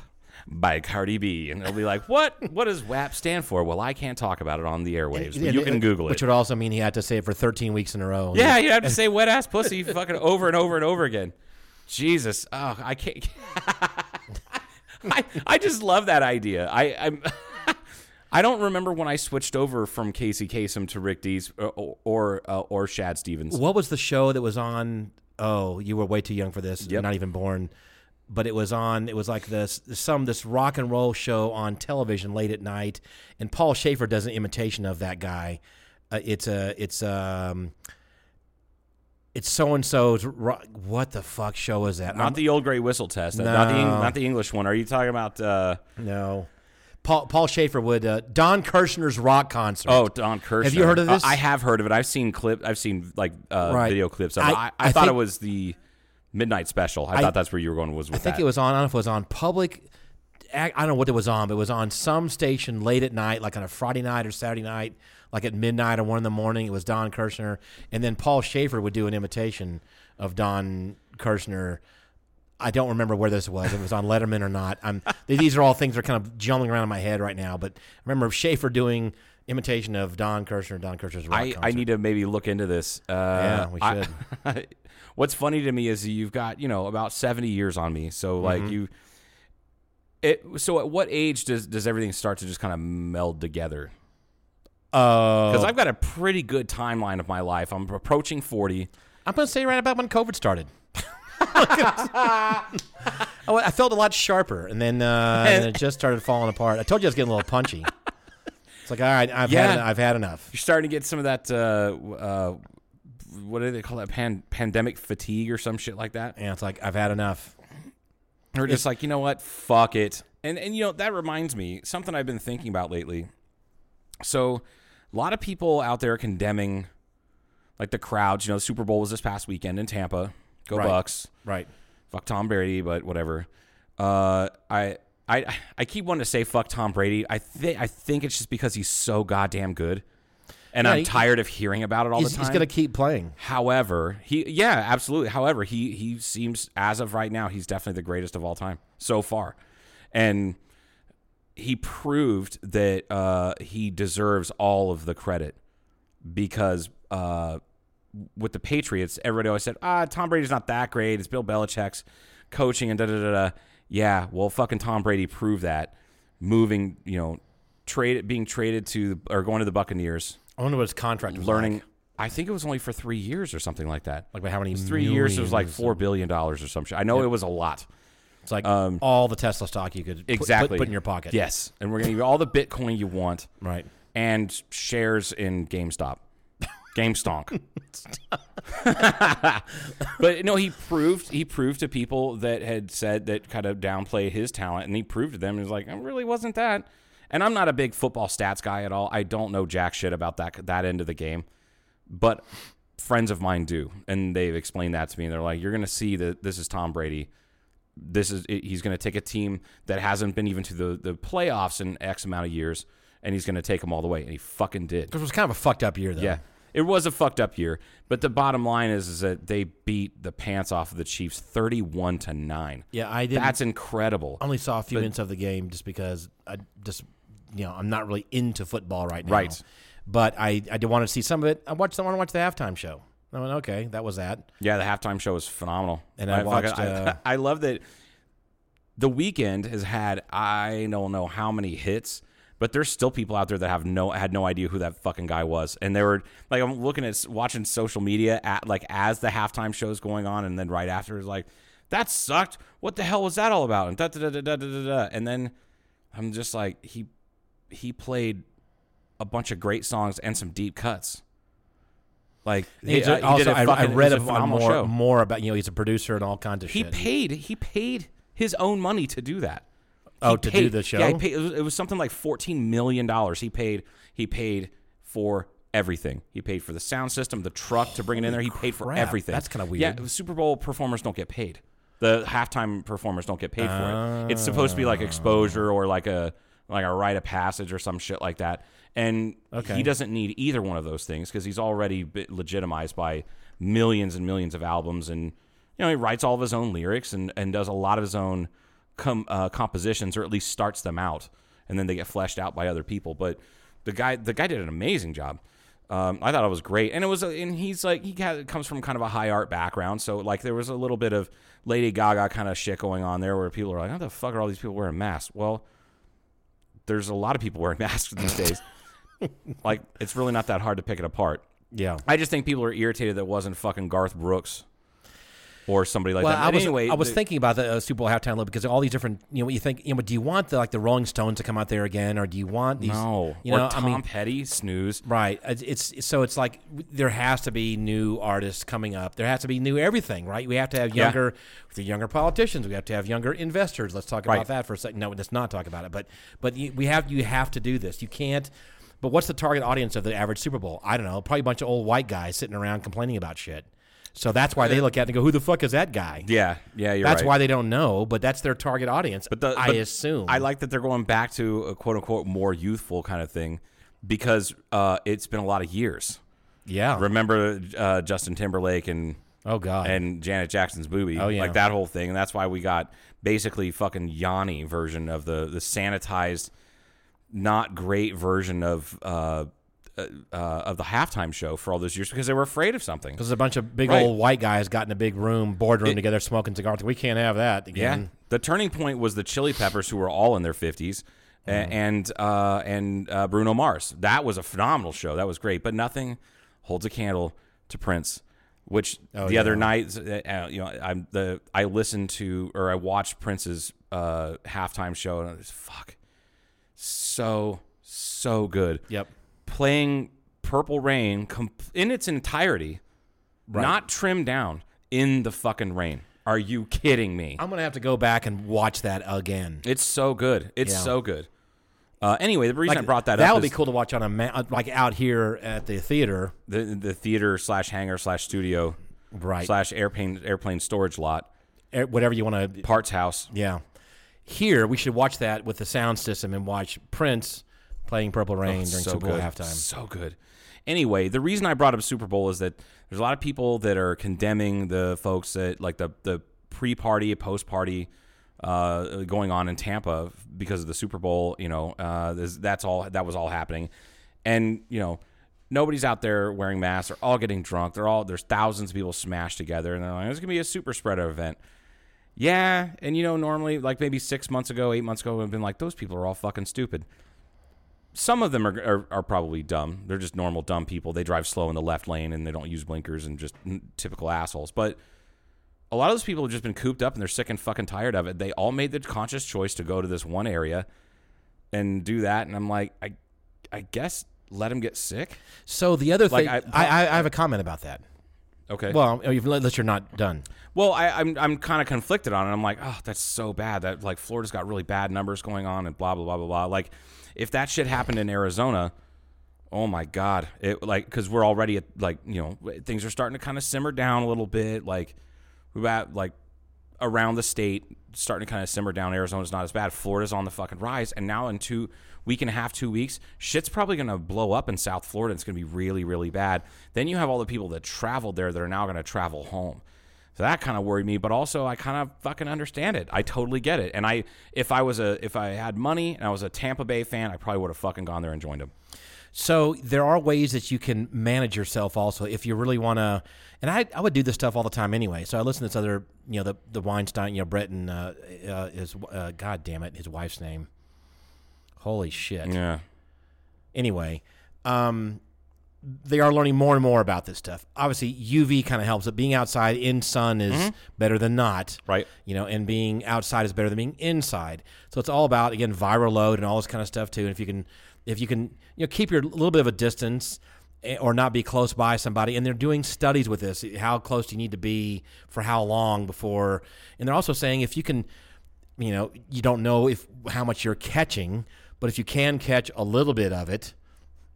Speaker 7: by Cardi B, and they'll be like, "What? What does WAP stand for?" Well, I can't talk about it on the airwaves, but you can Google it.
Speaker 6: Which would also mean he had to say it for 13 weeks in a row.
Speaker 7: Yeah, you have to say wet ass pussy fucking over and over and over again. Jesus. Oh, I can't. (laughs) I, I just love that idea. I I'm, (laughs) I don't remember when I switched over from Casey Kasem to Rick Dees or or, uh, or Shad Stevens.
Speaker 6: What was the show that was on? Oh, you were way too young for this. Not even born. But it was on. It was like this some this rock and roll show on television late at night, and Paul Schaefer does an imitation of that guy. Uh, it's a it's um it's so and so's. What the fuck show is that?
Speaker 7: Not
Speaker 6: I'm-
Speaker 7: the old gray whistle test. Uh, Not the Eng-
Speaker 6: No.
Speaker 7: not the English one. Are you talking about? Uh,
Speaker 6: no. Paul Paul Schaefer would uh, Don Kirshner's rock concert.
Speaker 7: oh, Don Kirshner.
Speaker 6: you heard of
Speaker 7: Uh,
Speaker 6: this?
Speaker 7: I have heard of it. I've seen clip. I've seen like uh,
Speaker 6: Right.
Speaker 7: video clips. Of it.
Speaker 6: I-
Speaker 7: I, I,
Speaker 6: I
Speaker 7: thought
Speaker 6: think-
Speaker 7: it was the midnight special. I,
Speaker 6: I-
Speaker 7: thought that's where you were going. Was with
Speaker 6: I think
Speaker 7: that.
Speaker 6: it was on. I don't know if it was on public. I don't know what it was on, but it was on some station late at night, like on a Friday night or Saturday night, like at midnight or one in the morning. It was Don Kirshner, and then Paul Schaefer would do an imitation of Don Kirshner. I don't remember where this was. If it was on Letterman or not. I'm, these are all things that are kind of jumbling around in my head right now. But I remember Schaefer doing imitation of Don Kirshner. Don Kirshner's rock
Speaker 7: I,
Speaker 6: concert.
Speaker 7: I need to maybe look into this. Uh,
Speaker 6: Yeah, we
Speaker 7: I-
Speaker 6: should.
Speaker 7: (laughs) what's funny to me is you've got you know about seventy years on me, so like
Speaker 6: Mm-hmm.
Speaker 7: you. It so at what age does does everything start to just kind of meld together? Because
Speaker 6: Uh,
Speaker 7: I've got a pretty good timeline of my life. I'm approaching forty.
Speaker 6: I'm going to say right about when COVID started. (laughs) Oh, I I felt a lot sharper, and then, uh, and then
Speaker 7: (laughs)
Speaker 6: it just started falling apart. I told you I was getting a little punchy. It's like, all right, I've had
Speaker 7: Yeah.
Speaker 6: I've had enough.
Speaker 7: You're starting to get some of that. Uh, uh, what do they call that? Pan, pandemic fatigue or some shit like that.
Speaker 6: And it's like I've had enough.
Speaker 7: Or just like, you know what? Fuck it. And and you know, that reminds me, something I've been thinking about lately. So a lot of people out there condemning like the crowds, you know, the Super Bowl was this past weekend in Tampa. Go
Speaker 6: Right.
Speaker 7: Bucks.
Speaker 6: Right.
Speaker 7: Fuck Tom Brady, but whatever. Uh I I, I keep wanting to say fuck Tom Brady. I think I think it's just because he's so goddamn good, and
Speaker 6: Yeah,
Speaker 7: I'm
Speaker 6: he-
Speaker 7: tired of hearing about it all
Speaker 6: He's,
Speaker 7: the time.
Speaker 6: he's gonna keep playing.
Speaker 7: However, he yeah, absolutely. However, he he seems as of right now, he's definitely the greatest of all time so far, and he proved that uh, he deserves all of the credit because uh, with the Patriots, everybody always said, "Ah, Tom Brady's not that great. It's Bill Belichick's coaching and da da da da." Yeah, well, fucking Tom Brady proved that moving, you know, trade being traded to or going to the Buccaneers
Speaker 6: I wonder what his contract was
Speaker 7: learning.
Speaker 6: like.
Speaker 7: I think it was only for three years or something like that.
Speaker 6: Like, but how many
Speaker 7: It was three years? It was like
Speaker 6: millions
Speaker 7: four billion dollars or some shit. I know it was a lot.
Speaker 6: It's like all the Tesla stock you could put- put-
Speaker 7: Um, Exactly.
Speaker 6: put, in your pocket.
Speaker 7: Yes, and we're gonna give you all the Bitcoin you want,
Speaker 6: Right.
Speaker 7: and shares in GameStop, GameStonk. but no, he proved he proved to people that had said that kind of downplayed his talent, and he proved to them he was like, it really wasn't that. And I'm not a big football stats guy at all. I don't know jack shit about that that end of the game, but friends of mine do, and they've explained that to me. And they're like, you're gonna see that this is Tom Brady. This is he's gonna take a team that hasn't been even to the the playoffs in X amount of years, and he's gonna take them all the way, and he fucking did.
Speaker 6: It was kind of a fucked up year though.
Speaker 7: Yeah. It was a fucked up year, but the bottom line is, is that they beat the pants off of the Chiefs 31 to 9.
Speaker 6: Yeah, I didn't-
Speaker 7: That's incredible.
Speaker 6: Only saw a few minutes of the game just because I just you know I'm not really into football right now.
Speaker 7: Right.
Speaker 6: But I I did want to see some of it. I watched. I want to watch the halftime show. I went okay. That was that.
Speaker 7: Yeah, the halftime show was phenomenal.
Speaker 6: And I watched,
Speaker 7: fucking- I-
Speaker 6: uh,
Speaker 7: (laughs) I love that the weekend has had I don't know how many hits But there's still people out there that have no had no idea who that fucking guy was, and they were like, I'm looking at watching social media at like as the halftime show's going on, and then right after is like, that sucked. What the hell was that all about? And da da da da da da da. And then I'm just like, he he played a bunch of great songs and some deep cuts. Like
Speaker 6: He's
Speaker 7: uh,
Speaker 6: a- also,
Speaker 7: did a
Speaker 6: I- I
Speaker 7: fucking-
Speaker 6: read
Speaker 7: it was
Speaker 6: of
Speaker 7: a
Speaker 6: on
Speaker 7: phenomenal
Speaker 6: more,
Speaker 7: show.
Speaker 6: more about you know he's a producer and all kinds of
Speaker 7: He
Speaker 6: shit.
Speaker 7: paid. He paid his own money to do that.
Speaker 6: Oh,
Speaker 7: He
Speaker 6: to do
Speaker 7: paid-
Speaker 6: the show?
Speaker 7: Yeah, he paid, it, was, it was something like fourteen million dollars. He paid. He paid for everything. He paid for the sound system, the truck to bring it in there. He paid for
Speaker 6: crap,
Speaker 7: everything.
Speaker 6: that's kinda
Speaker 7: Yeah,
Speaker 6: weird.
Speaker 7: Super Bowl performers don't get paid. The halftime performers don't get paid for it. It's supposed to be like exposure or like a like a rite of passage or some shit like that. And he doesn't need either one of those things because he's already bit legitimized by millions and millions of albums and you know, he writes all of his own lyrics and, and does a lot of his own com, uh, compositions, or at least starts them out, and then they get fleshed out by other people. But the guy, the guy did an amazing job. Um, I thought it was great, and it was, a, and he's like he ca- comes from kind of a high art background, so like there was a little bit of Lady Gaga kind of shit going on there, where people are like, "How the fuck are all these people wearing masks?" Well, there's a lot of people wearing (laughs) masks these days. like it's really not that hard to pick it apart.
Speaker 6: Yeah.
Speaker 7: I just think people are irritated that it wasn't fucking Garth Brooks or somebody like
Speaker 6: Well,
Speaker 7: that.
Speaker 6: I
Speaker 7: But
Speaker 6: was
Speaker 7: anyway,
Speaker 6: I was
Speaker 7: the-
Speaker 6: thinking about the uh, Super Bowl halftime look because all these different you know what you think you know do you want the like the Rolling Stones to come out there again or do you want these
Speaker 7: no,
Speaker 6: you know
Speaker 7: or Tom
Speaker 6: I mean
Speaker 7: Petty snooze.
Speaker 6: right it's, it's so it's like there has to be new artists coming up there has to be new everything right we have to have
Speaker 7: Yeah.
Speaker 6: younger the younger politicians we have to have younger investors let's talk
Speaker 7: Right.
Speaker 6: about that for a second no let's not talk about it but but you, we have you have to do this you can't but what's the target audience of the average Super Bowl I don't know probably a bunch of old white guys sitting around complaining about shit so that's why they look at it and go who the fuck is that guy
Speaker 7: Yeah, yeah, you're
Speaker 6: that's
Speaker 7: right.
Speaker 6: why they don't know, but that's their target audience. But
Speaker 7: the-
Speaker 6: I
Speaker 7: but
Speaker 6: assume
Speaker 7: I like that they're going back to a quote unquote more youthful kind of thing because uh, it's been a lot of years.
Speaker 6: yeah.
Speaker 7: Remember uh, Justin Timberlake and
Speaker 6: oh god,
Speaker 7: and Janet Jackson's booby,
Speaker 6: Oh, yeah.
Speaker 7: like that whole thing, and that's why we got basically fucking Yanni version of the the sanitized, not great version of. Uh, uh, uh, of the halftime show for all those years because they were afraid of something.
Speaker 6: because a bunch of big
Speaker 7: Right.
Speaker 6: old white guys got in a big room, boardroom together, smoking cigars. We can't have that
Speaker 7: Yeah.
Speaker 6: again.
Speaker 7: The turning point was the Chili Peppers, who were all in their 50s, a- and uh, and uh, Bruno Mars. That was a phenomenal show. That was great, but nothing holds a candle to Prince. Which the other night, uh, you know, I'm the I listened to or I watched Prince's uh, halftime show, and I was fuck, so so good.
Speaker 6: Yep.
Speaker 7: Playing Purple Rain com- in its entirety, not trimmed down in the fucking rain. Are you kidding me?
Speaker 6: I'm gonna have to go back and watch that again.
Speaker 7: It's so good. It's
Speaker 6: Yeah.
Speaker 7: so good. Uh, anyway, the reason I brought that,
Speaker 6: that
Speaker 7: up
Speaker 6: would
Speaker 7: is
Speaker 6: be cool to watch on a ma- uh, like out here at the theater.
Speaker 7: the the theater slash hangar slash studio
Speaker 6: Right.
Speaker 7: slash airplane airplane storage lot
Speaker 6: eh, Whatever you want to.
Speaker 7: parts house.
Speaker 6: Yeah. Here we should watch that with the sound system and watch Prince playing Purple Rain during
Speaker 7: Oh, so
Speaker 6: Super Bowl
Speaker 7: good.
Speaker 6: halftime.
Speaker 7: So good. Anyway, the reason I brought up Super Bowl is that there's a lot of people that are condemning the folks that like the the pre-party, post-party uh, going on in Tampa because of the Super Bowl. You know, uh, this, that's all that was all happening, and you know. Nobody's out there wearing masks. They're all getting drunk. They're all there's thousands of people smashed together, and they're like, "It's gonna be a super spreader event." Yeah, and you know, normally, like maybe six months ago, eight months ago, I've been like, "Those people are all fucking stupid." some of them are, are, are probably dumb. They're just normal dumb people. They drive slow in the left lane and they don't use blinkers and just mm, typical assholes. But a lot of those people have just been cooped up and they're sick and fucking tired of it. They all made the conscious choice to go to this one area and do that. And I'm like, I, I guess let them get sick.
Speaker 6: So the other
Speaker 7: Like,
Speaker 6: thing, I,
Speaker 7: I-
Speaker 6: I, I have a comment about that.
Speaker 7: Okay. Well,
Speaker 6: Well, if- unless you're not done.
Speaker 7: well, I, I'm I'm kind of conflicted on it. I'm like, oh, that's so bad. That like Florida's got really bad numbers going on and blah blah blah blah blah. Like, if that shit happened in Arizona, oh my god it like because we're already at like you know w- things are starting to kind of simmer down a little bit like we're at like around the state starting to kind of simmer down arizona's not as bad florida's on the fucking rise and now in two week and a half two weeks shit's probably going to blow up in south florida it's going to be really really bad then you have all the people that traveled there that are now going to travel home so that kind of worried me, but also I kind of fucking understand it. I totally get it. And I, if I was a, if I had money and I was a Tampa Bay fan, I probably would have fucking gone there and joined them.
Speaker 6: So there are ways that you can manage yourself also if you really want to. And I, I would do this stuff all the time anyway. So I listen to this other, you know, the, the Weinstein, you know, Brett and uh, uh, his, uh, God damn it, his wife's name. Holy shit.
Speaker 7: Yeah.
Speaker 6: Anyway, um, they are learning more and more about this stuff. Obviously, UV kind of helps, but being outside in sun is better than not.
Speaker 7: Right.
Speaker 6: You know, and being outside is better than being inside. So it's all about again viral load and all this kind of stuff too. And if you can, if you can, you know, keep your little bit of a distance eh, or not be close by somebody. And they're doing studies with this. eh, How close do you need to be for how long before? And they're also saying if you can you know, you don't know if how much you're catching, but if you can catch a little bit of it,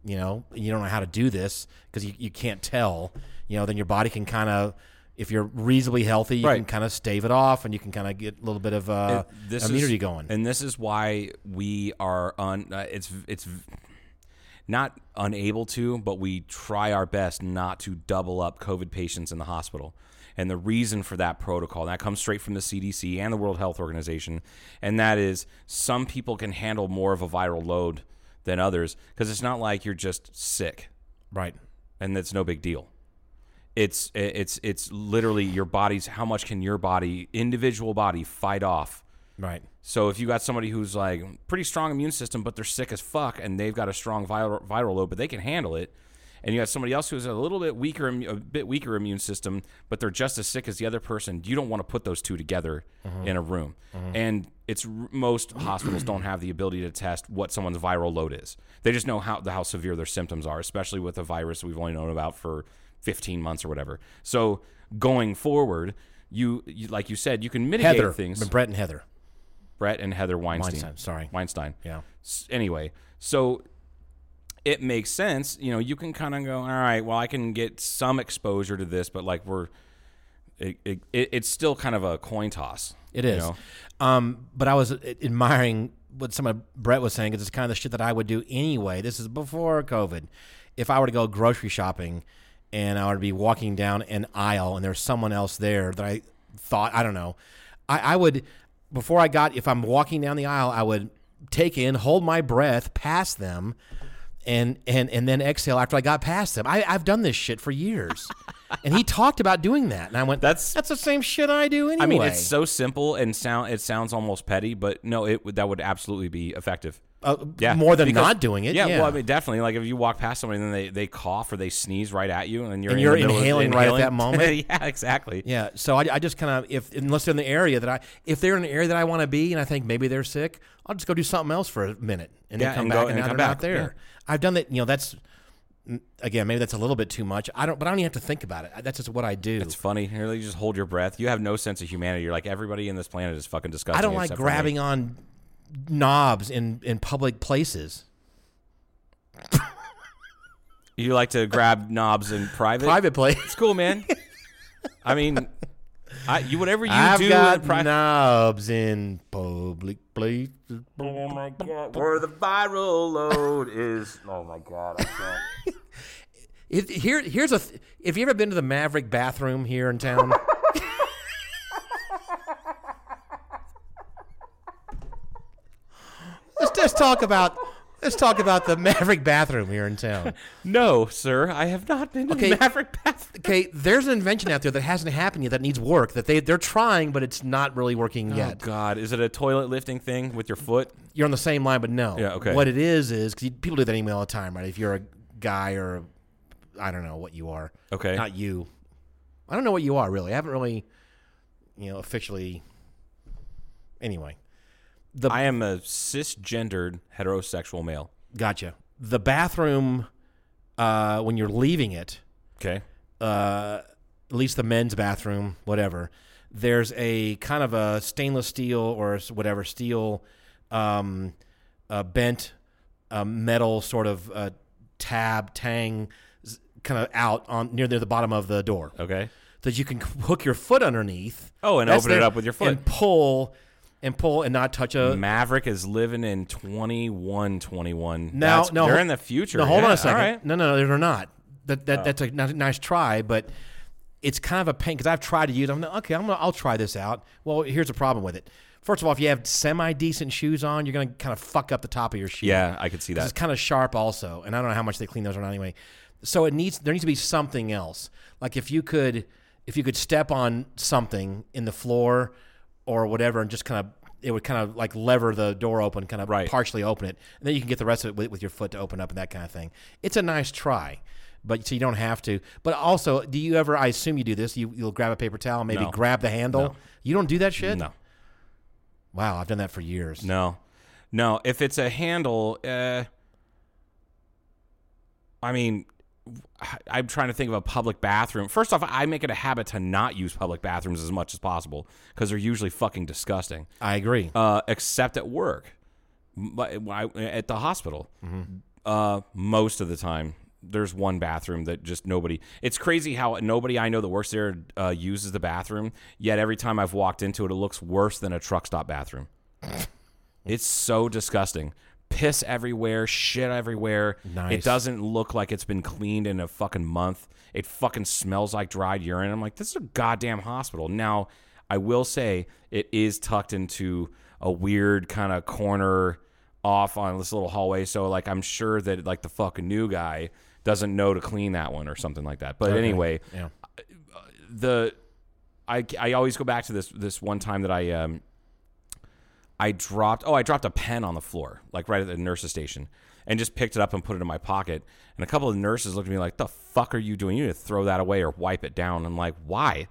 Speaker 6: you know, and you don't know how to do this because you, you can't tell, you know, then your body can kind of, if you're reasonably healthy, you
Speaker 7: Right.
Speaker 6: can kind of stave it off and you can kind of get a little bit of uh,
Speaker 7: this
Speaker 6: immunity
Speaker 7: is,
Speaker 6: going.
Speaker 7: and this is why we are un. Uh, it's it's not unable to, but we try our best not to double up COVID patients in the hospital. And the reason for that protocol that comes straight from the CDC and the World Health Organization, and that is some people can handle more of a viral load than others because it's not like you're just sick
Speaker 6: right.
Speaker 7: and that's no big deal. It's it's it's literally your body's how much can your body individual body fight off
Speaker 6: Right.
Speaker 7: so if you got somebody who's like pretty strong immune system, but they're sick as fuck, and they've got a strong viral viral load, but they can handle it, and you got somebody else who's a little bit weaker, immu- a bit weaker immune system, but they're just as sick as the other person, you don't want to put those two together in a room. And it's r- most hospitals don't have the ability to test what someone's viral load is. They just know how how severe their symptoms are, especially with a virus we've only known about for 15 months or whatever. So going forward. You, you like you said, you can mitigate
Speaker 6: Heather.
Speaker 7: things.
Speaker 6: Brett and Heather.
Speaker 7: Brett and Heather Weinstein.
Speaker 6: Weinstein, sorry.
Speaker 7: Weinstein.
Speaker 6: Yeah.
Speaker 7: S- anyway, so it makes sense. You know, you can kind of go, all right, well, I can get some exposure to this, but like we're, it, it, it- it's still kind of a coin toss.
Speaker 6: It
Speaker 7: you
Speaker 6: is.
Speaker 7: know?
Speaker 6: Um, but I was uh, admiring what some of Brett was saying because it's kind of the shit that I would do anyway. This is before COVID. If I were to go grocery shopping and I were to be walking down an aisle and there's someone else there that I thought, I don't know, I, I would, before I got, if I'm walking down the aisle, I would take in, hold my breath, pass them. And, and and then exhale after I got past them. I, I've done this shit for years, and he talked about doing that, and I went,
Speaker 7: That's-
Speaker 6: that's the same shit I do anyway."
Speaker 7: I mean, it's so simple and sound. It sounds almost petty, but no, it would that would absolutely be effective.
Speaker 6: Uh, more than not doing it,
Speaker 7: Yeah,
Speaker 6: yeah.
Speaker 7: well, I mean, definitely. Like if you walk past somebody and then they, they cough or they sneeze right at you, and you're
Speaker 6: And
Speaker 7: in
Speaker 6: you're
Speaker 7: the middle of-
Speaker 6: inhaling right at that
Speaker 7: (laughs)
Speaker 6: moment?
Speaker 7: yeah, exactly.
Speaker 6: Yeah. So I, I just kind of if unless they're in the area that I if they're in an area that I want to be and I think maybe they're sick, I'll just go do something else for a minute and
Speaker 7: Yeah,
Speaker 6: then come
Speaker 7: and
Speaker 6: back
Speaker 7: go-
Speaker 6: and,
Speaker 7: and
Speaker 6: now
Speaker 7: come
Speaker 6: they're
Speaker 7: back.
Speaker 6: not there. I've done that. You know, that's n- again maybe that's a little bit too much. I don't, but I don't even have to think about it. That's just what I do.
Speaker 7: It's funny. You really just hold your breath. You have no sense of humanity. You're like everybody in this planet is fucking disgusting.
Speaker 6: I don't like
Speaker 7: except for
Speaker 6: grabbing
Speaker 7: me.
Speaker 6: on knobs in in public places.
Speaker 7: You like to (laughs) grab knobs in private.
Speaker 6: Private place.
Speaker 7: It's cool, man. I mean, I, you whatever (laughs) you
Speaker 6: I've
Speaker 7: do
Speaker 6: got
Speaker 7: in private.
Speaker 6: knobs in public places.
Speaker 7: where the viral load is. Oh my god! I can't.
Speaker 6: If, here, here's a. Th- have you ever been to the Maverick bathroom here in
Speaker 7: (laughs)
Speaker 6: town? let's just talk about. Let's talk about the Maverick bathroom here in town.
Speaker 7: No, sir, I have not been to
Speaker 6: Okay.
Speaker 7: the Maverick bathroom.
Speaker 6: Okay, there's an invention out there that hasn't happened yet that needs work. That they they're trying, but it's not really working
Speaker 7: Oh
Speaker 6: yet.
Speaker 7: God, is it a toilet lifting thing with your foot?
Speaker 6: You're on the same line, but no.
Speaker 7: Yeah, okay.
Speaker 6: What it is is because people do that anyway all the time, right? If you're a guy or a, I don't know what you are.
Speaker 7: Okay.
Speaker 6: Not you. I don't know what you are really. I haven't really, you know, officially. Anyway,
Speaker 7: I am a cisgendered heterosexual male.
Speaker 6: gotcha. The bathroom, uh, when you're leaving it,
Speaker 7: Okay.
Speaker 6: uh, at least the men's bathroom, whatever. There's a kind of a stainless steel or s- whatever steel, um, uh, bent uh, metal sort of uh, tab tang, kind of out on near the the bottom of the door.
Speaker 7: Okay.
Speaker 6: that you can (laughs) c- hook your foot underneath.
Speaker 7: Oh, and
Speaker 6: That's
Speaker 7: open it
Speaker 6: there.
Speaker 7: up with your foot.
Speaker 6: and pull and pull and not touch a.
Speaker 7: Maverick is living in 2121.
Speaker 6: now,
Speaker 7: That's-
Speaker 6: no,
Speaker 7: they're
Speaker 6: hol-
Speaker 7: in the future.
Speaker 6: No, hold
Speaker 7: Yeah, Oh.
Speaker 6: on
Speaker 7: all
Speaker 6: a second.
Speaker 7: right.
Speaker 6: No, no, no, they're not. That, that that's a ni- nice try, but it's kind of a pain because I've tried to use. I'm like, okay, I'm gonna, I'll try this out. Well, here's the problem with it. First of all, if you have semi decent shoes on, you're gonna kind of fuck up the top of your shoe.
Speaker 7: Yeah, I could see
Speaker 6: Because
Speaker 7: that.
Speaker 6: it's kind of sharp also, and I don't know how much they clean those or not anyway. So it needs there needs to be something else. Like if you could if you could step on something in the floor or whatever and just kind of it would kind of like lever the door open, kind of
Speaker 7: Right.
Speaker 6: partially open it, and then you can get the rest of it with, with your foot to open up and that kind of thing. It's a nice try, but so you don't have to. But also, do you ever? I assume you do this. You you'll grab a paper towel, maybe
Speaker 7: No.
Speaker 6: grab the handle.
Speaker 7: No.
Speaker 6: You don't do that shit.
Speaker 7: No.
Speaker 6: Wow, I've done that for years.
Speaker 7: No, no. If it's a handle, uh, I mean, I- I'm trying to think of a public bathroom. First off, I make it a habit to not use public bathrooms as much as possible because they're usually fucking disgusting.
Speaker 6: I agree.
Speaker 7: Uh, except at work, but when I- at the hospital, uh, most of the time. There's one bathroom that just nobody. It's crazy how nobody I know that works there uh, uses the bathroom. Yet every time I've walked into it, it looks worse than a truck stop bathroom. It's so disgusting. Piss everywhere, shit everywhere.
Speaker 6: Nice.
Speaker 7: It doesn't look like it's been cleaned in a fucking month. It fucking smells like dried urine. I'm like, this is a goddamn hospital. Now, I will say it is tucked into a weird kind of corner off on this little hallway. So, like, I'm sure that, like, the fucking new guy doesn't know to clean that one or something like that. But anyway, uh,
Speaker 6: Yeah.
Speaker 7: the I, I always go back to this this one time that I um I dropped oh I dropped a pen on the floor like right at the nurse's station and just picked it up and put it in my pocket and a couple of nurses looked at me like the fuck are you doing you need to throw that away or wipe it down I'm like why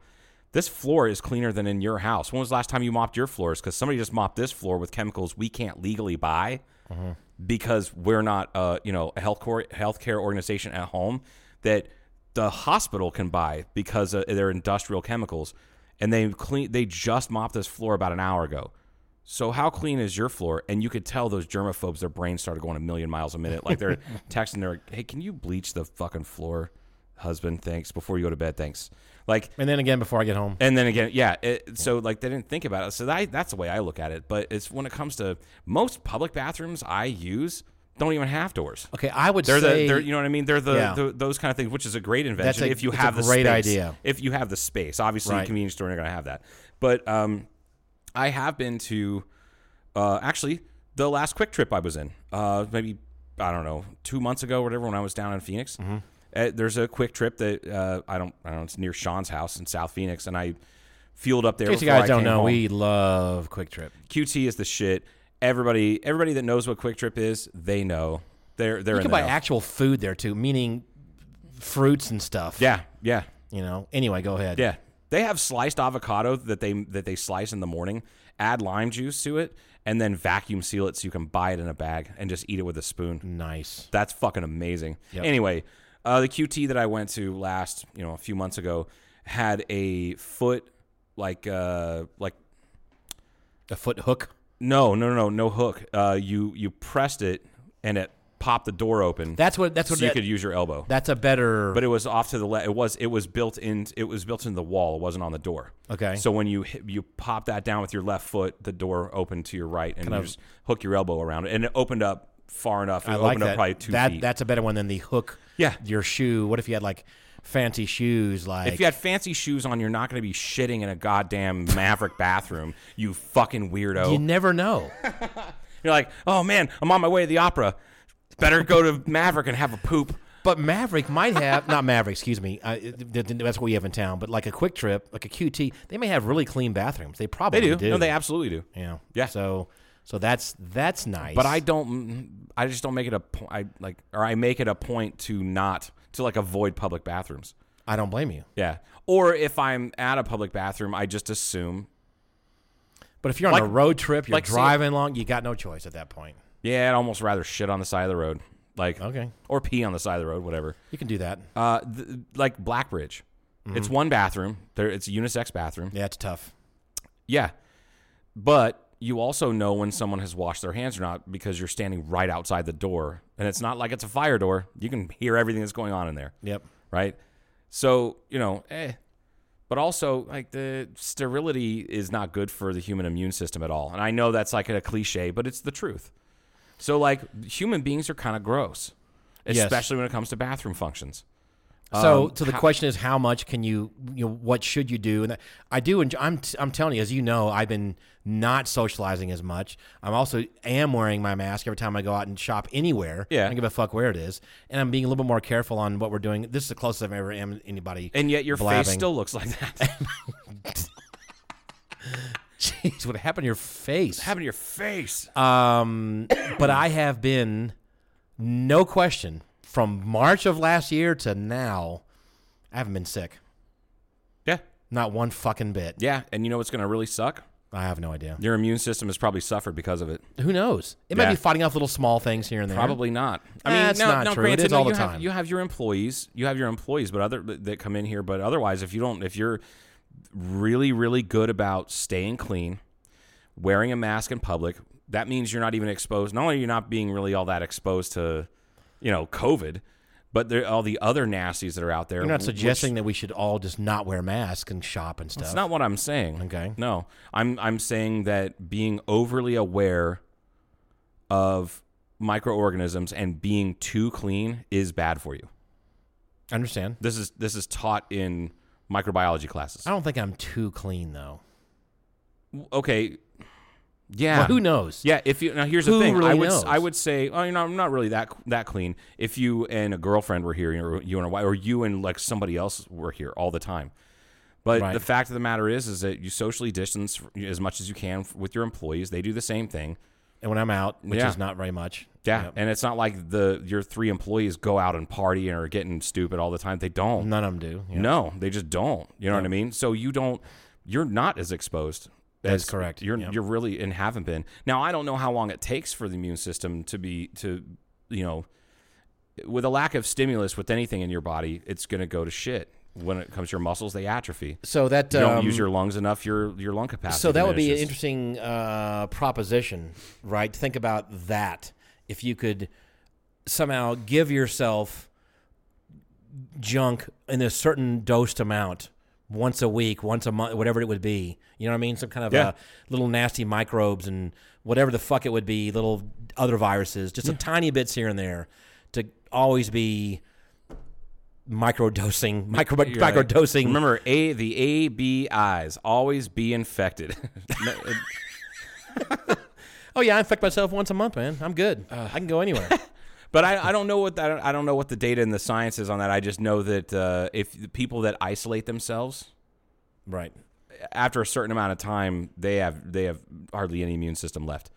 Speaker 7: this floor is cleaner than in your house when was the last time you mopped your floors because somebody just mopped this floor with chemicals we can't legally buy because we're not uh, you know a health cor- healthcare organization at home that the hospital can buy because uh, they're industrial chemicals and they clean they just mopped this floor about an hour ago so how clean is your floor and you could tell those germaphobes their brains started going a million miles a minute like they're texting their hey can you bleach the fucking floor husband thanks before you go to bed thanks like
Speaker 6: And then again, before I get home,
Speaker 7: and then again, yeah. It, so like they didn't think about it. So that, that's the way I look at it. But it's when it comes to most public bathrooms I use don't even have doors.
Speaker 6: okay, I would
Speaker 7: They're
Speaker 6: say
Speaker 7: the they're, you know what I mean. They're the,
Speaker 6: Yeah.
Speaker 7: the those kind of things, which is a great invention
Speaker 6: a-
Speaker 7: if you
Speaker 6: it's a
Speaker 7: have the
Speaker 6: great
Speaker 7: space.
Speaker 6: idea.
Speaker 7: If you have the space, obviously
Speaker 6: Right.
Speaker 7: convenience store are going to have that. But um, I have been to uh, actually the last quick trip I was in, uh, maybe I don't know two months ago or whatever when I was down in Phoenix.
Speaker 6: Mm-hmm.
Speaker 7: Uh, there's a quick trip that uh, I don't I don't know, it's near Sean's house in South Phoenix, and I fueled up there.
Speaker 6: In case you
Speaker 7: before
Speaker 6: guys
Speaker 7: I
Speaker 6: don't
Speaker 7: came
Speaker 6: know,
Speaker 7: home.
Speaker 6: we love Quick Trip.
Speaker 7: QT is the shit. Everybody everybody that knows what quick trip is, they know. They're they're
Speaker 6: You
Speaker 7: in
Speaker 6: can
Speaker 7: the
Speaker 6: buy
Speaker 7: know.
Speaker 6: actual food there too, meaning fruits and stuff.
Speaker 7: Yeah, yeah,
Speaker 6: You know. Anyway, go ahead.
Speaker 7: yeah. They have sliced avocado that they that they slice in the morning, add lime juice to it, and then vacuum seal it so you can buy it in a bag and just eat it with a spoon.
Speaker 6: Mm. Nice.
Speaker 7: That's fucking amazing. Anyway, uh, the QT that I went to last, you know, a few months ago had a foot like uh like
Speaker 6: A foot hook.
Speaker 7: no, no, no, no hook. Uh you you pressed it and it popped the door open.
Speaker 6: That's what. That's
Speaker 7: so
Speaker 6: what.
Speaker 7: you
Speaker 6: that-
Speaker 7: could use your elbow.
Speaker 6: that's a better.
Speaker 7: but it was off to the left. It was it was built in. It was built into the wall. It wasn't on the door.
Speaker 6: Okay.
Speaker 7: So when you hit, you pop that down with your left foot, the door opened to your right, and you just hook your elbow around it, and it opened up far enough. It
Speaker 6: I like
Speaker 7: opened
Speaker 6: that.
Speaker 7: up probably two
Speaker 6: that
Speaker 7: feet.
Speaker 6: that's a better one than the hook.
Speaker 7: Yeah.
Speaker 6: Your shoe. What if you had like fancy shoes? Like
Speaker 7: if you had fancy shoes on, you're not going to be shitting in a goddamn Maverick bathroom. You fucking weirdo.
Speaker 6: you never
Speaker 7: (laughs)
Speaker 6: know.
Speaker 7: you're like, oh man, I'm on my way to the opera. Better go to Maverick and have a poop.
Speaker 6: But Maverick might have not Maverick. Excuse me. I, th- th- that's what we have in town. But like a Quick Trip, like a QT, they may have really clean bathrooms. They probably
Speaker 7: They do. No, they absolutely do.
Speaker 6: Yeah.
Speaker 7: Yeah.
Speaker 6: So so that's that's nice.
Speaker 7: But I don't. I just don't make it a point. I like, or I make it a point to not to like avoid public bathrooms.
Speaker 6: I don't blame you.
Speaker 7: Yeah. Or if I'm at a public bathroom, I just assume.
Speaker 6: But if you're on
Speaker 7: Like-
Speaker 6: a road trip, you're
Speaker 7: like, see-
Speaker 6: driving long, you got no choice at that point.
Speaker 7: Yeah, I'd almost rather shit on the side of the road, like
Speaker 6: Okay.
Speaker 7: or pee on the side of the road, whatever.
Speaker 6: You can do that.
Speaker 7: Uh, th- like Blackbridge, it's one bathroom. There, it's a unisex bathroom.
Speaker 6: Yeah, it's tough.
Speaker 7: Yeah. But you also know when someone has washed their hands or not because you're standing right outside the door. And it's not like it's a fire door. You can hear everything that's going on in there.
Speaker 6: Yep.
Speaker 7: Right? So, you know, eh. But also, like, the sterility is not good for the human immune system at all. And I know that's like a cliche, but it's the truth. So, like, human beings are kind of gross,
Speaker 6: Yes.
Speaker 7: especially when it comes to bathroom functions.
Speaker 6: So,
Speaker 7: Um,
Speaker 6: so the
Speaker 7: how-
Speaker 6: question is, how much can you, you know, what should you do? And that- I do, enjoy, I'm, t- I'm telling you, as you know, I've been not socializing as much. I'm also am wearing my mask every time I go out and shop anywhere.
Speaker 7: Yeah.
Speaker 6: I don't give a fuck where it is, and I'm being a little bit more careful on what we're doing. This is the closest I've ever am anybody.
Speaker 7: And yet your
Speaker 6: blabbing.
Speaker 7: face still looks like that.
Speaker 6: Jeez, what happened to your face?
Speaker 7: Happened to your face.
Speaker 6: Um, but I have been, no question, from March of last year to now, I haven't been sick.
Speaker 7: yeah.
Speaker 6: Not one fucking bit.
Speaker 7: Yeah. And you know what's going to really suck?
Speaker 6: I have no idea.
Speaker 7: Your immune system has probably suffered because of it.
Speaker 6: Who knows? It
Speaker 7: Yeah.
Speaker 6: might be fighting off little small things here and there.
Speaker 7: Probably not. I
Speaker 6: Nah,
Speaker 7: mean,
Speaker 6: Eh, it's
Speaker 7: no,
Speaker 6: not
Speaker 7: no,
Speaker 6: true. It
Speaker 7: Granted,
Speaker 6: is
Speaker 7: no,
Speaker 6: all the
Speaker 7: you have-
Speaker 6: time.
Speaker 7: you have your employees. You have your employees, but other that come in here. But otherwise, if you don't, if you're really, really good about staying clean, wearing a mask in public, that means you're not even exposed. Not only are you not being really all that exposed to, you know, COVID, but there all the other nasties that are out there.
Speaker 6: You're not
Speaker 7: which-
Speaker 6: suggesting that we should all just not wear masks and shop and stuff.
Speaker 7: That's not what I'm saying.
Speaker 6: Okay.
Speaker 7: No, I'm I'm saying that being overly aware of microorganisms and being too clean is bad for you.
Speaker 6: I understand.
Speaker 7: This is this is taught in microbiology classes.
Speaker 6: I don't think I'm too clean though.
Speaker 7: Okay. Yeah.
Speaker 6: Well, who knows?
Speaker 7: Yeah, if you now here's
Speaker 6: Who
Speaker 7: the thing, I
Speaker 6: really
Speaker 7: would
Speaker 6: knows?
Speaker 7: I would say, oh, you know, I'm not really that that clean. If you and a girlfriend were here, or you and a wife, or you and like somebody else were here all the time. But
Speaker 6: Right.
Speaker 7: the fact of the matter is, is that you socially distance as much as you can with your employees. They do the same thing.
Speaker 6: And when I'm out, which
Speaker 7: Yeah.
Speaker 6: is not very much.
Speaker 7: Yeah, and it's not like the your three employees go out and party and are getting stupid all the time. They don't.
Speaker 6: None of them do. Yeah.
Speaker 7: No, they just don't. You know what I mean? So you don't. You're not as exposed.
Speaker 6: That's
Speaker 7: as-
Speaker 6: correct.
Speaker 7: You're
Speaker 6: Yeah.
Speaker 7: you're really and haven't been. Now I don't know how long it takes for the immune system to be to you know, with a lack of stimulus with anything in your body, it's going to go to shit. When it comes to your muscles, they atrophy.
Speaker 6: So that
Speaker 7: You don't
Speaker 6: um,
Speaker 7: use your lungs enough. Your your lung capacity.
Speaker 6: So that would be an
Speaker 7: diminishes.
Speaker 6: interesting uh, proposition, right? Think about that. If you could somehow give yourself junk in a certain dosed amount once a week, once a month, whatever it would be. You know what I mean? Some kind of
Speaker 7: Yeah.
Speaker 6: uh, little nasty microbes and whatever the fuck it would be, little other viruses, just a tiny bits here and there to always be microdosing, micro,
Speaker 7: You're right.
Speaker 6: microdosing.
Speaker 7: Remember, a the A B I's always be infected. (laughs)
Speaker 6: Oh yeah, I infect myself once a month, man. I'm good. I can go anywhere.
Speaker 7: But I, I don't know what that, I don't know what the data and the science is on that. I just know that uh, if the people that isolate themselves
Speaker 6: right.
Speaker 7: after a certain amount of time, they have they have hardly any immune system left.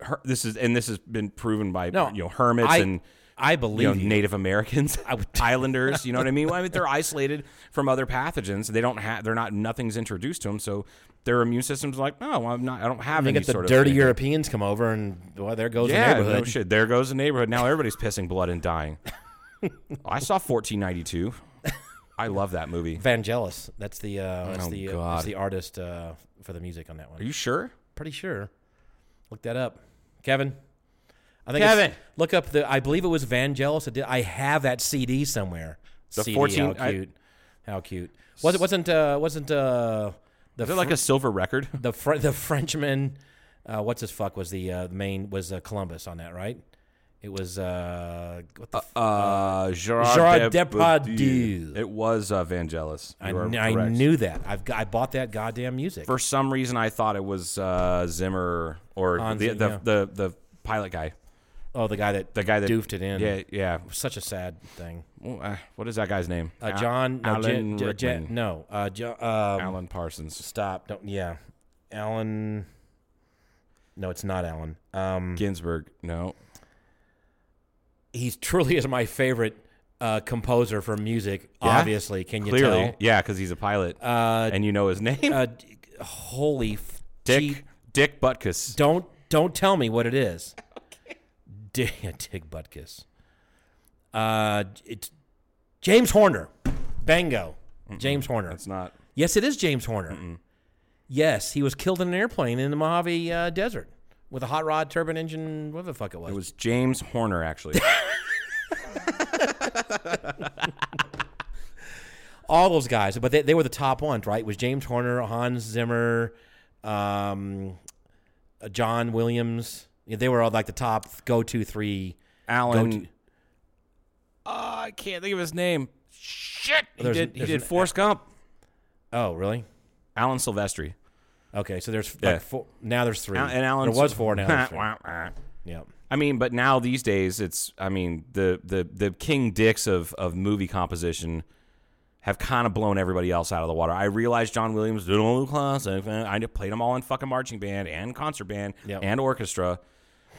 Speaker 7: Her, this is and this has been proven by
Speaker 6: No,
Speaker 7: you know hermits
Speaker 6: I-
Speaker 7: and
Speaker 6: I
Speaker 7: you know,
Speaker 6: believe you.
Speaker 7: Native Americans,
Speaker 6: (laughs)
Speaker 7: Islanders. You know what I mean? Well, I mean they're isolated from other pathogens. They don't have they're not nothing's introduced to them, so their immune system's like, no, I'm not. I don't have
Speaker 6: You
Speaker 7: any
Speaker 6: get the
Speaker 7: sort of
Speaker 6: dirty
Speaker 7: anything."
Speaker 6: Europeans come over, and well, there goes
Speaker 7: Yeah,
Speaker 6: the
Speaker 7: no
Speaker 6: neighborhood.
Speaker 7: shit. There goes the neighborhood. Now everybody's pissing blood and dying. (laughs) I saw 1492. I love that movie.
Speaker 6: Vangelis, that's the uh, that's
Speaker 7: Oh,
Speaker 6: the uh,
Speaker 7: God.
Speaker 6: that's the artist uh, for the music on that one.
Speaker 7: Are you sure?
Speaker 6: Pretty sure. Look that up, Kevin. I think
Speaker 7: Kevin!
Speaker 6: it's- look up the. I believe it was Vangelis. that did- I have that CD somewhere.
Speaker 7: The
Speaker 6: CD,
Speaker 7: 14
Speaker 6: How
Speaker 7: I-
Speaker 6: cute. how cute. Was it wasn't uh, wasn't uh, the
Speaker 7: Is it like a silver record?
Speaker 6: the Fr- the Frenchman, uh, what's his fuck was the uh, main was uh, Columbus on that right? It was uh, what the f-
Speaker 7: Uh, Gerard,
Speaker 6: Gerard
Speaker 7: Depardieu.
Speaker 6: Depardieu.
Speaker 7: It was uh, Vangelis.
Speaker 6: I,
Speaker 7: You are
Speaker 6: kn- I
Speaker 7: correct.
Speaker 6: knew that I've got, I bought that goddamn music.
Speaker 7: For some reason, I thought it was uh, Zimmer or
Speaker 6: Hans
Speaker 7: the,
Speaker 6: Zimmer,
Speaker 7: the,
Speaker 6: yeah.
Speaker 7: the, the pilot guy.
Speaker 6: oh, the guy that
Speaker 7: The guy that
Speaker 6: doofed it in.
Speaker 7: Yeah, yeah.
Speaker 6: such a sad thing.
Speaker 7: Well, uh, what is that guy's name?
Speaker 6: Uh,
Speaker 7: Al-
Speaker 6: John no,
Speaker 7: Alan
Speaker 6: J- J- J-
Speaker 7: Rickman.
Speaker 6: no uh, Jo- um,
Speaker 7: Alan Parsons.
Speaker 6: Stop! Don't yeah, Alan. No, it's not Alan. Um,
Speaker 7: Ginsburg. No.
Speaker 6: he truly (laughs) is my favorite uh, composer for music.
Speaker 7: Yeah?
Speaker 6: Obviously, can you
Speaker 7: Clearly.
Speaker 6: tell?
Speaker 7: Yeah, because he's a pilot. Uh, and you know his name. (laughs)
Speaker 6: Uh, d- holy f-
Speaker 7: Dick
Speaker 6: gee-
Speaker 7: Dick Butkus.
Speaker 6: Don't don't tell me what it
Speaker 7: (laughs)
Speaker 6: is. (laughs) Dig Dig Butkus. Uh, it's James Horner. Bango. James Horner.
Speaker 7: It's not.
Speaker 6: yes, it is James Horner. Yes, he was killed in an airplane in the Mojave uh, Desert with a hot rod turbine engine. What the fuck it was?
Speaker 7: It was James Horner (laughs) actually.
Speaker 6: all those guys, but they, they were the top ones, right? It was James Horner, Hans Zimmer, um, uh, John Williams. Yeah, They were all like the top go to three.
Speaker 7: Alan.
Speaker 6: Go to-
Speaker 7: Oh, I can't think of his name. Shit. He
Speaker 6: There's
Speaker 7: did.
Speaker 6: an-
Speaker 7: He
Speaker 6: there's
Speaker 7: did
Speaker 6: an-
Speaker 7: Forrest Gump.
Speaker 6: Oh, really?
Speaker 7: Alan Silvestri.
Speaker 6: Okay, so there's
Speaker 7: Yeah.
Speaker 6: like four. Now there's three.
Speaker 7: Al- and Alan.
Speaker 6: there was four.
Speaker 7: (laughs)
Speaker 6: Now there's three.
Speaker 7: I
Speaker 6: yeah.
Speaker 7: mean, but now these days, it's. I mean, the the the King Dicks of of movie composition have kind of blown everybody else out of the water. I realized John Williams did all the classic. and I played them all in fucking marching band and concert band
Speaker 6: Yep.
Speaker 7: and orchestra.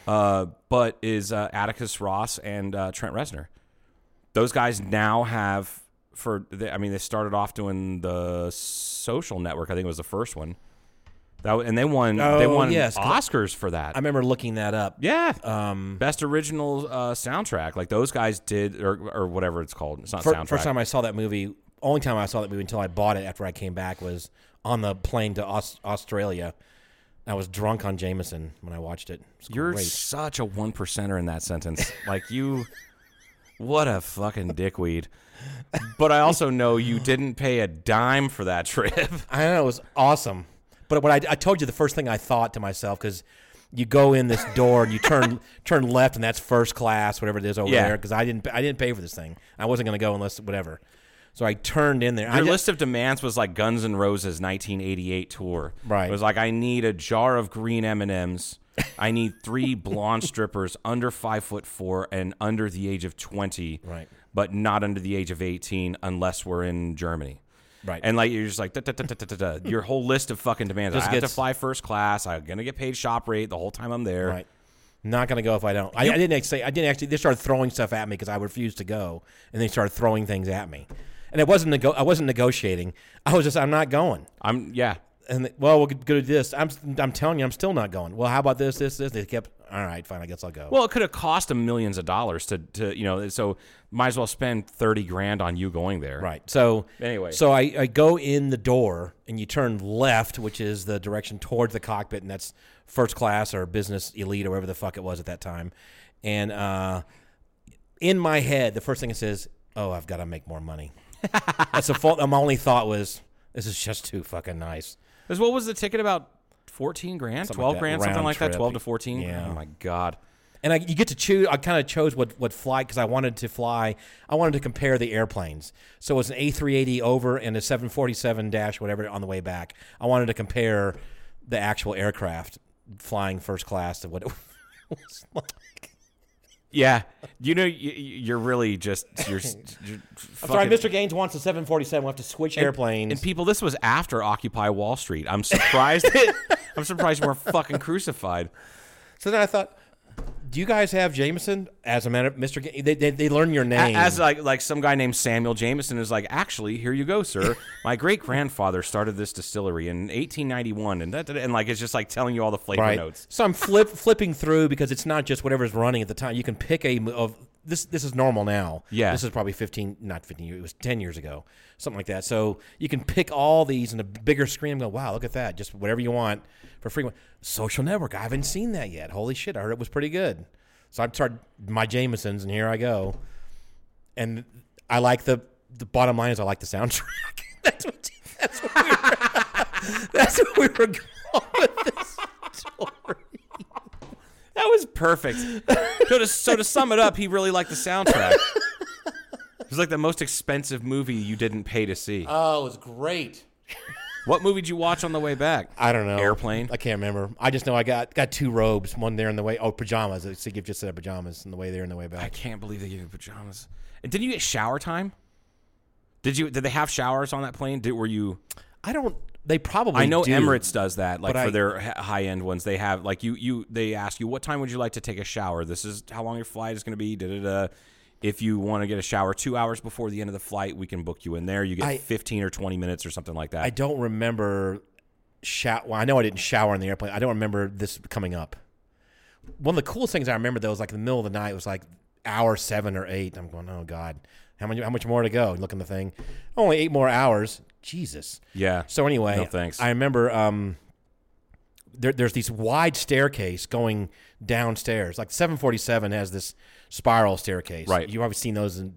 Speaker 7: Uh, but is uh, Atticus Ross and uh, Trent Reznor. Those guys now have for the, I mean they started off doing the Social Network. I think it was the first one. That w- and they won they
Speaker 6: Oh,
Speaker 7: won
Speaker 6: yes, 'cause I-
Speaker 7: Oscars for that.
Speaker 6: I remember looking that up.
Speaker 7: Yeah.
Speaker 6: Um,
Speaker 7: Best original uh, soundtrack. Like those guys did, or, or whatever it's called. It's not
Speaker 6: Fir-
Speaker 7: soundtrack.
Speaker 6: first time I saw that movie, only time I saw that movie until I bought it after I came back was on the plane to Aus- Australia. I was drunk on Jameson when I watched it. It's
Speaker 7: You're
Speaker 6: great.
Speaker 7: such a one percenter in that sentence. like you, what a fucking dickweed. But I also know you didn't pay a dime for that trip.
Speaker 6: I know it was awesome. But what I, I told you, the first thing I thought to myself because you go in this door and you turn (laughs) turn left, and that's first class, whatever it is over
Speaker 7: Yeah.
Speaker 6: there. Because I didn't I didn't pay for this thing. I wasn't going to go unless whatever. So I turned in there. I
Speaker 7: Your
Speaker 6: ju-
Speaker 7: list of demands was like Guns N' Roses 1988 tour.
Speaker 6: Right.
Speaker 7: It was like I need a jar of green M and M's. I need
Speaker 6: (laughs)
Speaker 7: three blonde strippers under five foot four and under the age of twenty.
Speaker 6: Right.
Speaker 7: But not under the age of eighteen unless we're in Germany.
Speaker 6: Right.
Speaker 7: And like you're just like da, da, da, da,
Speaker 6: (laughs)
Speaker 7: da, da, da. your whole list of fucking demands.
Speaker 6: Just
Speaker 7: I have to
Speaker 6: gets-
Speaker 7: fly first class. I'm gonna get paid shop rate the whole time I'm there.
Speaker 6: Right. Not gonna go if I don't. I, I didn't say I didn't actually. They started throwing stuff at me because I refused to go, and they started throwing things at me, and it wasn't nego- I wasn't negotiating. I was just I'm not going.
Speaker 7: I'm yeah.
Speaker 6: And they, well, we'll go to this. I'm I'm telling you, I'm still not going. Well, how about this, this, this? They kept. All right, fine. I guess I'll go.
Speaker 7: Well, it could have cost them millions of dollars to, to you know. So might as well spend thirty grand on you going there.
Speaker 6: Right. So
Speaker 7: Anyway.
Speaker 6: so I, I go in the door and you turn left, which is the direction towards the cockpit, and that's first class or business elite or whatever the fuck it was at that time. And uh, in my head, the first thing it says, "Oh, I've got to make more money." (laughs) that's the fault. My only thought was, "This is just too fucking nice."
Speaker 7: Because what was the ticket about? Fourteen grand, twelve
Speaker 6: that,
Speaker 7: grand,
Speaker 6: round
Speaker 7: something like that.
Speaker 6: trip.
Speaker 7: Twelve to fourteen.
Speaker 6: Yeah.
Speaker 7: Oh my god.
Speaker 6: and I, you get to choose. I kind of chose what what flight because I wanted to fly. I wanted to compare the airplanes. So it was an A380 over and a 747 dash whatever on the way back. I wanted to compare the actual aircraft flying first class to what it (laughs) was like.
Speaker 7: Yeah. You know, you, you're really just you're.
Speaker 6: (laughs)
Speaker 7: you
Speaker 6: I'm sorry, Mr. Gaines wants a 747. We will have to switch airplanes.
Speaker 7: And people, this was after Occupy Wall Street. I'm surprised.
Speaker 6: (laughs)
Speaker 7: I'm surprised you weren't fucking crucified.
Speaker 6: so then I thought. Do you guys have Jameson? As a matter of Mr. Ga- they, they, they learn your
Speaker 7: A-
Speaker 6: name.
Speaker 7: As like like some guy named Samuel Jameson is like, actually, here you go,
Speaker 6: (laughs)
Speaker 7: sir. My great grandfather started this distillery in 1891, and that, that- and like it's just like telling you all the flavor notes.
Speaker 6: So I'm flip (laughs) flipping through because it's not just whatever's running at the time. You can pick a mo- of this. This is normal now.
Speaker 7: Yeah.
Speaker 6: this is probably 15, not 15 years. It was 10 years ago, something like that. So you can pick all these in a bigger screen. and Go, wow, look at that! Just whatever you want for free. Social Network. I haven't seen that yet. Holy shit! I heard it was pretty good. So I started my Jamesons, and here I go. And I like the the bottom line is I like the soundtrack. (laughs) that's what that's what we were, that's what we were going with this story. (laughs)
Speaker 7: That was perfect. so, to, so to sum it up, he really liked the soundtrack. it was like the most expensive movie you didn't pay to see.
Speaker 6: Oh, it was great.
Speaker 7: what movie did you watch on the way back?
Speaker 6: I don't know.
Speaker 7: Airplane.
Speaker 6: I can't remember. I just know I got got two robes, one there in the way. Oh, pajamas. I see you've just said pajamas in the way there and the way
Speaker 7: I
Speaker 6: back.
Speaker 7: can't believe they gave you pajamas. And didn't you get shower time? Did you? Did they have showers on that plane? Did, were you?
Speaker 6: I, don't. They probably.
Speaker 7: I know
Speaker 6: do.
Speaker 7: Emirates does that, like
Speaker 6: But
Speaker 7: for
Speaker 6: I-
Speaker 7: their high end ones. They have like you you they ask you what time would you like to take a shower. This is how long your flight is going to be. Da da da. If you want to get a shower two hours before the end of the flight, we can book you in there. You get
Speaker 6: I-
Speaker 7: fifteen or twenty minutes or something like that.
Speaker 6: I don't remember. Show- well, I know I didn't shower in the airplane. I don't remember this coming up. One of the coolest things I remember though was like in the middle of the night. It was like hour seven or eight. I'm going, oh god, how many? How much more to go? Looking the thing, only eight more hours. Jesus.
Speaker 7: yeah.
Speaker 6: So anyway,
Speaker 7: No, thanks.
Speaker 6: I remember um, there, there's these wide staircase going downstairs. Like 747 has this spiral staircase.
Speaker 7: Right.
Speaker 6: You've probably seen those in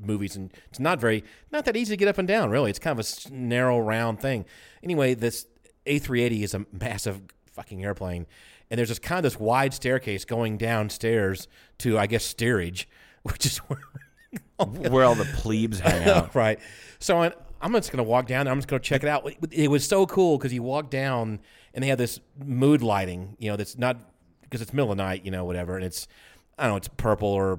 Speaker 6: movies, and it's not very, not that easy to get up and down. Really, it's kind of a s- narrow, round thing. Anyway, this A380 is a massive fucking airplane, and there's this kind of this wide staircase going downstairs to, I guess, steerage, (laughs) which is where
Speaker 7: (laughs) where all the plebes
Speaker 6: (laughs)
Speaker 7: hang out.
Speaker 6: right. So I, I'm just going to walk down. there. I'm just going to check it out. It- It was so cool because you walk down and they have this mood lighting, you know, that's not because it's middle of the night, you know, whatever. And it's, I don't know, it's purple or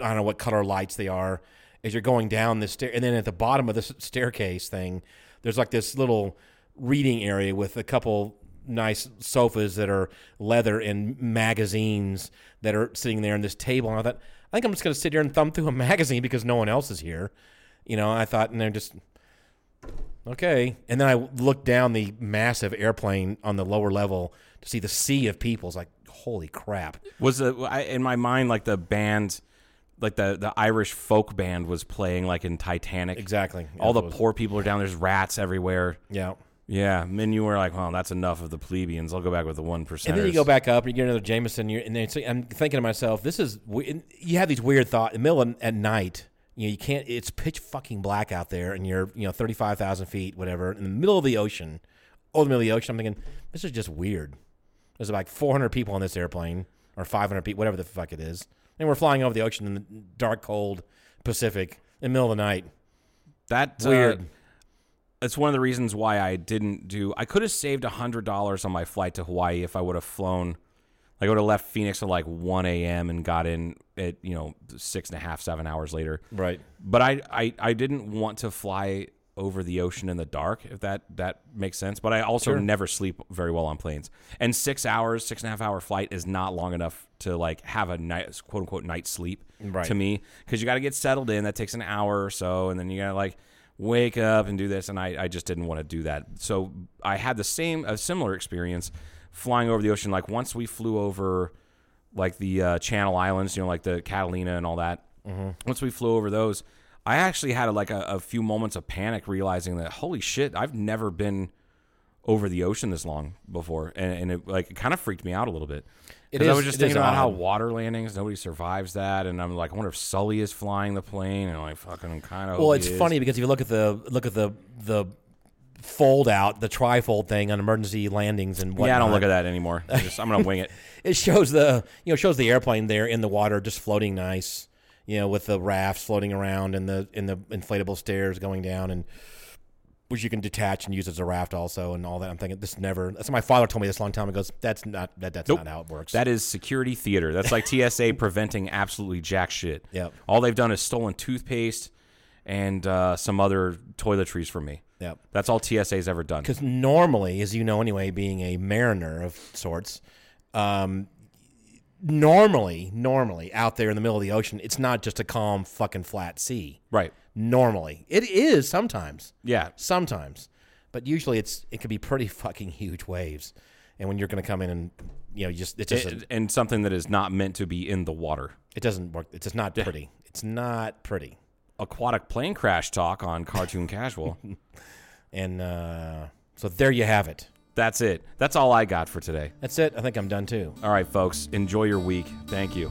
Speaker 6: I don't know what color lights they are. as you're going down this stair, and then at the bottom of this staircase thing, there's like this little reading area with a couple nice sofas that are leather and magazines that are sitting there, and this table. And I thought, I think I'm just going to sit here and thumb through a (laughs) magazine because no one else is here. You know, I thought, and they're just okay. And then I looked down the massive airplane on the lower level to see the sea of people. It's like, holy crap.
Speaker 7: Was the I, in my mind like the band, like the the Irish folk band was playing like in Titanic.
Speaker 6: Exactly.
Speaker 7: All
Speaker 6: Yeah,
Speaker 7: the
Speaker 6: it was-
Speaker 7: poor people are down. There's rats everywhere.
Speaker 6: Yeah.
Speaker 7: Yeah, and then you were like, "Well, that's enough of the plebeians. I'll go back with the one percent."
Speaker 6: And then you go back up and you get another Jameson. You're, and then so I'm thinking to myself, this is. we- and You have these weird thoughts. In the middle of, at night, you know, you can't. It's pitch fucking black out there, and you're you know thirty five thousand feet, whatever, in the middle of the ocean, oh, the middle of the ocean. I'm thinking this is just weird. There's like four hundred people on this airplane, or five hundred people, whatever the fuck it is, and we're flying over the ocean in the dark, cold Pacific in the middle of the night.
Speaker 7: That's uh,
Speaker 6: Weird.
Speaker 7: That's one of the reasons why I didn't do. I could have saved hundred dollars on my flight to Hawaii if I would have flown. Like I would have left Phoenix at like one a.m. and got in at you know six and a half, seven hours later.
Speaker 6: Right.
Speaker 7: But I, I, I didn't want to fly over the ocean in the dark. If that that makes sense. But I also never sleep very well on planes. And six hours, six and a half hour flight is not long enough to like have a night, quote unquote, night sleep.
Speaker 6: Right.
Speaker 7: To me, because you got to get settled in. That takes an hour or so, and then you got to like wake up and do this. And I, I just didn't want to do that. So I had the same, a similar experience flying over the ocean. Like once we flew over like the uh, Channel Islands, you know, like the Catalina and all that.
Speaker 6: Mm-hmm.
Speaker 7: Once we flew over those, I actually had like a, a few moments of panic, realizing that holy shit, I've never been over the ocean this long before, and, and it like it kind of freaked me out a little bit.
Speaker 6: It
Speaker 7: 'Cause I
Speaker 6: is-
Speaker 7: was
Speaker 6: it
Speaker 7: just
Speaker 6: is
Speaker 7: thinking about how
Speaker 6: odd.
Speaker 7: water landings nobody survives that, and I'm like, I wonder if Sully is flying the plane, and like fucking kind of.
Speaker 6: Well, it's funny because if you look at the look at the the fold out, the trifold thing on emergency landings and whatnot.
Speaker 7: Yeah, I don't look at that anymore. I just, I'm gonna
Speaker 6: (laughs)
Speaker 7: wing it.
Speaker 6: It shows the you know shows the airplane there in the water, just floating nice, you know, with the rafts floating around and the in the inflatable stairs going down and which you can detach and use as a raft also and all that. I'm thinking this never. That's what my father told me this a long time ago. Goes, That's not that, that's
Speaker 7: Nope.
Speaker 6: not how it works.
Speaker 7: That is security theater. That's like TSA (laughs) preventing absolutely jack shit.
Speaker 6: Yep.
Speaker 7: All they've done is stolen toothpaste and uh, some other toiletries from me.
Speaker 6: Yep.
Speaker 7: That's all TSA's ever done.
Speaker 6: because normally, as you know anyway, being a mariner of sorts, um, normally, normally out there in the middle of the ocean, it's not just a calm fucking flat sea.
Speaker 7: Right.
Speaker 6: Normally, it is sometimes.
Speaker 7: Yeah.
Speaker 6: sometimes, but usually it's it can be pretty (laughs) fucking huge waves, and when you're going to come in and you know you just it doesn't
Speaker 7: And- and something that is not meant to be in the water.
Speaker 6: it doesn't work. It's just not pretty. It's not pretty.
Speaker 7: Aquatic plane crash talk on Cartoon
Speaker 6: (laughs)
Speaker 7: Casual.
Speaker 6: And uh, so there you have it.
Speaker 7: That's it. That's all I got for today.
Speaker 6: That's it. I think I'm done too.
Speaker 7: All right, folks. Enjoy your week. Thank you.